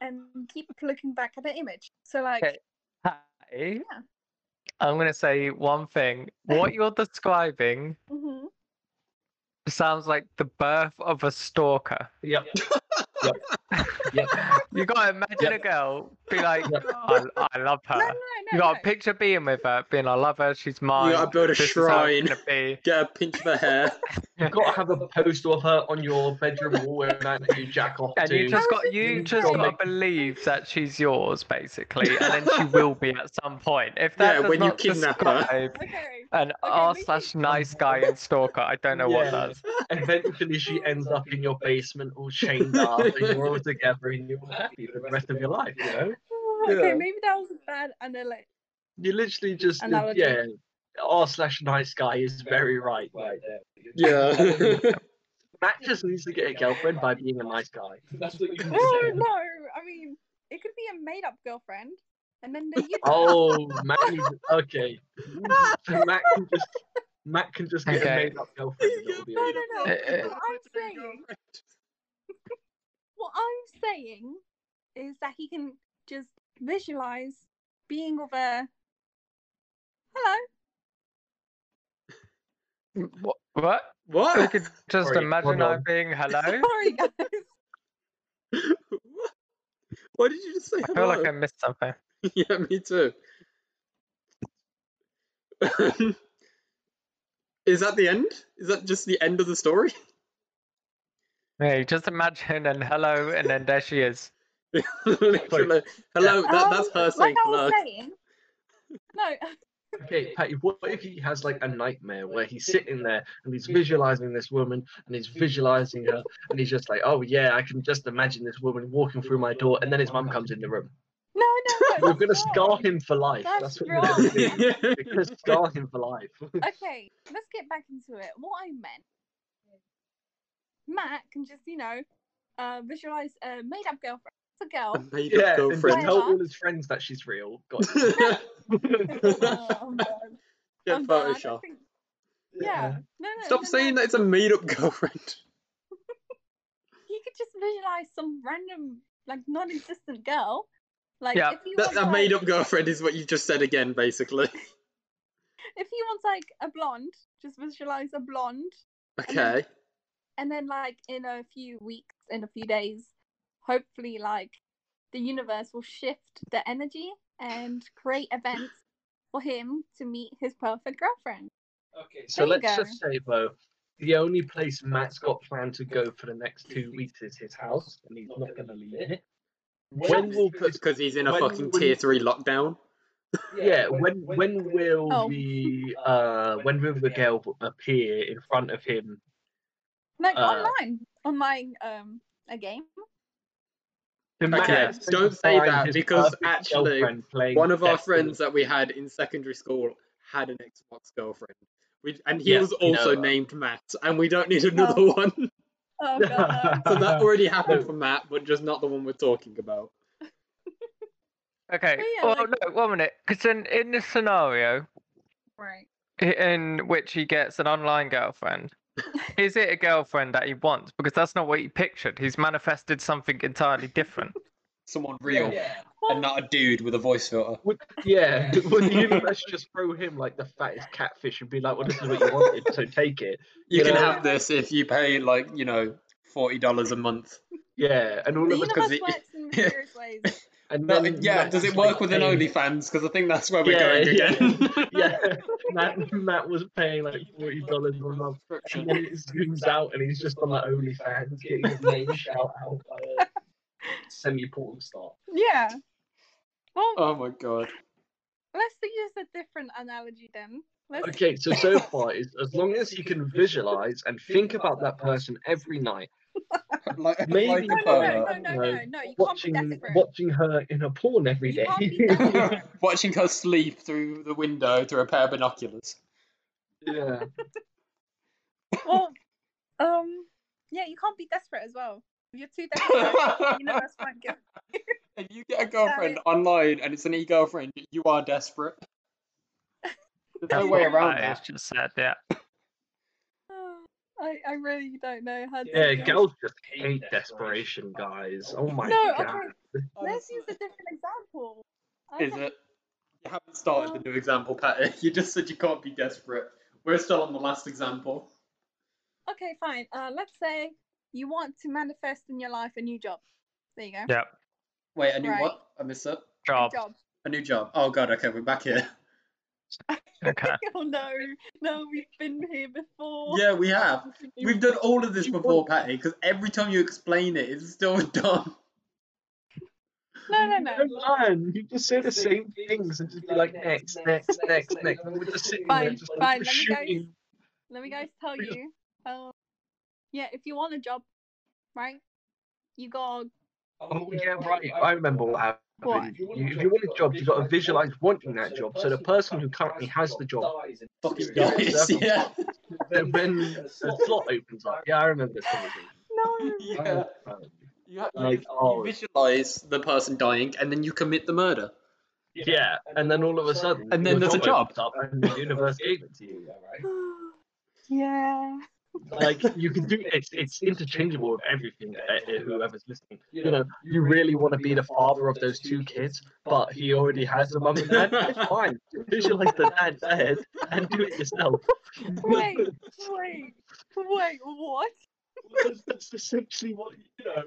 And keep looking back at the image. So, like,
Okay. Hey, I'm gonna say one thing. What you're describing
mhm.
sounds like the birth of a stalker.
Yep.
You gotta imagine
Yep.
a girl be like,
Yep.
I, I love her.
no, no,
Uh, you
no,
gotta
no.
picture being with her, being I love her, she's mine.
gotta build a
this is how
shrine.
it's gonna be."
Get a pinch of her hair.
You've got to have a poster of her on your bedroom wall every night that you jack off
And
to.
you just got
you
you just
gotta
gotta
make-
believe that she's yours, basically, and then she will be at some point. If that
Yeah,
does
when you
not
kidnap her.
describe
Okay.
an r
we
slash nice guy and stalker, I don't know
Yeah.
what does.
Eventually, she ends up in your basement, all chained up, and you're all together, and you're happy for the rest of your life. You know,
Oh, okay,
Yeah.
maybe that was a bad analytic.
you literally just
Analogy.
yeah. R slash nice guy is very right. Right there.
Yeah.
Matt just needs to get a girlfriend by being a nice guy.
That's what you
No, Oh, no. I mean, it could be a made-up girlfriend, and then the you.
Oh, Matt needs okay. So Matt can just Matt can just get
Okay.
a made up girlfriend. and it'll be
no,
all
no, no.
Eh, eh.
What I'm saying, what I'm saying, is that he can just visualize being with a. Hello.
What? what? We
what?
could just
Sorry,
imagine
hold
her
on.
being hello. I
Sorry, guys.
What did you just say?
feel like
hello?
I missed something.
yeah, me too. Is that the end? Is that just the end of the story?
Yeah, you just imagine and hello, and then there she is.
Literally. Hello, that,
Um,
that's her saying
Like I
hello.
was saying. No.
Okay, Patty, what if he has like a nightmare where he's sitting there and he's visualizing this woman and he's visualizing her and he's just like, oh yeah, I can just imagine this woman walking through my door and then his mum comes in the room.
No, no, no.
You're
that's
gonna
wrong.
scar him for life.
That's
That's, what you're gonna do. You're gonna scar him for life.
Okay, let's get back into it. What I meant, Matt can just, you know, uh, visualize a made up girlfriend. It's a girl.
Made
yeah,
up
and just
girlfriend.
tell all his friends that she's real. God.
Oh, I'm done.
Get
I'm done. I don't
Photoshop.
think- Yeah. No, no.
Stop
no,
saying
no.
that it's a made up girlfriend.
He could just visualize some random, like, non existent girl. Like,
Yeah,
if he
That,
wants,
that
like,
made up girlfriend is what you just said again, basically.
if he wants, like, a blonde, just visualize a blonde.
Okay.
And then, like, in a few weeks, in a few days, hopefully, like, the universe will shift the energy and create events for him to meet his perfect girlfriend.
Okay,
So
There you
let's
go.
just say though, the only place Matt's got planned to go for the next two weeks is his house, and he's not gonna leave it. When will this
Because he's in a
when-
fucking
when-
tier 3 lockdown.
yeah when when will
Oh.
the uh when will the girl appear in front of him
Like
Uh,
online, online, um, a game.
The
Okay,
man spent
don't say
time
that,
his
because
perfect
actually,
girlfriend playing
One of our
Destiny.
friends that we had in secondary school had an Xbox girlfriend. We, and he
Yeah,
was
we know
also
that.
named Matt, and we don't need another one.
Oh god,
So that already happened
No.
for Matt, but just not the one we're talking about.
Okay.
But yeah,
well,
like-
no, one minute. Because in in this scenario
no. right.
i- in which he gets an online girlfriend, is it a girlfriend that he wants? Because that's not what he pictured. He's manifested something entirely different.
Someone real and
Well,
not a dude with a voice filter.
would, yeah would the universe just throw him like the fattest catfish and be like well this is what you wanted so take it
You
You
can
know-
have this if you pay, like, you know, $40 a month.
yeah and all
the
of
universe
us
it-
works in mysterious ways.
and
No,
then
yeah,
Matt
does it
was,
work
like,
with an
paying-
OnlyFans? Because I think that's where we're
Yeah,
going
yeah.
again.
yeah Matt, Matt was paying like forty dollars a month And then it zooms out and he's just on that OnlyFans getting his name shout out by a semi porn star.
Yeah. Well,
oh my god.
let's use a different analogy then. Let's
Okay, so so far, is, as long as you can visualize and think about that person every night,
Like,
Maybe-
like
No,
a
no,
pervert.
no, no,
Uh,
no, no, no. You can't be
watching
desperate.
watching her in her porn every
You
day.
can't be desperate.
Watching her sleep through the window through a pair of binoculars.
yeah.
Well, um, yeah, you can't be desperate as well. If you're too desperate, you know that's fine. Give
If you get a girlfriend online and it's an e-girlfriend, you are desperate. There's no way around
That is
that.
just sad. Yeah.
I, I really don't know how to.
Yeah,
do it.
girls just hate desperation, guys. Oh my
No,
god.
okay. Let's use a different example. I
Is
don't-
it? You haven't started the new example, Patty. You just said you can't be desperate. We're still on the last example.
Okay, fine. Uh, let's say you want to manifest in your life a new job. There you go.
Yeah.
Wait, a new
Right.
what? I missed it.
Job.
Job.
A new job. Oh god, okay, we're back here.
Okay.
Oh no, no, we've been here before.
Yeah, we have. We've done all of this before, Patty, because every time you explain it, it's still dumb.
No, no, no.
No, man, you just say the same things and just be like next, next, next, next. And we're just sitting there
Fine,
just
fine,
like,
let me go.
shooting.
Let me guys tell you. Um, yeah, if you want a job, right? You got
Oh yeah, right. I remember what happened.
What?
You, if you want a job, you got to visualize wanting that job. So the person who currently has the job,
Fucking
Yeah,
dies. Yeah.
then when a slot opens up, yeah, I remember this Oh,
no.
conversation.
yeah. You, ha- you
Like,
just-
oh.
you visualize the person dying and then you commit the murder.
Yeah, and then all of a sudden,
And then
your
there's a job.
opens up and the universe gave it to you.
yeah.
like you can do it's it's interchangeable with everything uh, uh, whoever's listening you know you really want to be the father of those two kids but he already has a mum and dad it's fine visualize the dad dead and do it yourself
Wait, wait, wait. What?
That's- that's essentially what you know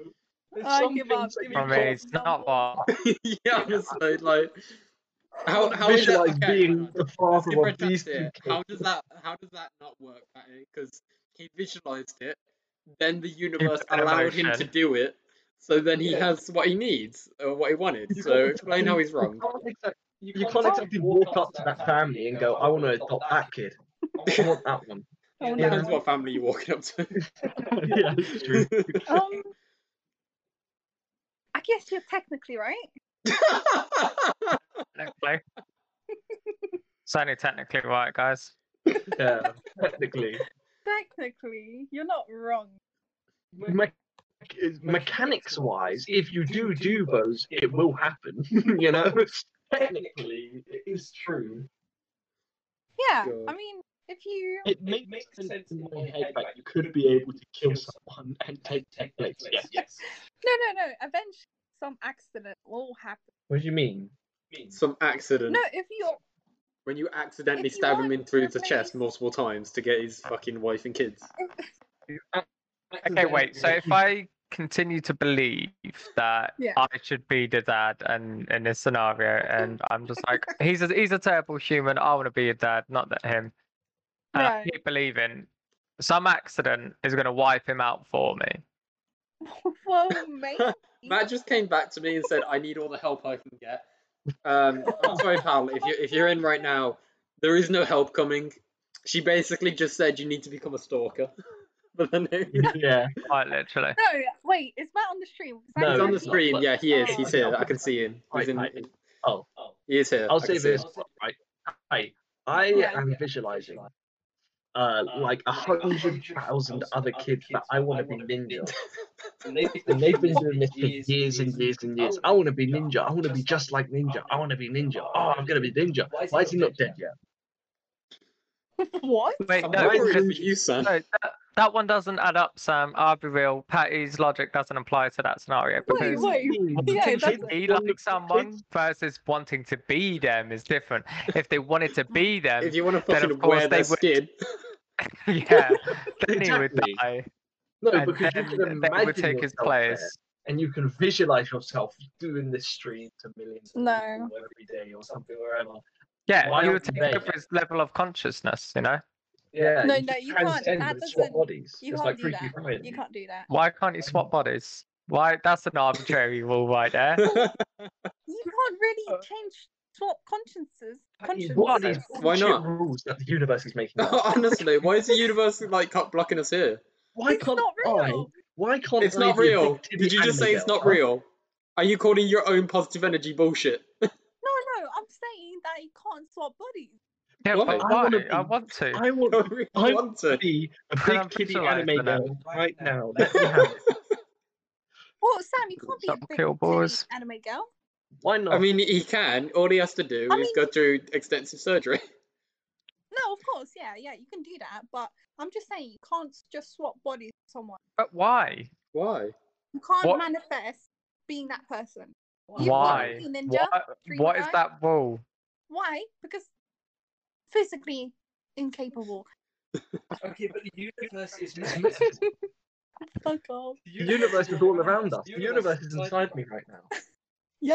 there's
I
some
give up,
things that
give
you
me
I
job.
mean,
can't
it's not what.
yeah, honestly, like how how is that?
visualize
Okay,
being the
let's give
father
her a
of these
chance
two
here.
kids
How does that how does that not work, Patty? Because he visualized it, then the universe
an
allowed him to
emotion.
do it, so then he
Yeah.
has what he needs or what he wanted.
You
So
can't
explain how he's wrong.
You can't, exact- you can't exactly walk up to that family and go, I want to adopt that kid. I want that one.
Oh
Yeah.
Depends
no.
what family you're walking up to.
yeah, it's true.
Um, I guess you're technically right.
Technically. it's only technically right, guys.
Yeah, technically.
Technically, you're not wrong.
Me- mechanics wise, if you do do those, it will happen. you know, technically, it is true.
Yeah.
Sure.
I mean, if you
It makes sense in my head that you could be able to kill someone and take their place. Yes, yes.
no, no, no. Eventually, some accident will happen.
What do you mean?
Some accident
No, if you're
when you accidentally
if you
stab him
want
in through
to
the chest
raise-
multiple times to get his fucking wife and kids.
Okay, wait. So if I continue to believe that
Yeah.
I should be the dad, and in this scenario, and I'm just like, he's a he's a terrible human. I want to be a dad, not that him. And I
Right.
keep believing some accident is going to wipe him out for me.
well, mate,
Matt just came back to me and said, "I need all the help I can get." Um, I'm sorry, pal. If you if you're in right now, there is no help coming. She basically just said you need to become a stalker. but then it-
Yeah.
Quite literally.
no, wait, is Matt on the stream? 'Cause I
No,
he's
can't
on the
see-
he's not,
screen.
but-
Yeah, he is.
Oh,
He's
okay.
here. I can see him. He's
Right,
in.
right. Oh,
He is here.
I'll
I can
say
see
this,
him.
right? Hey, I
Yeah.
am visualizing uh, like a hundred thousand other kids that I want to be ninja. And they've been doing this for years and years and years. I want to be ninja. I want to be just like ninja. I want to be ninja. Oh, I'm going to be ninja. Why is he not dead yet?
What?
Wait,
I'm
no,
worried
because-
for you, son.
no, that, that one doesn't add up, Sam. I'll be real. Patty's logic doesn't apply to that scenario
Wait,
because
wait.
wanting
Yeah, it
to
doesn't.
be like someone versus wanting to be them is different. If they wanted to be them,
If you want to
Then, of
fucking
course,
wear
they
their
would-
skin,
yeah, then he would
Exactly.
die,
No,
and
because
then
you can
they
imagine
would take his
yourself there,
place.
and you can visualize yourself doing this stream to millions of
No.
people every day or something wherever.
Yeah,
Why
you
aren't
would
you
take
there
over his level of consciousness. You know,
Yeah.
No,
you
no,
just
you can't.
transcend
That
and swap
doesn't-
bodies.
you
just
can't
like
do
Freaky
that.
Friday.
You can't do that.
why can't you swap bodies? Why? That's an arbitrary rule right there.
You can't really change swap consciences. Consciences.
What are these
Why
bullshit
not?
rules that the universe is making? up?
honestly, why is the universe like cut blocking us here?
Why
It's
can't
not
I?
real.
Why can't
It's
I
not
be a big
real.
titty
Did you just say it's
anime
not
girl?
real? Are you calling your own positive energy bullshit?
No, no, I'm saying that you can't swap bodies.
Yeah,
Why?
but
I
why?
wanna be-
I want to.
I want
don't really
I-
want
to
to.
be a
Can I
big kitty
visualize
anime
that?
girl right now. Let me have it.
Well, Sam, you can't be
Stop
a big
kill boys.
titty anime girl.
Why not?
I mean, he can. All he has to do
I
is
mean-
go through extensive surgery.
No, of course, yeah, yeah, you can do that, but I'm just saying you can't just swap bodies with someone.
But why?
Why?
You can't
What-
manifest being that person. You've got
Why?
to be a ninja.
What,
three
what is
guys.
that rule?
Why? Because physically incapable.
Okay, but the universe is massive.
Fuck off.
The
the universe is all around us.
The
The universe is inside me right now.
Yeah,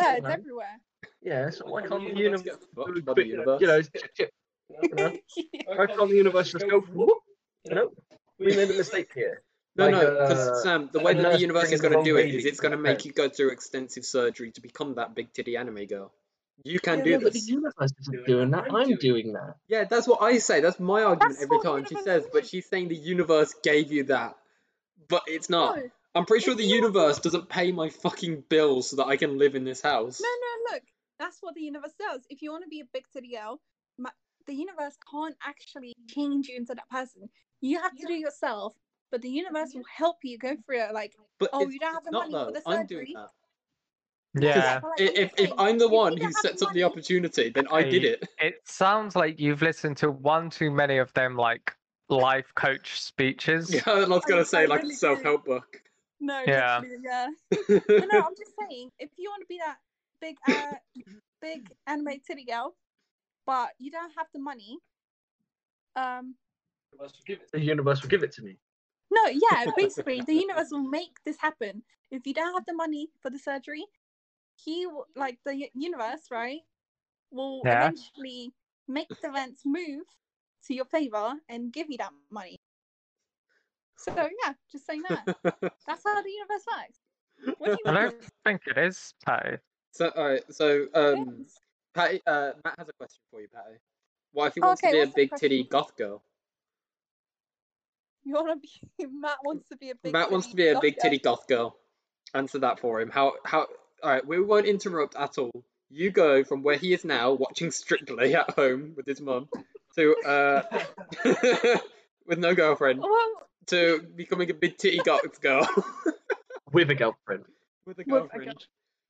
Yeah,
it's
man.
everywhere.
Yeah, so why can't the
Let's
universe?
get fucked by the
You know,
universe.
chip, chip, you know?
yeah.
Why can't the universe just go? Whoop, you know, we made a mistake here.
No,
Like,
no, because
uh,
Sam, the
a
way that the
nurse
universe is
brings the
going to
wrong
do it
baby
is it's
to
going to
the
make
bed.
you go through extensive surgery to become that big titty anime girl. You can
Yeah,
do
Yeah, but the
this.
universe isn't doing that. I'm doing that.
Yeah, that's what I say. That's my argument
That's
every
what the
time she
universe
says, but
is.
she's saying the universe gave you that. But it's
No,
not.
no,
I'm pretty sure
it's
the
not.
universe doesn't pay my fucking bills so that I can live in this house.
no, look. That's what the universe does. If you want to be a big titty girl, ma- the universe can't actually change you into that person. You have to do yourself, but the universe will help you go through it. Like,
But
Oh,
it's-
you don't have
it's
the
not,
money for
though.
the
I'm doing
surgery.
that.
Yeah.
but like, I'm
If,
just
if
saying,
I'm the
if you
one who
don't have
sets up the
money-
opportunity, then I did
Hey.
it.
It sounds like you've listened to one too many of them, like life coach speeches.
Yeah, I was going
I-
to say,
I
like,
really do.
a self help book.
No,
Yeah.
literally, yeah. But no, I'm just saying, if you want to be that big, uh, big anime titty girl, but you don't have the money, um,
The universe will give it to me.
no, yeah, basically, the universe will make this happen. If you don't have the money for the surgery, he will, like the u- universe, right, will
Yeah.
eventually make the events move to your favor and give you that money. So yeah, just saying that. That's how the universe works. What do you
I
want?
don't think it is, Patty.
so, alright, so,
It
um,
is.
Patty, uh, Matt has a question for you, Patty. What if he wants
Okay,
to be a
what's the
big titty goth girl?
You want to be Matt wants to be a big.
Matt wants
titty
to be a
goth
big
girl.
titty goth girl. Answer that for him. How how all right, we won't interrupt at all. You go from where he is now watching Strictly at home with his mum to uh with no girlfriend
Well,
to becoming a big titty goth girl
With a girlfriend.
with a
girl.
girlfriend.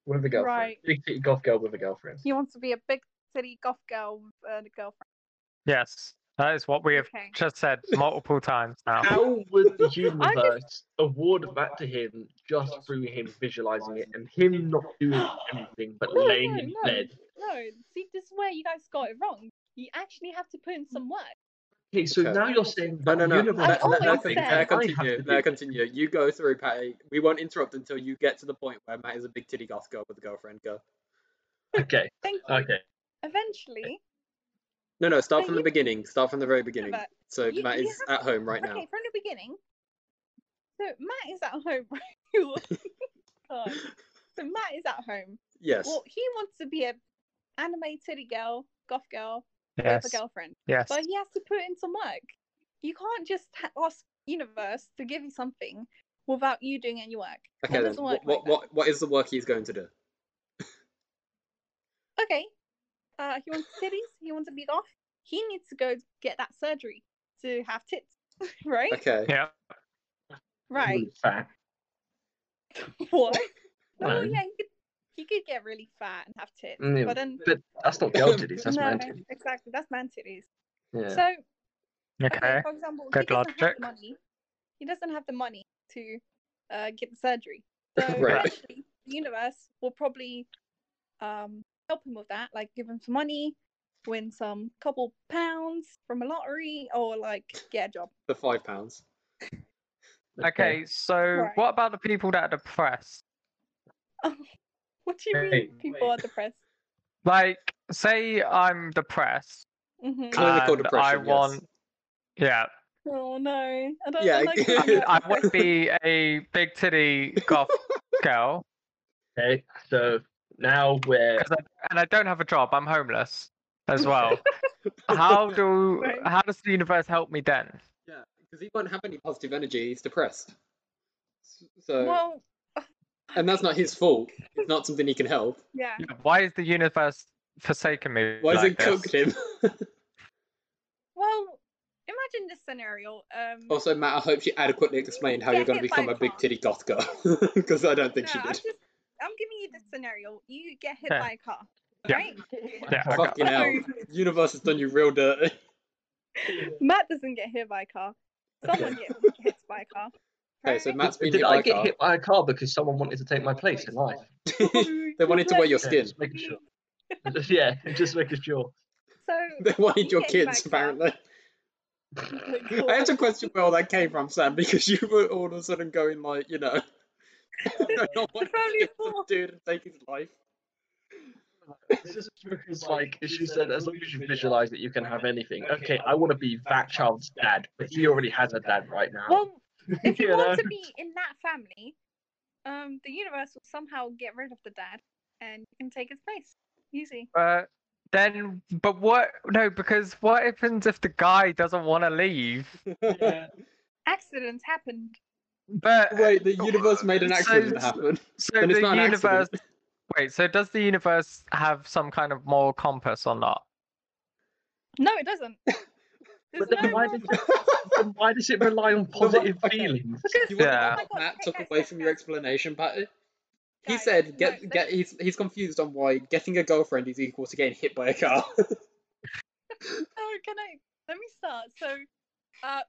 With a girlfriend.
Right.
Big titty goth girl with a girlfriend.
he wants to be a big city goth girl with uh, a girlfriend.
Yes. That is what we have
Okay.
just said multiple times now.
How would the universe award that to him just through him visualizing it and him not doing anything but
No,
laying
no,
in
no.
bed?
No, see, this is where you guys got it wrong. You actually have to put in some work.
Okay, so
Okay.
now you're saying
No,
that
no,
the
no.
universe
Let,
I
will
let,
do
let,
always
con-
thing
said-
that I
let
have to
continue.
do.
Let continue. You go through, Patty. We won't interrupt until you get to the point where Matt is a big titty goth girl with a girlfriend. Go.
Okay,
Thank you.
okay.
Eventually,
No, no. Start
But
from the
you-
beginning. Start from the very beginning.
Matt,
So
you-
Matt
you
is at home right
okay,
now.
from the beginning. So Matt is at home. right? God. So Matt is at home.
Yes.
Well, he wants to be a anime titty girl, goth girl
Yes.
with a girlfriend.
Yes.
but he has to put in some work. You can't just ha- ask universe to give you something without you doing any work.
Okay
It
then.
doesn't work
What, what,
like that.
what, what is the work he's going to do?
Okay, uh, he wants titties. he wants to be off. He needs to go get that surgery to have tits, right?
Okay.
Yeah.
Right.
Really fat.
What? Oh
No.
yeah, he could, he could get really fat and have tits,
Mm,
but then
But that's not girl titties, that's
no,
man titties.
exactly, that's man titties.
Yeah.
So
Okay.
for example, he
Good
doesn't have
logic.
the money. He doesn't have the money to uh, get the surgery. So
Right.
eventually, the universe will probably um, help him with that, like give him some money, win some couple pounds from a lottery, or like get a job.
The five pounds.
Okay, so
Right.
what about the people that are depressed?
What do you mean?
Hey,
People are depressed.
Like, say I'm depressed
hmm
Clinical
and
depression.
I
yes.
want, yeah,
Oh no, I don't
Yeah,
I like
I-
when you're
I want to
depressed.
be a big titty goth girl,
Okay, so now we're
'Cause I- and I don't have a job. I'm homeless as well. How do
Right.
how does the universe help me then?
Yeah, because he won't have any positive energy. He's depressed. S- So,
Well,
and that's not his fault. It's not something he can help.
yeah.
Why is the universe forsaking me?
Why is
like
it cooked
this?
him?
Well, imagine this scenario. Um,
Also, Matt, I hope she adequately explained how
Yeah,
you're going to
hit by
become
a
a big
car.
titty goth girl because I don't think
no,
she
I'm
did.
just I'm giving you this scenario. You get hit
Yeah.
by a car,
Yeah.
right?
Yeah, I got-
Fucking hell, universe has done you real dirty.
Matt doesn't get hit by a car. Someone gets hit by a car.
Okay, so
right?
Matt's been
Did
hit
I
by a
get
car.
hit by a car because someone wanted to take my place in life?
they wanted to wear your
Yeah,
skin.
Just making sure. yeah, just making sure.
So
They wanted your
get hit by
kids,
a car.
apparently. I had to question where all that came from, Sam, because you were all of a sudden going like, you know, I don't know what
family
to
of
do with
four.
this dude and take his life.
It's just because, like, as you said, as long as you visualize that you can have anything. Okay, I want to be that child's dad, but he already has a dad right now.
well, if you
You
want
know?
to be in that family, um, the universe will somehow get rid of the dad, and you can take his place. Easy.
Uh, then, but what? No, because what happens if the guy doesn't want to leave?
Accidents happened.
But
Wait, the universe made an
So-
accident happen.
so
then
the
it's not an
universe.
accident.
Wait, so does the universe have some kind of moral compass or not?
No, it doesn't. There's
But then
no
why
more
did then why does it rely on
what-
positive
okay.
feelings?
Because
You wanna know
Yeah.
what
Oh my God,
Matt
guys,
took
guys,
away
guys,
from your
guys.
explanation, Patty? He
Guys, no,
said, "Get,
they-
get." He's he's confused on why getting a girlfriend is equal to getting hit by a car.
Oh, can I? Let me start. So, uh,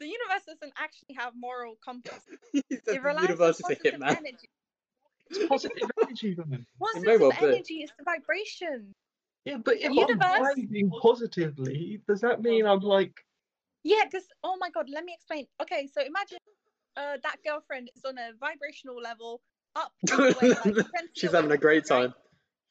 the universe doesn't actually have moral compass.
he said
It
the
relies
universe is
on
a
positive
hitman.
energy.
It's positive energy though.
Positive
well be.
energy is the vibration.
Yeah, but if
Universe-
I'm vibing positively, does that mean I'm like
Yeah, because oh my god, let me explain. Okay, so imagine uh, that girlfriend is on a vibrational level up. all the way, like, 10
She's
feet
having a
away,
great
right?
time.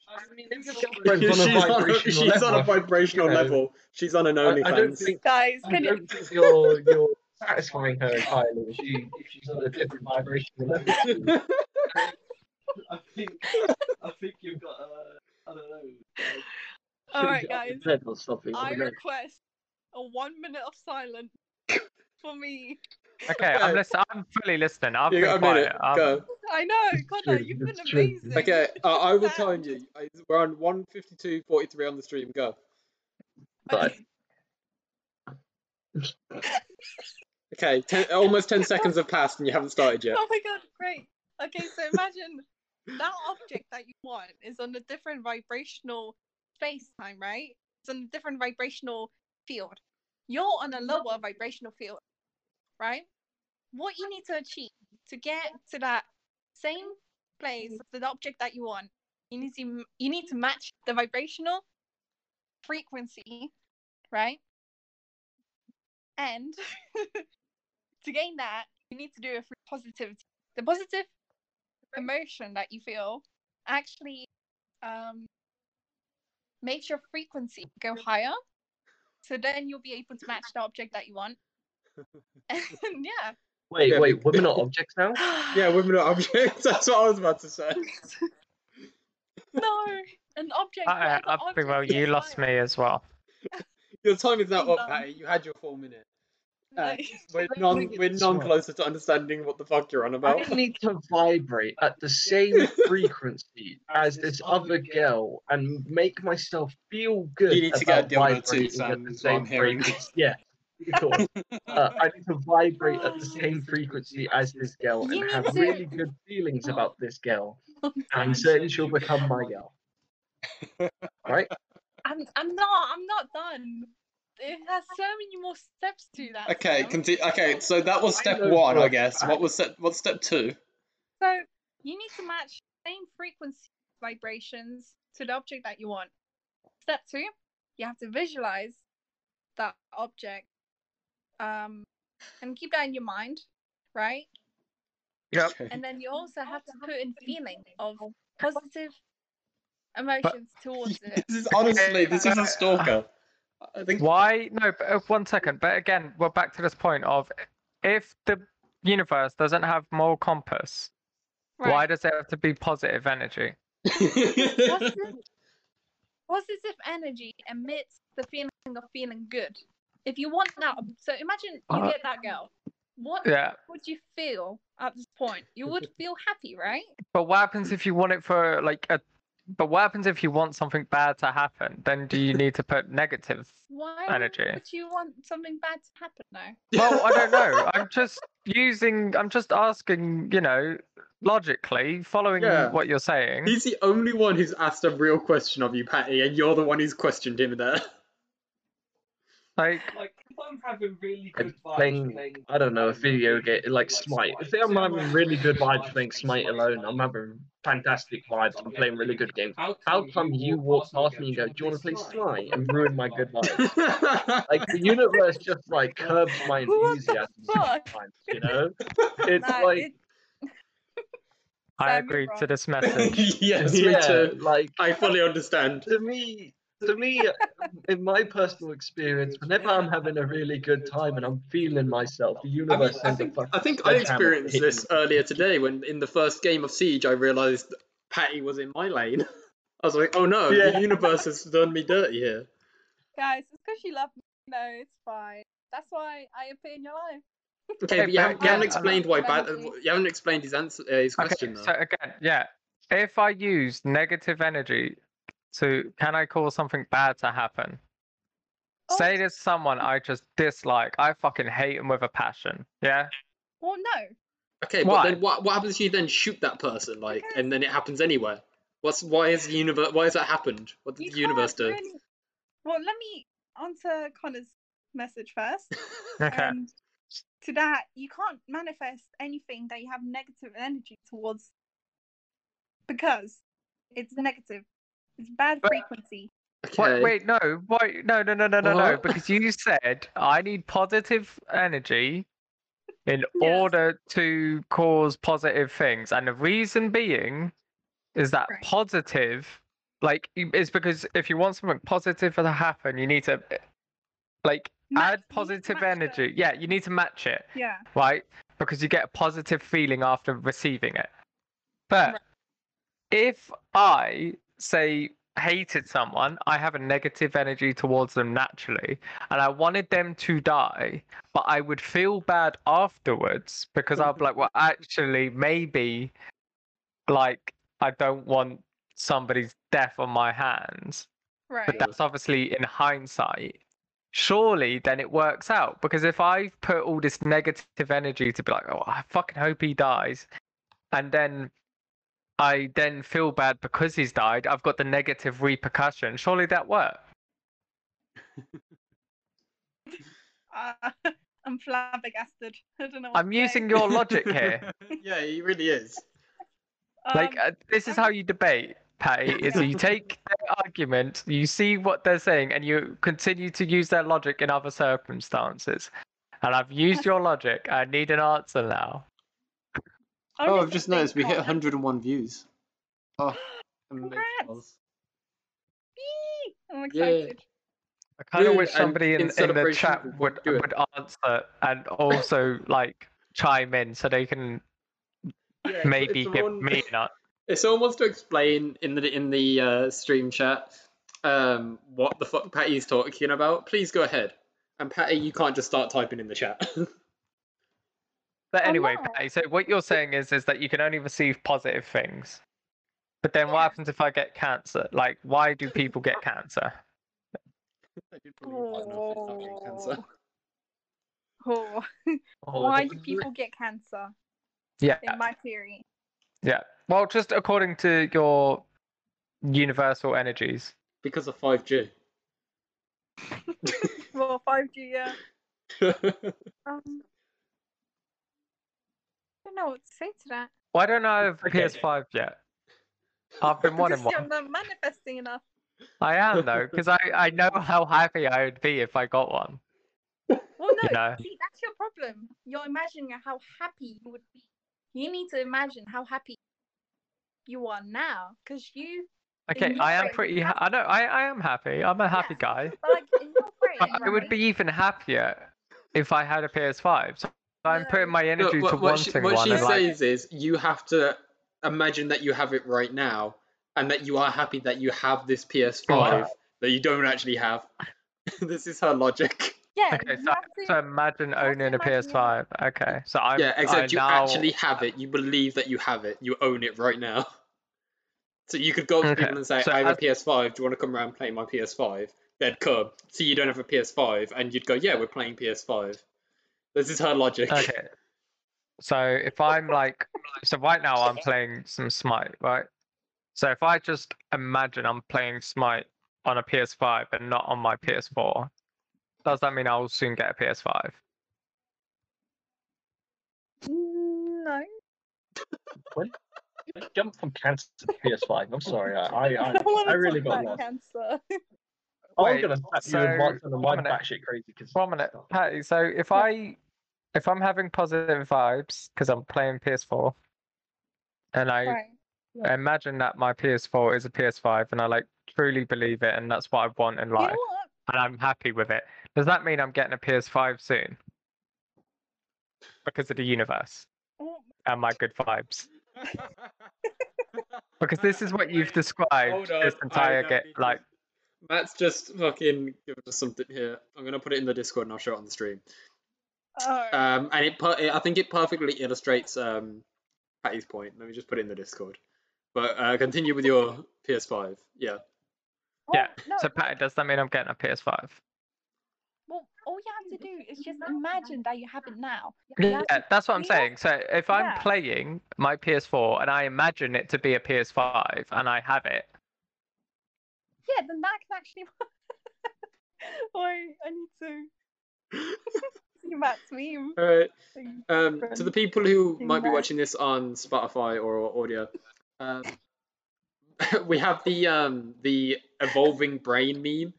I mean, if your
She's
girlfriend's
on a,
vibrational
she's on a
level,
vibrational
you know.
level. She's on an
I- I don't
OnlyFans.
think-
Guys,
I
can you?
don't think you're you're satisfying her entirely if, she, if she's on a different vibrational level. to you.
I think I think you've got uh, I don't know. Like,
All
Shouldn't
right,
be up
guys.
in bed or something,
I
don't know.
request a one minute of silence for me.
Okay, I'm
Okay.
listening. I'm fully listening. I've
You
been
got a
quiet. Um,
minute.
I'm-
Go.
I know,
It's
Connor,
true,
you've been
it's true.
amazing.
Okay, I, I will
Sam.
time you. I- We're on 152.43 on the stream. Go.
But
Okay, ten, almost 10 seconds have passed and you haven't started yet.
Oh my god, great. Okay, so imagine that object that you want is on a different vibrational space time, right? It's on a different vibrational field. You're on a lower vibrational field, right? What you need to achieve to get to that same place, the object that you want, you need to m- you need to match the vibrational frequency, right? And to gain that, you need to do it through positivity. The positive emotion that you feel actually um, makes your frequency go higher. So then you'll be able to match the object that you want. And yeah.
wait,
Yeah.
wait, women are objects now?
Yeah, women are objects. That's what I was about to say.
no, an object.
I,
whatever
I think
object
well, you
is
lost
higher.
me as well.
Your time is now
Ding
up,
dong.
Patty. You had your full minutes.
Like,
We're
Like,
none,
like
we're
it's
none
not.
closer to understanding what the fuck you're on
I
about.
need to vibrate at the same frequency as this other girl and make myself feel good.
You need to get a
about
dildo too,
vibrating at
Sam,
the
is what I'm
same
hearing.
frequency. Yeah, of course. Uh, I need to vibrate at the same frequency as this girl
You
and
need
have
to-
really good feelings about this girl. And I'm certain she'll become my girl. Right?
I'm, I'm not. I'm not done. It has so many more steps to that.
Okay,
Sam.
conti- okay. So that was
I
step
know
one,
for
I
a
guess. What was step? What's step two?
So you need to match the same frequency vibrations to the object that you want. Step two, you have to visualize that object, um, and keep that in your mind, right?
Yep.
And then you also have to put in feeling of positive emotions towards it.
This is honestly, this is a stalker. I think.
Why? No, but uh, one second. But again, we're back to this point of if the universe doesn't have moral compass,
Right.
why does it have to be positive energy?
positive, positive energy emits the feeling of feeling good. If you want that, so imagine you
Uh,
get that girl. What
Yeah.
would you feel at this point? You would feel happy, right?
But what happens if you want it for like a but what happens if you want something bad to happen? Then do you need to put negative?
Why
Energy.
would you want something bad to happen though?
Well, I don't know. I'm just using. I'm just asking. You know, logically following
Yeah.
what you're saying.
He's the only one who's asked a real question of you, Patty, and you're the one who's questioned him there.
Like,
Like, if I'm having really
I'm
good vibes,
playing-
playing,
I don't know, a
um,
video game like Smite. If I'm having really good vibes playing Smite alone, I'm having fantastic vibes. I'm playing really good games.
How come,
How come you walk past me and go, "Do you want to play Smite?" and ruin my good life? Like the universe just like curbs my
What the
enthusiasm
fuck?
sometimes, you know? It's
No,
like
it-
I
Sam, you're
agree to
wrong.
this message.
yes, me
yeah,
too.
like
I fully understand.
to me to me in my personal experience whenever i'm having a really good time and i'm feeling myself the
I mean,
universe
I
sends a
think
fucking
I think I
sledgehammer
experienced
to hit
this
me.
earlier today when in the first game of Siege I realised Patty was in my lane. I was like, oh no,
Yeah.
the universe has done me dirty here.
Guys, it's because you love me. No, it's fine. That's why I appear in your life.
Okay,
Hey,
but you haven't, you
Patty,
haven't
I-
explained why
I
bad.
love you.
You haven't explained his answer, uh, his question
okay,
though.
so again, yeah. If I use negative energy to, can I cause something bad to happen? Say
Oh.
there's someone I just dislike. I fucking hate him with a passion. Yeah.
Well, no.
okay,
why?
but then what what happens if you then shoot that person like, and then it happens anyway? What's why is the universe? Why has that happened? What did
You
the universe
can't
do?
really- Well, let me answer Connor's message first.
Okay.
um, to that, you can't manifest anything that you have negative energy towards because it's negative. It's bad
But-
frequency.
Wait,
Okay.
wait, no, wait, no, no, no, no, no, no,
What?
because you said I need positive energy in
Yes.
order to cause positive things, and the reason being is that
Right.
positive, like, you- is because if you want something positive to happen, you need to, like,
Match-
add
you
positive
match the-
energy. Yeah, you need to match it,
Yeah.
right? Because you get a positive feeling after receiving it. But
Right.
if I say hated someone, I have a negative energy towards them naturally, and I wanted them to die, but I would feel bad afterwards because I'll be like, well, actually, maybe, like, I don't want somebody's death on my hands
Right.
but that's obviously in hindsight. Surely then it works out because if I put all this negative energy to be like, oh, I fucking hope he dies, and then I then feel bad because he's died, I've got the negative repercussion. Surely that works.
Uh, I'm flabbergasted. I don't know. What
I'm
to say.
using your logic here.
yeah, he really is.
like,
Um,
uh, this is how you debate. Patty, is you take their argument, you see what they're saying, and you continue to use their logic in other circumstances. And I've used your logic. I need an answer now.
I
Oh,
was
I've just
gonna
noticed
say
we hit
Connor.
101 views. Oh,
amazing. Congrats. Whee! I'm
Yeah.
excited.
I kind of
Dude,
wish
and
somebody
in
in, in, the
celebration,
chat
we won't
would
do it.
would answer and also like chime in so they can maybe give me an answer.
If someone wants to explain in the in the uh, stream chat um, what the fuck Patty's talking about, please go ahead. And Patty, you can't just start typing in the chat.
But
Oh,
anyway,
no.
Patty, so what you're saying is is that you can only receive positive things. But then what happens if I get cancer? Like, why do people get cancer?
Oh. Oh.
Oh,
Why do people get cancer?
Yeah.
In my theory.
Yeah. Well, just according to your universal energies.
because of 5G.
Well, 5G, yeah. Um, I don't know what to say to that.
Well, I don't know I have a
Okay.
PS5 yet. I've been
Because
wanting one.
I'm not manifesting enough.
I am though, because I, I know how happy I would be if I got one.
Well, no,
You know.
see, that's your problem. You're imagining how happy you would be. You need to imagine how happy you are now, because you,
Okay,
you
I am
think
pretty. Ha- I know. I, I am happy. I'm a happy
Yes.
guy.
like, in your brain,
But I would
right?
be even happier if I had a PS5. So I'm
No.
putting my energy
what,
to
what she,
wanting
what
one.
she
and like,
says is you have to imagine that you have it right now and that you are happy that you have this PS5 that you don't actually have. this is her logic.
Yeah,
okay,
you
so,
have to-
so imagine
have to
owning a
imagine you-
PS5. Okay, so I'm.
yeah,
I
except you
now-
actually have it. You believe that you have it. You own it right now. So you could go up to
Okay,
people and say,
so
I have a
as-
PS5, do you want to come around and play my PS5? They'd come. So you don't have a PS5, and you'd go, yeah, we're playing PS5. This is her logic.
Okay. So if I'm like, so right now I'm playing some Smite, right? So if I just imagine I'm playing Smite on a PS5 and not on my PS4, does that mean I'll soon get a PS5?
mm, No.
Jump from cancer to PS5. I'm sorry. I I, I,
I don't want
I
to
really
talk
got
about
lost.
cancer.
I
Wait,
was gonna slap you
so,
and Mark on the mic
Dominic-
batshit crazy because
One minute, Patty. So if I, if I'm having positive vibes because I'm playing PS4, and I
Right.
imagine that my PS4 is a PS5, and I like truly believe it, and that's what I want in
You know
life.
what?
and I'm happy with it. Does that mean I'm getting a PS5 soon? Because of the universe
Oh,
and my good vibes. Because this is what you've described this
I
entire
know
get
because
like
Matt's just fucking give us something here. I'm gonna put it in the Discord and I'll show it on the stream.
oh.
Uh,
Um, and it, per- it I think it perfectly illustrates um Patty's point. Let me just put it in the Discord. But uh, continue with your PS5. Yeah.
yeah.
Oh, no,
So Pat, does that mean I'm getting a PS5?
well, all you have to do is just imagine that you have it now. You
Yeah,
have to-
uh, that's what I'm
we have-
saying. So if I'm
yeah.
playing my PS4 and I imagine it to be a PS5 and I have it,
yeah, then that can actually work. Wait, I need to see Matt's meme.
All right.
thing.
Um, to the people who
Doing
might be
that.
watching this on Spotify or audio, um, we have the um, the evolving brain meme,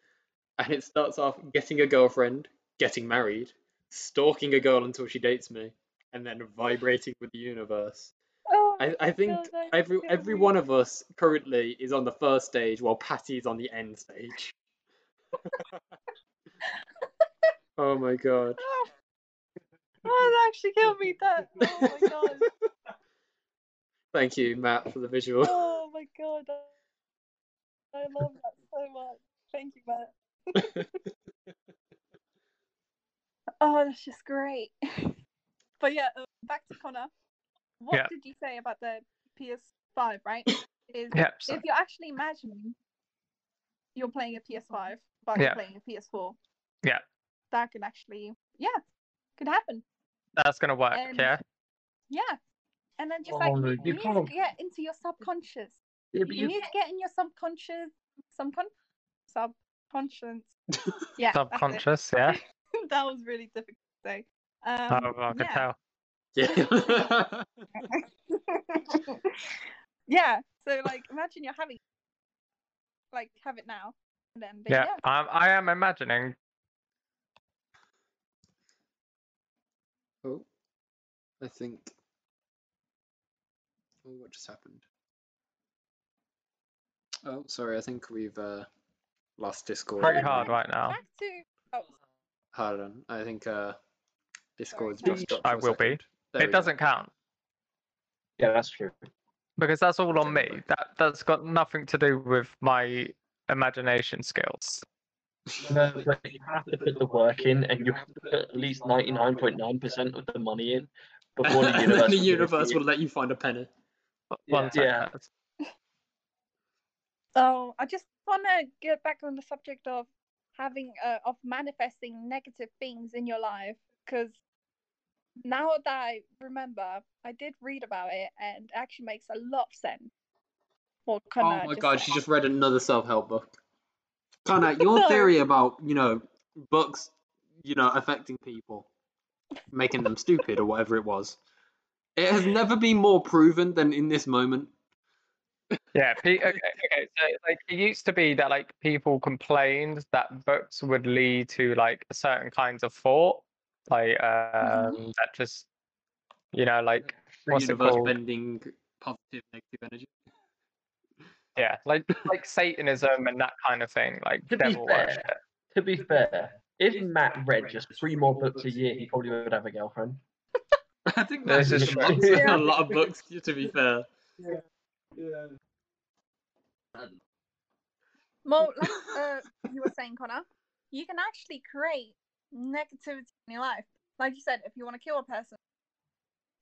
and it starts off getting a girlfriend, getting married, stalking a girl until she dates me, and then vibrating with the universe.
Oh,
I, I think
God, that's
every
so
every
weird.
one of us currently is on the first stage, while Patty's on the end stage. oh my god.
Oh, oh, that actually killed me. That. Oh my god.
Thank you, Matt, for the visual.
Oh my god. I- I love that so much. Thank you, Matt. oh, that's just great. but yeah, uh, back to Connor. What
Yeah.
did you say about the PS5? Right? Is
yep. So,
if you're actually imagining you're playing a PS5, but
Yeah.
you're playing a PS4.
Yeah.
That could actually, yeah, could happen.
that's gonna work.
and-
Yeah.
Yeah. And then just like
Oh,
you
you
need
can't-
to get into your subconscious.
yeah, but
You
you,
need to get in your subconscious, subcon, subconscious. Yeah, that's it.
Subconscious. Yeah.
that was really difficult to say. Um,
oh, I can
yeah.
tell.
Yeah.
yeah. So like, imagine you're having, like, have it now, and then but
Yeah. I'm, I am imagining.
Oh, I think. Oh, what just happened? Oh, sorry. I think we've uh, lost Discord.
Pretty
Well,
hard
then
right now.
Back to oh,
Hold on. I think uh, Discord's
Sorry.
just dropped.
I
for a
will be.
second. There
it
we go.
doesn't count.
yeah, that's true.
because that's all on
Take it
me.
back.
That that's got nothing to do with my imagination skills.
No, but you have to put the work in, and you have to put at least ninety-nine point nine percent of the money in before the
And then
universe.
the
will give it to
universe
you.
will let you find a penny.
One
Yeah. Yeah.
second.
oh, I just want to get back on the subject of having uh, of manifesting negative things in your life because now that I remember, I did read about it and it actually makes a lot of sense. What Connor
Oh my
just
god,
said.
she just read another self-help book. Connor, your
No.
theory about, you know, books, you know, affecting people, making them stupid or whatever it was, it has never been more proven than in this moment.
Yeah. Pe- okay, okay. So like it used to be that like people complained that books would lead to like certain kinds of thought, like um
Mm-hmm.
that just you know like
The
What's it
universe
called?
bending positive negative energy.
yeah like like Satanism and that kind of thing, like
To be
devil worship.
To be fair, if Matt read just three more books a year, he probably would have a girlfriend.
I think
This
that's
is
just
true.
amongst
Yeah.
a lot of books, to be fair.
Well, like uh, you were saying, Connor, you can actually create negativity in your life. Like you said, if you want to kill a person.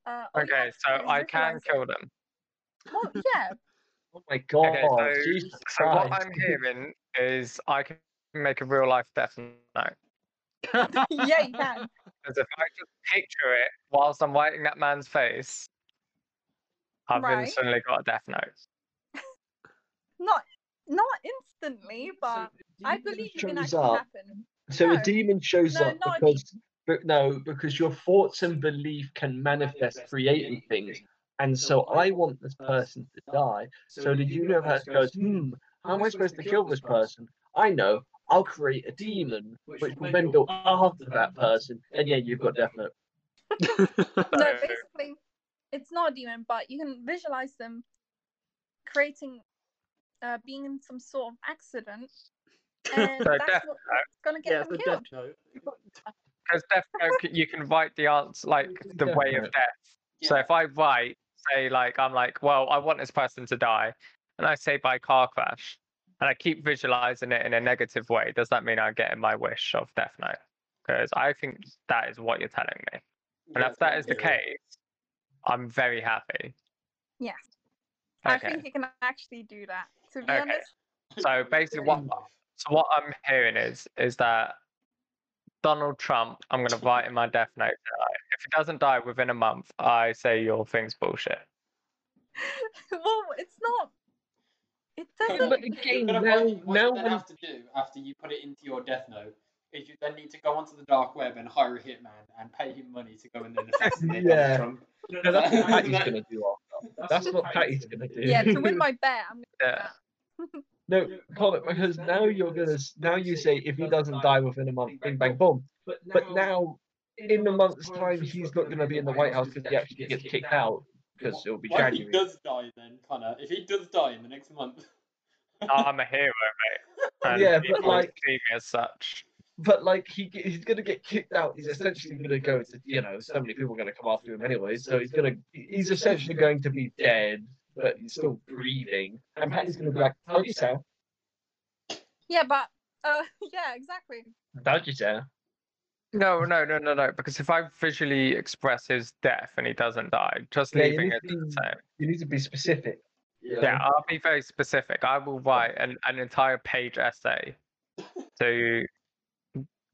Uh, all you
Okay,
have to
so
do is
I can
visualize it.
kill them.
Well, yeah,
Oh my god.
Okay, so-
Jesus
So what
Christ.
I'm hearing is I can make a real life death note.
yeah, you can.
Because if I just picture it whilst I'm writing that man's face, I've
Right.
instantly got a death note.
Not not instantly, but I believe it can actually happen.
So
No.
a demon shows
No,
up
not a
because but no, because your thoughts and belief can manifest creating things. And so I want this person to die. So the universe goes, hmm, how am I supposed to kill this person? I know. I'll create a demon, which will then go after that person. And yeah, you've got death note.
No,
So-
basically, it's not a demon, but you can visualize them creating, uh, being in some sort of accident, and
So
that's
death
what's gonna get
yeah, it's
them
the
killed.
death note.
Because death note, c- you can write the answer like the
Death
way of
note.
death. So if I write, say like I'm like, well, I want this person to die, and I say by car crash, and I keep visualizing it in a negative way, does that mean I'm getting my wish of death note? Because I think that is what you're telling me. And if that is the
yeah.
case, I'm very happy.
Yes. I
Okay.
think you can actually do that. To be
Okay.
honest,
So basically, what so what I'm hearing is is that Donald Trump. I'm going to write in my death note. Tonight. If he doesn't die within a month, I say your thing's bullshit.
well, it's not. It doesn't.
But again,
You're gonna
now,
find- what
now
you're gonna
when-
have to do after you put it into your death note is you then need to go onto the dark web and hire a hitman and pay him money to go and then assassinate
Yeah.
Donald Trump.
no, that's what
That-
Patty's gonna do. uh, after. That's what Patty's gonna do.
Yeah, to win my bet, I'm
Yeah.
No, Colin, because now you're gonna s- now you say if he doesn't die within a month, bing bang boom. But now, in a month's time, he's not gonna be in the White House because he actually gets kicked out because it'll be
What if he
January.
does die then, Connor? If he does die in the next month,
I'm a hero, mate. And
Yeah, but
people would
like-
see me as such.
But like he g- he's gonna get kicked out. He's essentially gonna go to you know so many people are gonna come after him anyway. So he's gonna he's essentially going to be dead, but he's still breathing. And Patty's gonna be like, "Told you so.
Yeah, but uh, yeah, exactly.
Told you so."
No, no, no, no, no. Because if I visually express his death and he doesn't die, just
Yeah, you
leaving
need
it
to uh,
the
be-
same.
You need to be specific.
Yeah, I'll be very specific. I will write an, an entire page essay to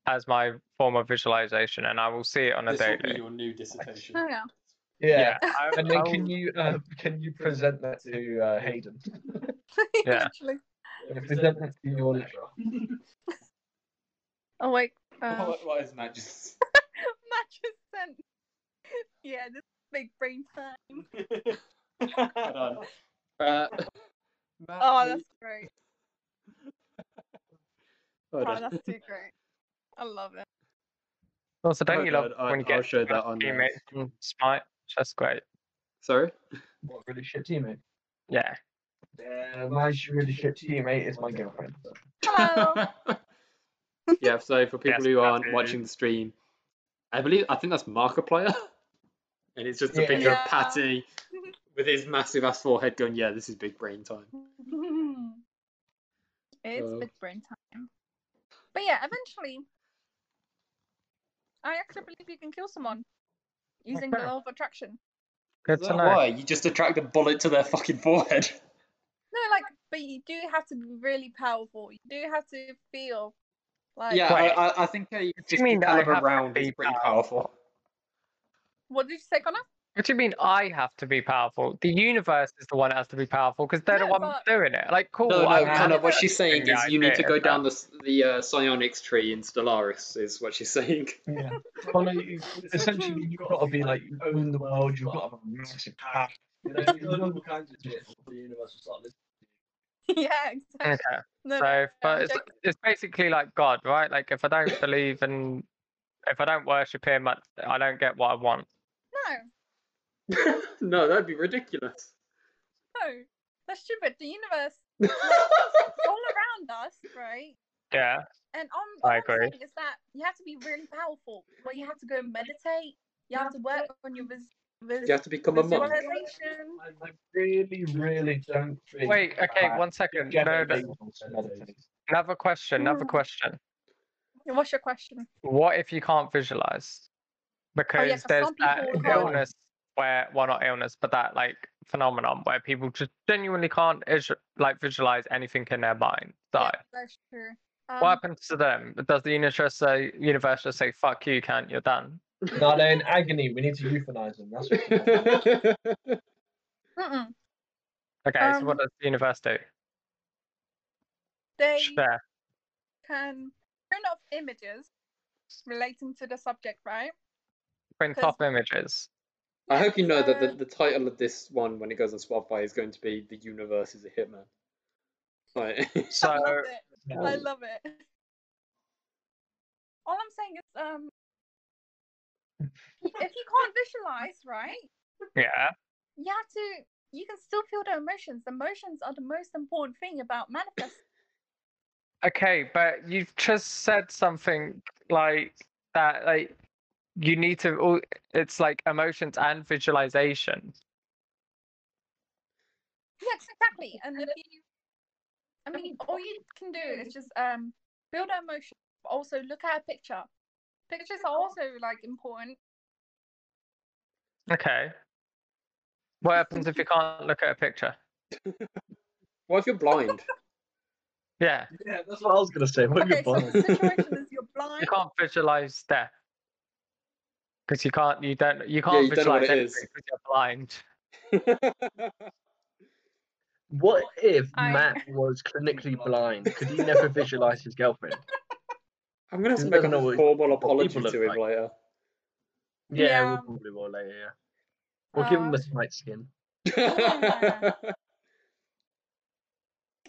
as my form of visualization, and I will see it on a
this will be
daily.
your new dissertation.
Oh yeah.
Yeah.
I,
And then
I will-
can you uh, can you present that to uh, Hayden?
Yeah.
Literally.
And present that to your lecturer.
Oh wait. Uh,
What, what is Magus?
Oh.
Matt just sent. Yeah, this is big brain time.
Hold on. Uh, Matt,
Oh,
please-
that's great.
hold
Oh,
on.
that's too great. I love it.
Also, don't
Oh
you love
God, I-
when you
I'll
get
show that on, uh,
teammates and smite? That's great.
Sorry?
What really shit teammate?
Yeah.
Uh, my sh- really shit teammate is my girlfriend.
Hello.
yeah, so for people
Yes,
who aren't
that's-
watching the stream, I believe I think that's Markiplier. And it's just a
Yeah.
picture
Yeah.
of Patty with his massive ass forehead going, Yeah, this is big brain time.
it's
Uh,
big brain time. But yeah, eventually, I actually believe you can kill someone using the
Okay.
law of attraction.
Good
Is
to
that
know.
why? You just attract a bullet to their fucking forehead.
No, like, but you do have to be really powerful. You do have to feel like.
yeah, I,
Wait.
I, I think uh, you just
mean
the
that I
caliber
have to
round is
be
pretty powerful.
What did you say, Connor?
What do you mean I have to be powerful? The universe is the one that has to be powerful because they're the
No,
one
but-
doing it. Like, cool.
No, no,
I will
Connor,
never
what she's saying
Yeah,
is you need to
yeah,
go
yeah.
down the s- the uh, psionics tree in Stellaris, is what she's saying.
Yeah. Well, no, you, essentially, you've got to be like you own the world. You've got to have a massive power. You know, you know all kinds of shit. before The universe will start listening.
yeah, exactly.
Okay.
No, no,
So,
I'm
but it's,
joking.
it's basically like God, right? Like, if I don't believe in, if I don't worship Him, I, I don't get what I want.
no,
no, that'd be ridiculous.
no. That's stupid. The universe is all around us, right?
Yeah.
And on
I
what I'm
agree.
saying is that you have to be really powerful. Where you have to go and meditate. You have to work on your vis- vis-
You have to become a monk.
visualization.
I I really, really don't think.
Wait. Okay.
Uh,
that
One second.
Jedi
No, no.
being able to meditate.
Another question. Another question.
What's your question?
What if you can't visualize? Because
'cause
there's
Oh, some
that
people can't.
illness. where well not illness but that like phenomenon where people just genuinely can't is- like visualize anything in their mind so
Yeah, that's true. Um,
what happens to them does the universe say universe just say fuck you can't you're done
No, they're in agony. We need to euthanize them. That's what
mm-mm.
okay so
Um,
what does the universe do
They
Share.
can print off images relating to the subject, right?
print
'cause-
off images
I hope you know that the,
Uh,
the title of this one, when it goes on Spotify, is going to be "The Universe is a Hitman." Right.
I
so
love it. I
um,
love it. All I'm saying is, um, if you can't visualize, right?
yeah
you have to you can still feel the emotions emotions are the most important thing about manifest
Okay, but you've just said something like that, like you need to. al- It's like emotions and visualization.
yes exactly and if you i mean all you can do is just um feel the emotion but also look at a picture pictures are also like important
Okay. What happens if you can't look at a picture?
what if you're blind?
Yeah,
yeah, that's what I was gonna say. What
okay
okay,
so the situation is you're blind
you can't visualize death because you can't. You don't. You can't
you don't know what
visualize
it
anything
is.
because you're blind.
What if
I-
Matt was clinically blind? Could he never visualize his girlfriend?
I'm gonna have to
Who
make
doesn't know
a
what-
formal
what people
apology
look
to him
like?
later.
Yeah,
Yeah. Uh,
we'll probably will later. Yeah, we'll give him a slight skin.
Yeah.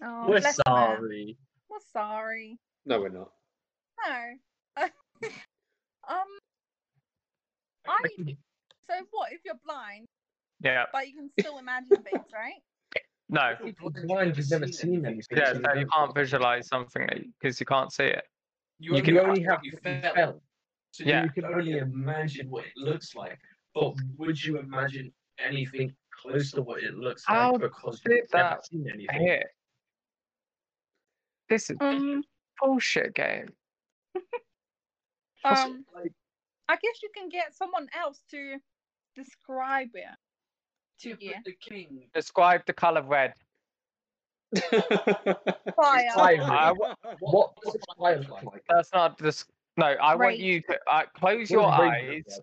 oh,
We're
bless man.
sorry.
we're sorry
no, we're not.
no um I so what if you're blind
Yeah.
but you can still imagine things right
No.
Blind, you've never seen anything. so
Yeah. So you
don't-
can't visualize something because you can't see it.
You,
You
only
can-
only have what you felt. So
Yeah.
you can only imagine what it looks like. But would you imagine anything close to what it looks like?
How
because
did
you've never
that
seen anything.
Here. This is
Mm.
um
bullshit game.
Plus,
um
like,
I guess you can get someone else to describe it.
Yeah,
Yeah.
but the king.
Describe the color red.
Fire.
fire.
I w-
What does fire look like?
That's not this. No, I want
Rage.
you to uh,
What
close your
does rage look
eyes.
like?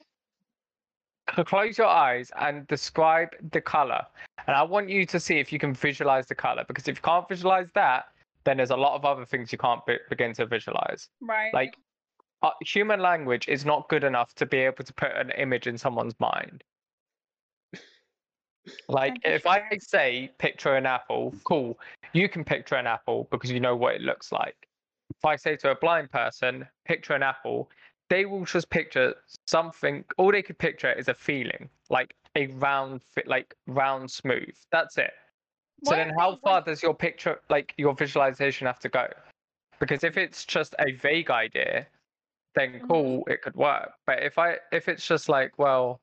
cl- Close your eyes and describe the color. And I want you to see if you can visualize the color because if you can't visualize that, then there's a lot of other things you can't be- begin to visualize.
Right.
Like, uh, human language is not good enough to be able to put an image in someone's mind. Like,
Okay,
if I say picture an apple, cool, you can picture an apple because you know what it looks like. If I say to a blind person, picture an apple, they will just picture something. All they could picture is a feeling, like a round, fi- like round, smooth. That's it. So
Why
then,
don't
how
they
far
want-
does your picture, like your visualization, have to go? Because if it's just a vague idea, then
Mhm.
cool, it could work. But if I, if it's just like, well,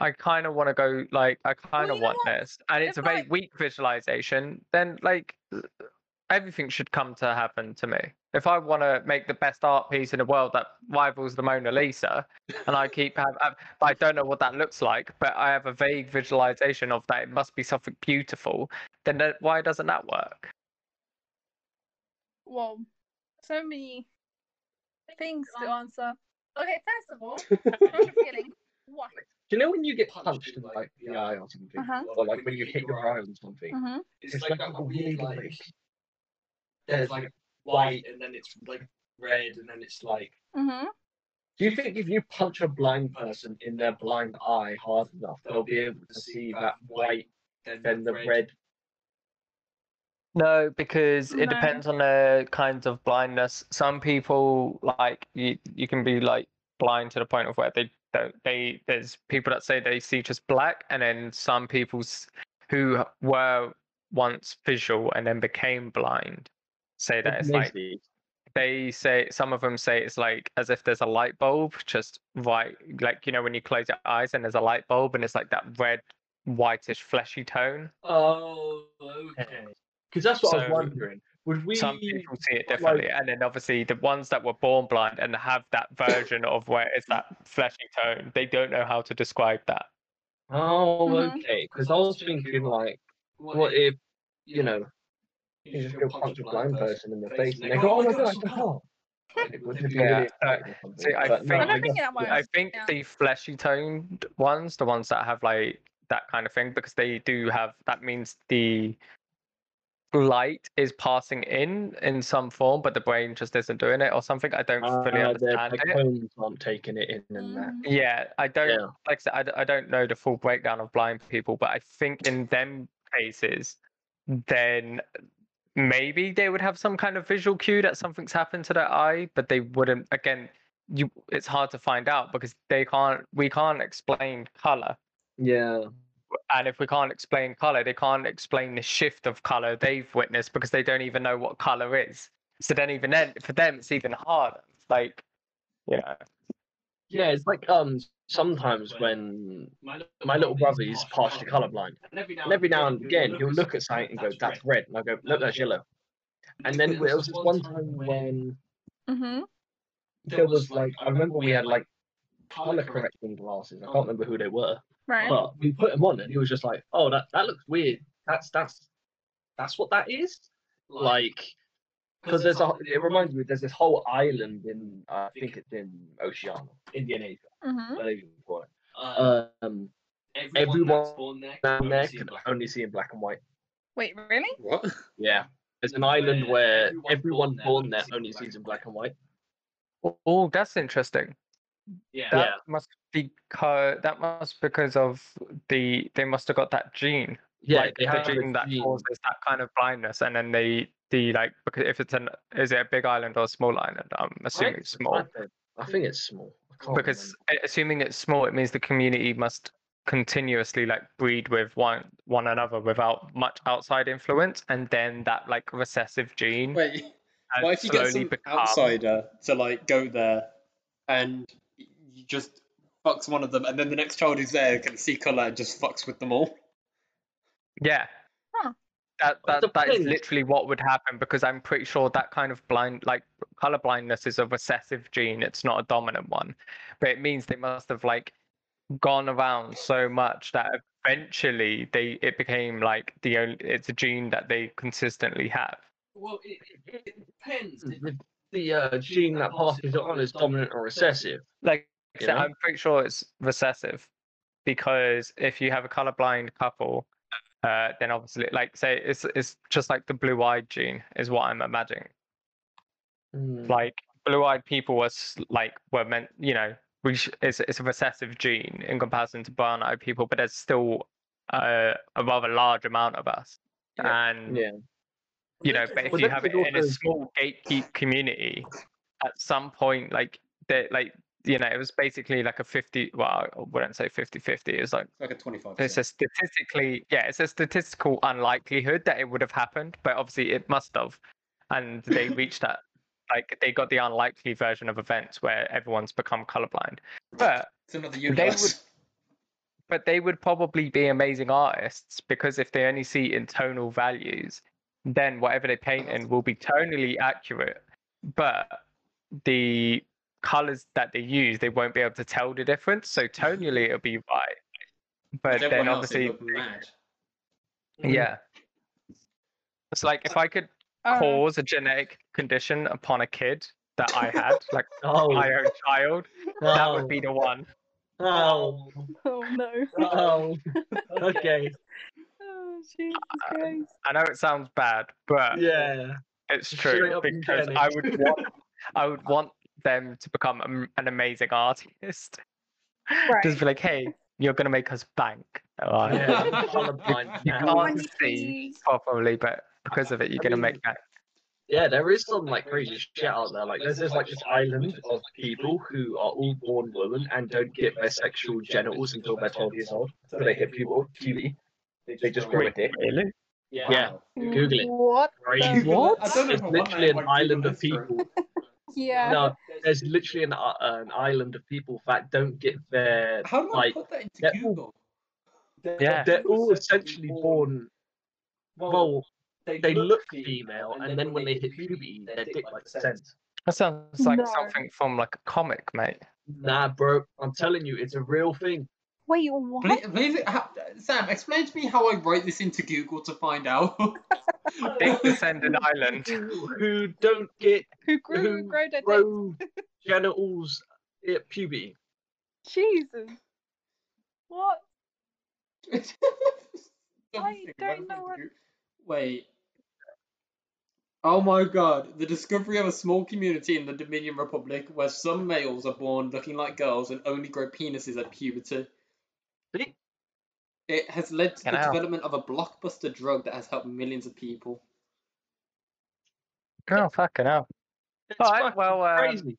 I kind of want to go, like, I kind
you
of
know
want
what?
this, and it's
If
a very
I-
weak visualization, then like, everything should come to happen to me. If I want to make the best art piece in the world that rivals the Mona Lisa, and I keep have, have- but I don't know what that looks like, but I have a vague visualization of that. It must be something beautiful. Then that, why doesn't that work?
Well, so many things to answer. Okay, first of all, I'm feeling what?
Do you know when you get punched in like the eye or something,
Uh-huh.
or like when you hit your eye on something?
Mm-hmm,
Mhm.
It's, like, that weird like. There's like white, and then it's like red, and then it's like.
mm-hmm.
Mhm.
Do you think if you punch a blind person in their blind eye hard enough, they'll be able to see that white
um,
then
Then,
the red?
No, because
No.
it depends on the kinds of blindness. Some people like you, you can be like blind to the point of where they don't. They there's people that say they see just black, and then some people s- who were once visual and then became blind say that it's like
Amazing.
they say some of them say it's like as if there's a light bulb just right like you know when you close your eyes and there's a light bulb and it's like that red whitish fleshy tone
Oh, okay.
Because that's what I was
So,
wondering. Would we?
some people see it
like-
differently and then obviously the ones that were born blind and have that version of where it's that fleshy tone they don't know how to describe that
Oh,
Mhm.
okay. Because I was thinking, like, what if, you know, you just go punch a blind person in the face and they go, oh my god, I can help. Like, would it be
Yeah,
really
uh,
exciting or something?
see, I
But no,
think- I
I
don't
guess-
think that works.
yeah.
I think
Yeah.
the fleshy toned ones, the ones that have like that kind of thing, because they do have that means the light is passing in in some form, but the brain just isn't doing it or something. I don't
Uh,
fully
the,
understand
the
it.
cones aren't taking it in and that.
Yeah, I don't
Yeah.
like I said, I, d- I don't know the full breakdown of blind people, but I think in them cases, then maybe they would have some kind of visual cue that something's happened to their eye, but they wouldn't. Again, you it's hard to find out because they can't. We can't explain color,
Yeah.
and if we can't explain color, they can't explain the shift of color they've witnessed because they don't even know what color is. So then, even then, for them, it's even harder. Like, you know.
Yeah, it's like um sometimes when my little brother is partially colorblind, and every now and again he'll look at something and go, "That's red," and I go, "Look, that's yellow." And then there was this one time when
Mm-hmm.
there was like I remember we had like color correcting glasses. I can't remember who they were,
Right.
but we put them on, and he was just like, "Oh, that that looks weird. That's that's that's what that is." Like, because there's a it reminds me there's this whole island in I think it's in Oceania, Indian
Mm-hmm.
whatever you call it. Um, everyone down there can only see in black and white.
Wait, really?
What?
Yeah. There's an island where everyone born there only sees in black and white.
Oh, that's interesting.
Yeah.
That must be co- that must because of the they must have got that gene.
Yeah,
like
they
the
have a
gene that
gene.
causes that kind of blindness, and then they the like because if it's an is it a big island or a small island? I'm assuming it's small
I think- I think it's small. I can't
because a- assuming it's small, it means the community must continuously like breed with one one another without much outside influence, and then that like recessive gene
Wait,
has
what if you get
slowly
some
become-
outsider to like go there and you just fucks one of them, and then the next child who's there can see color and just fucks with them all?
Yeah.
Huh.
That
Well, it
that, that is
depends.
literally what would happen because I'm pretty sure that kind of blind like color blindness is a recessive gene. It's not a dominant one, but it means they must have like gone around so much that eventually they it became like the only it's a gene that they consistently have.
Well, it, it it depends.
remember. the, the uh, gene that passes it on is dominant or recessive.
Like I
You
said,
know?
I'm pretty sure it's recessive because if you have a colorblind couple, uh, then obviously like say it's it's just like the blue eyed gene is what I'm imagining.
Mm.
like blue-eyed people were s- like were meant you know we sh- it's, it's a recessive gene in comparison to brown-eyed people but there's still uh, a rather large amount of us and
Yeah.
you know but if
Well,
you
that
have
could
it in a
also-
small gatekeep community at some point like that like you know it was basically like a 50 well i wouldn't say 50 50 it's like
It's like a twenty-five.
it's a statistically yeah it's a statistical unlikelihood that it would have happened but obviously it must have and they reached that like they got the unlikely version of events where everyone's become colorblind but
It's another
would-
universe.
but they would probably be amazing artists because if they only see in tonal values, then whatever they paint in will be tonally accurate. But the colors that they use, they won't be able to tell the difference. So tonally, it'll be right. But
Everyone
then
else, they
obviously,
look mad.
Mm-hmm.
yeah. It's like if I could
Uh,
Oh.
cause a genetic condition upon a kid that I had, like
Oh,
my own child, that
oh,
would be the one.
Oh,
Oh no.
oh. okay.
Oh Jesus Christ.
I know it sounds bad, but
Yeah.
It's
Straight
true
up and
because
down
I
it.
would want, I would want them to become am- an amazing artist. Just
Right.
be like, hey, you're gonna make us bank. Oh, Alright.
Yeah. colorblind
You
now.
Someone
can't
needs to
see
use-
properly, but because of it, you're gonna
mean,
make bank.
Yeah, there is some like crazy shit out there. Like, there's this like this island of people who are all born women and don't get their sexual genitals until they're 12 years old. So they hit people TV. They just grow a dick.
Really?
Yeah, Google it.
What?
Crazy.
What?
I
It's
don't know if I want
literally
that
an
white
island of
people
people.
Yeah.
No, Uh, there's literally an uh, an island of people that don't get their
How do I
like.
put that into
they're all-
Google?
Yeah.
They're all essentially born. Well, they look female, and then when they hit puberty, their dick like descends.
That sounds like
No.
something from like a comic, mate.
Nah, bro, I'm telling you, it's a real thing.
Wait, what?
Please, please, ha- Sam, explain to me how I write this into Google to find out.
Big descended island.
Who who don't get
Who grew,
who
grow their dick?
grow genitals at puberty.
Jesus. What?
Something
don't
happened
know
to
what-
Goo- Wait. Oh my god, the discovery of a small community in the Dominion Republic where some males are born looking like girls and only grow penises at puberty.
See?
It has led to the
Fucking hell.
development of a blockbuster drug that has helped millions of people.
Oh, fucking hell.
It's
All right,
fucking
well, um,
crazy.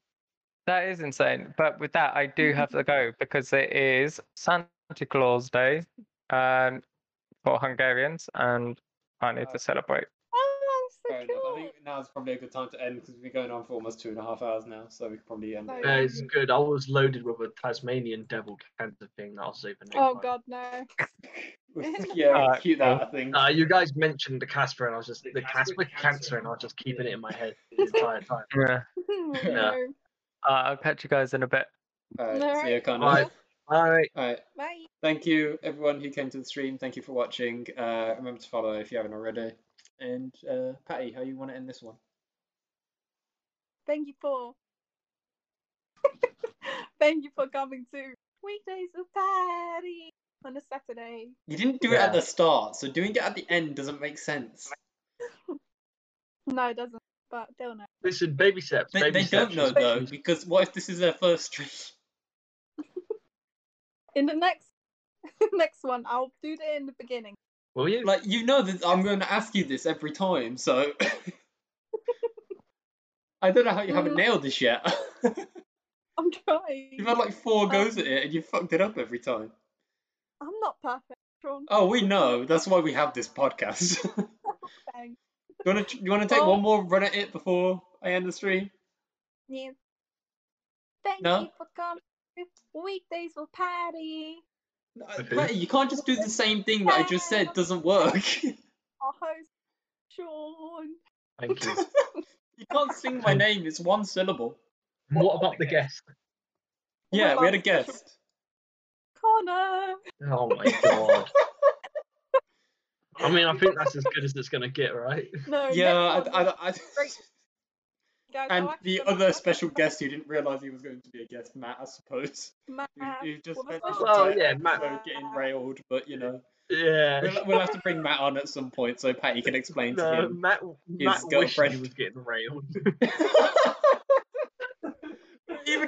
That is insane. But with that, I do have to go because it is Santa Claus Day um, for Hungarians, and I need to celebrate.
Oh,
Fair
that's so
enough. I
cool.
think now's probably a good time to end because we've been going on for almost two and a half hours now, so we could probably end.
Sorry.
Yeah, it's good. I was loaded with a Tasmanian devil cancer thing that I'll save for next
Oh
time.
god, no.
it. yeah,
Alright,
cute that I think.
Uh, you guys mentioned the Casper, and I was just the, Casper cancer, and I was just keeping it in my head the entire time.
Yeah.
no.
Uh, I'll catch you guys in a bit.
Alright, see
Alright.
you, Connor.
Bye. All right.
Alright.
Bye.
Thank you, everyone who came to the stream. Thank you for watching. Uh, remember to follow if you haven't already. And uh, Patty, how you want to end this one?
Thank you for. Thank you for coming to Weekdays with Patty on a Saturday.
You didn't do it
Yeah.
at the start, so doing it at the end doesn't make sense.
No, it doesn't, but they'll know.
Listen, baby steps.
They,
baby
they don't
steps,
know though,
especially-
because what if this is their first stream?
In the next next one, I'll do it in the beginning.
Will you?
Like you know that I'm going to ask you this every time, so I don't know how you haven't
Mm.
nailed this yet.
I'm trying.
You've had like four goes at it and you fucked it up every time.
I'm not perfect, Sean.
Oh, we know. That's why we have this podcast. do
Thanks.
you want to you want to take
Oh.
one more run at it before I end the stream?
Yeah. Thank
No?
you for coming to Weekdays with Patty.
Uh,
Okay.
Matty, you can't just do the same thing that I just said doesn't work. you
Our host, Sean.
Thank you.
can't sing my name, it's one syllable.
what about the guest?
Yeah, we had a
about special-
guest.
Connor.
Oh my god. I mean, I think that's as good as it's gonna get, right?
No.
Yeah,
next one,
I, I, I,
Great. guys, I'll
and
actually
the
go back
other
up
special
and
guest who didn't realise he was going to be a guest, Matt, I suppose.
Matt.
Who, who just
Well,
spent
that's
the
not- Well,
entire
yeah,
episode
Matt.
getting railed, but you know,
Yeah.
we'll, we'll have to bring Matt on at some point so Patty can explain to
No,
him.
Matt. Matt wished he
girlfriend.
was getting railed.
Even